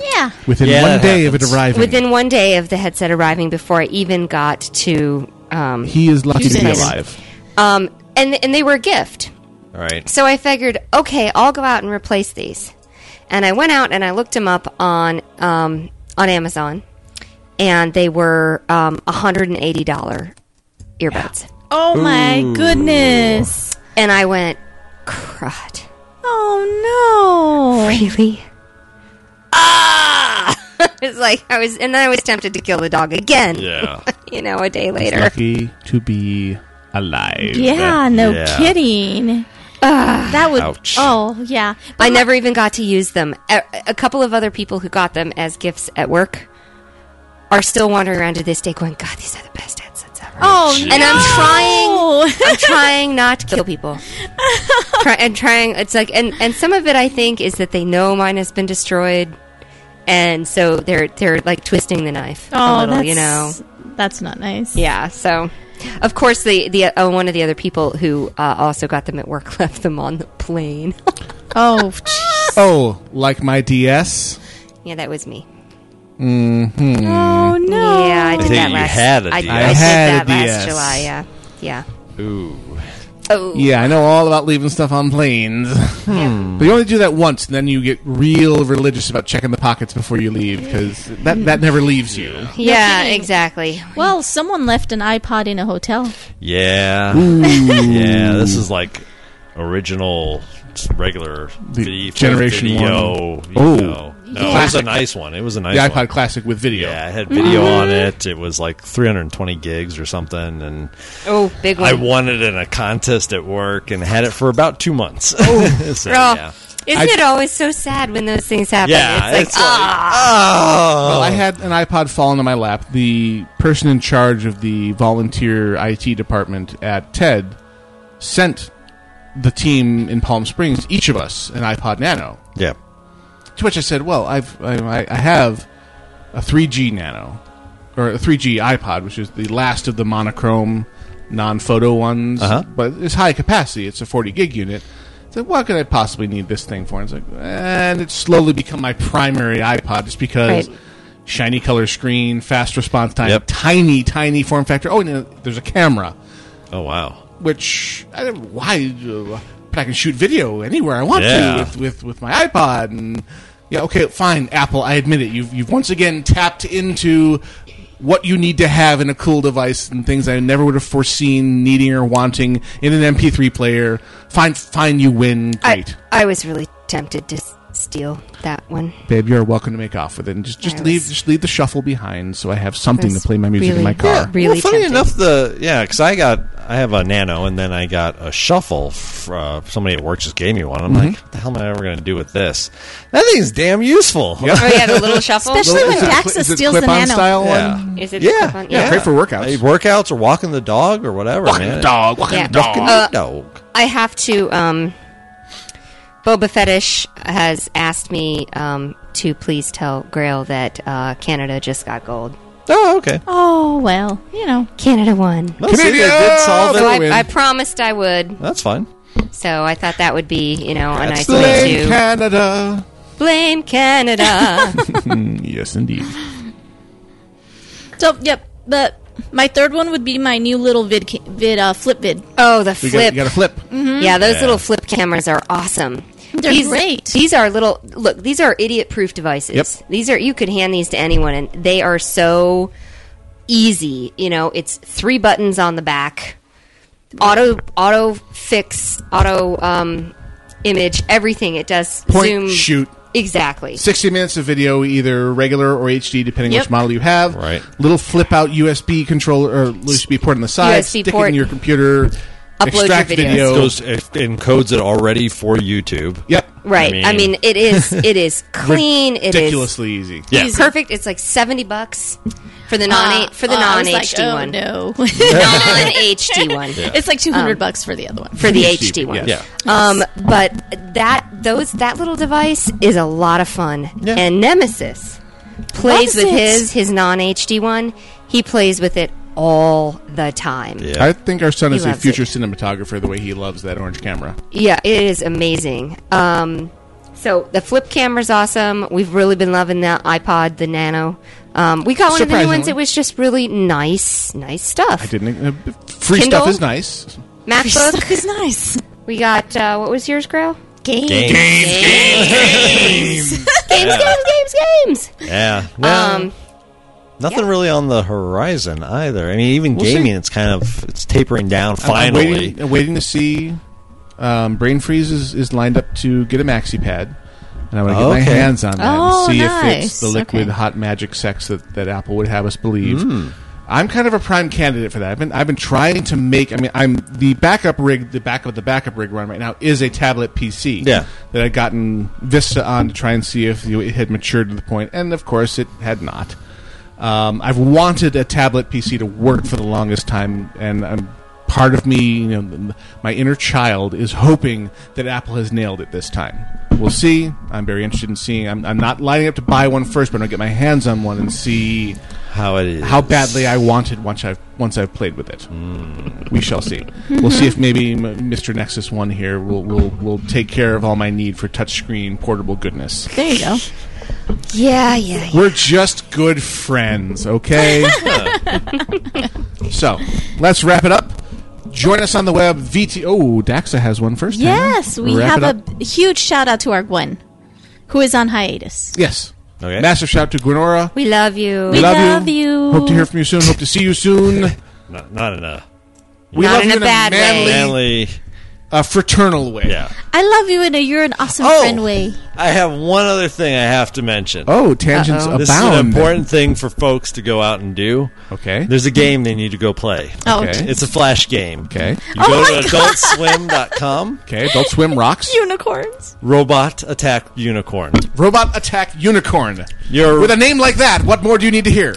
Yeah. within Yeah, one that day of it happens. arriving. Within one day of the headset arriving, before I even got to, um, he is lucky to be Tuesday. alive. um, and and they were a gift. All right. So I figured, okay, I'll go out and replace these. And I went out and I looked them up on um, on Amazon, and they were um, hundred and eighty dollar earbuds. Oh my Ooh. goodness! And I went, crud. Oh no! Really? Ah! it's like I was, and then I was tempted to kill the dog again. Yeah. you know, a day He's later. lucky to be alive. Yeah, no kidding. that would. Ouch. Oh yeah. I never even got to use them. A, a couple of other people who got them as gifts at work are still wandering around to this day going, God, these are the best headsets ever. Oh, And I'm trying, I'm trying not to kill people. Try, and trying, it's like, and, and some of it I think is that they know mine has been destroyed. And so they're, they're like twisting the knife a Oh, little, that's, you know. that's not nice. Yeah. So, of course, the the uh, one of the other people who uh, also got them at work left them on the plane. oh, jeez. Oh, like my DS? Yeah, that was me. hmm Oh no! Yeah, I I did think that you last. had a I- DS. I I did had that a last DS. July. Yeah, yeah. Ooh. Oh, Yeah, I know all about leaving stuff on planes. But you only do that once, and then you get real religious about checking the pockets before you leave because that, that never leaves you. yeah, exactly. Well, someone left an iPod in a hotel. Yeah. Ooh. yeah, this is like original s- regular The video, generation video. one. you Oh. know. The no, it was a classic. nice one. It was a nice the one. iPod Classic with video. Yeah, I had video on Mm-hmm. it. It was like 320 gigs or something, and Oh, big one. I won it in a contest at work and had it for about two months. So, Oh, yeah. Isn't it always so sad when those things happen? Yeah, it's like, it's like, ah. Well, I had an iPod fall into my lap. The person in charge of the volunteer IT department at TED sent the team in Palm Springs, each of us, an iPod Nano. Yeah. To which I said, "Well, I've I, I- I have a 3G Nano or a 3G iPod, which is the last of the monochrome, non-photo ones, Uh-huh. but it's high capacity. It's a 40 gig unit." I said, "What could I possibly need this thing for?" And it's like, and it's slowly become my primary iPod just because Right. shiny color screen, fast response time, Yep. tiny, tiny form factor. Oh, and uh, there's a camera, Oh wow. which I don't know why, uh, but I can shoot video anywhere I want Yeah. to with, with with my iPod. And yeah, okay, fine, Apple. I admit it. You've you've once again tapped into what you need to have in a cool device and things I never would have foreseen needing or wanting in an MP3 player. Fine, fine, you win. I, Great. I was really tempted to s- steal that one. Babe, you're welcome to make off with it. And just, just I leave was- just leave the shuffle behind so I have something I to was play my music in really- my car. really well, funny tempted. enough, the yeah, because I got I have a Nano, and then I got a Shuffle. f- Uh, somebody at work just gave me one. I'm Mhm. like, what the hell am I ever going to do with this? That thing's damn useful. Oh yeah, the little shuffle. Especially when Daxa steals the nano. Yeah. Is it? Yeah, the clip-on? yeah, great for workouts. Hey, workouts or walking the dog or whatever, Walking man. the dog, walking Yeah. the dog. Walking Uh, the dog. I have to. Um, Boba Fetish has asked me um, to please tell Grail that uh, Canada just got gold. Oh, okay. Oh well, you know, Canada won. Well, see, they did solve So it. I, I promised I would. That's fine. So I thought that would be, you know, a nice That's way Blame to Canada. blame Canada. yes, indeed. so yep. But my third one would be my new little vid ca- vid uh, flip vid. Oh, the You flip. Mm-hmm. got, you got a flip. Yeah, those Yeah. little flip cameras are awesome. They're these, great. These are little look. These are idiot-proof devices. Yep. These are you could hand these to anyone, and they are so easy. You know, it's three buttons on the back, auto auto fix, auto um, image, everything. It does Point, zoom shoot. exactly. 60 minutes of video, either regular or HD, depending Yep. which model you have. Right. Little flip out USB controller or USB port on the side. USB stick port. it in your computer. Upload your extract video. video. Goes it encodes it already for YouTube. Yep. Right. I mean, it is it is clean. It is Ridiculously easy. Yeah. Easy. perfect. It's like seventy bucks for the non for the Uh, I non was like, HD oh, one. No, non HD one. it's like two hundred bucks for the other one. Um, for the HD one. Yeah. Um, but that those that little device is a lot of fun. And Nemesis plays with Nemesis. his his non HD one. He plays with it all the time. Yeah, I think our son He is a loves future cinematographer the way he loves that orange camera. it is amazing. Um, so the flip camera's awesome. We've really been loving the iPod, the Nano. Um, we got one of the new ones. Surprisingly. It was just really nice, nice stuff. I didn't. Uh, free Kindle? stuff is nice. MacBook. is nice. We got uh, what was yours, Grail? Game. Games, games, games, games. Yeah. No, Um, nothing really on the horizon either. I mean, even We'll gaming, see. it's kind of it's tapering down. I'm- I'm Finally, waiting, I'm waiting to see. Um, Brain Freeze is, is lined up to get a maxi pad, and I want to get my Okay. hands on that Oh, and see if nice. it's the liquid Okay. hot magic sex that, that Apple would have us believe. Hmm. I'm kind of a prime candidate for that. I've been I've been trying to make. I mean, I'm the backup rig. The backup of the backup rig run right now is a tablet PC. Yeah. that I'd gotten Vista on to try and see if you know, it had matured to the point, and of course it had not. Um, I've wanted a tablet PC to work for the longest time, and i part of me, you know, th- my inner child, is hoping that Apple has nailed it this time. We'll see. I'm very interested in seeing. I'm, I'm not lining up to buy one first, but I'm gonna get my hands on one and see how it is, how badly I want it once I've once I've played with it. Hmm. We shall see. We'll see if maybe m- Mr. Nexus One here will will will take care of all my need for touchscreen portable goodness. There you go. Yeah, yeah. We're just good friends, okay? so let's wrap it up. Join us on the web. VT. Oh, Daxa has one first. Hannah. Yes, we Wrap have it up. a b- huge shout out to our Gwen, who is on hiatus. Yes. Okay. Massive shout to Gwenora. We love you. We love, Hope to hear from you soon. Hope to see you soon. not, not in a We Not love in you a bad way. manly, manly, uh, fraternal way. Yeah. Oh, I love you in a you're an awesome friend way. I have one other thing I have to mention. Oh, tangents Uh-oh. This is an abound. important thing for folks to go out and do. Okay. There's a game they need to go play. Oh, Okay. It's a flash game. Okay. You Oh my go to God. adultswim.com. Okay, Adult Swim rocks. Oh, Unicorns. Robot Attack Unicorn. Robot Attack Unicorn. You're, With a name like that, what more do you need to hear?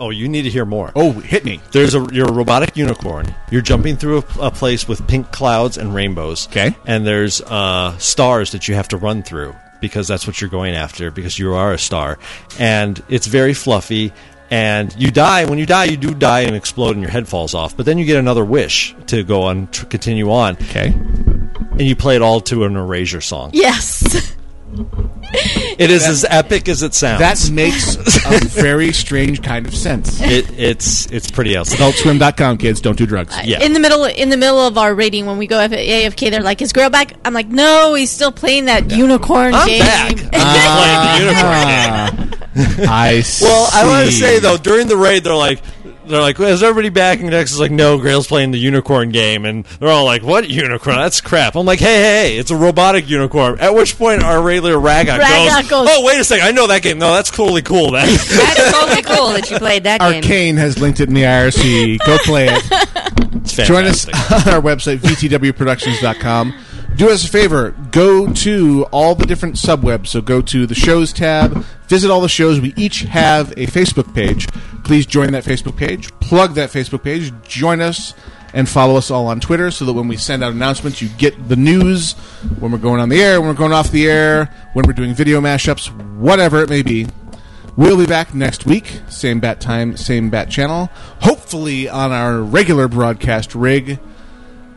Oh, you need to hear more. Oh, hit me. There's a you're a robotic unicorn. You're jumping through a, a place with pink clouds and rainbows. Okay. And there's uh, stars that you have to run through because that's what you're going after because you are a star. And it's very fluffy. And you die. When you die, you do die and explode, and your head falls off. But then you get another wish to go on, to continue on. Okay. And you play it all to an Erasure song. Yes. It is as epic as it sounds. That makes a very strange kind of sense. it, it's it's pretty awesome. AdultSwim.com, kids. Don't do drugs. In the middle, in the middle of our rating, when we go F- AFK, they're like, "Is girl back?" I'm like, "No, he's still playing that unicorn I'm game." back. I'm playing the unicorn game. I Well, I want to see. say though, during the raid, they're like, they're like, is everybody back? And Dex is like, no, Grail's playing the unicorn game, and they're all like, what unicorn? That's crap. I'm like, hey, hey, hey, it's a robotic unicorn. At which point, our regular Ragot, Ragot goes, goes- oh, wait a second, I know that game. No, that's totally cool. That That's totally cool that you played that game. Arcane has linked it in the IRC. Go play it. it's Join us on our website, vtwproductions.com. Do us a favor. Go to all the different subwebs. So go to the shows tab, visit all the shows. We each have a Facebook page. Please join that Facebook page, plug that Facebook page, join us, and follow us all on Twitter so that when we send out announcements, you get the news when we're going on the air, when we're going off the air, when we're doing video mashups, whatever it may be. We'll be back next week, same bat time, same bat channel. Hopefully on our regular broadcast rig.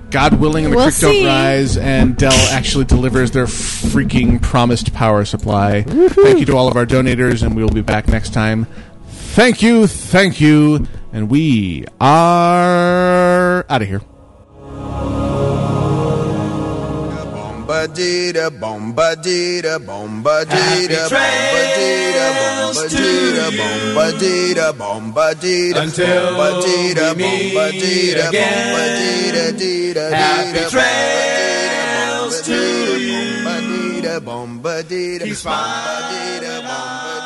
God willing, and the We'll crypto see. rise, and Dell actually delivers their freaking promised power supply. Thank you to all of our donators, and we will be back next time. Thank you, thank you, and we are out of here. Bombadita, bombadita, bombadita, bombadita, bombadita, bombadita, bombadita, Until bombadita, we meet bombadita, again. bombadita, dita, Happy dita, trails to bombadita, bombadita, bombadita, bombadita, bombadita.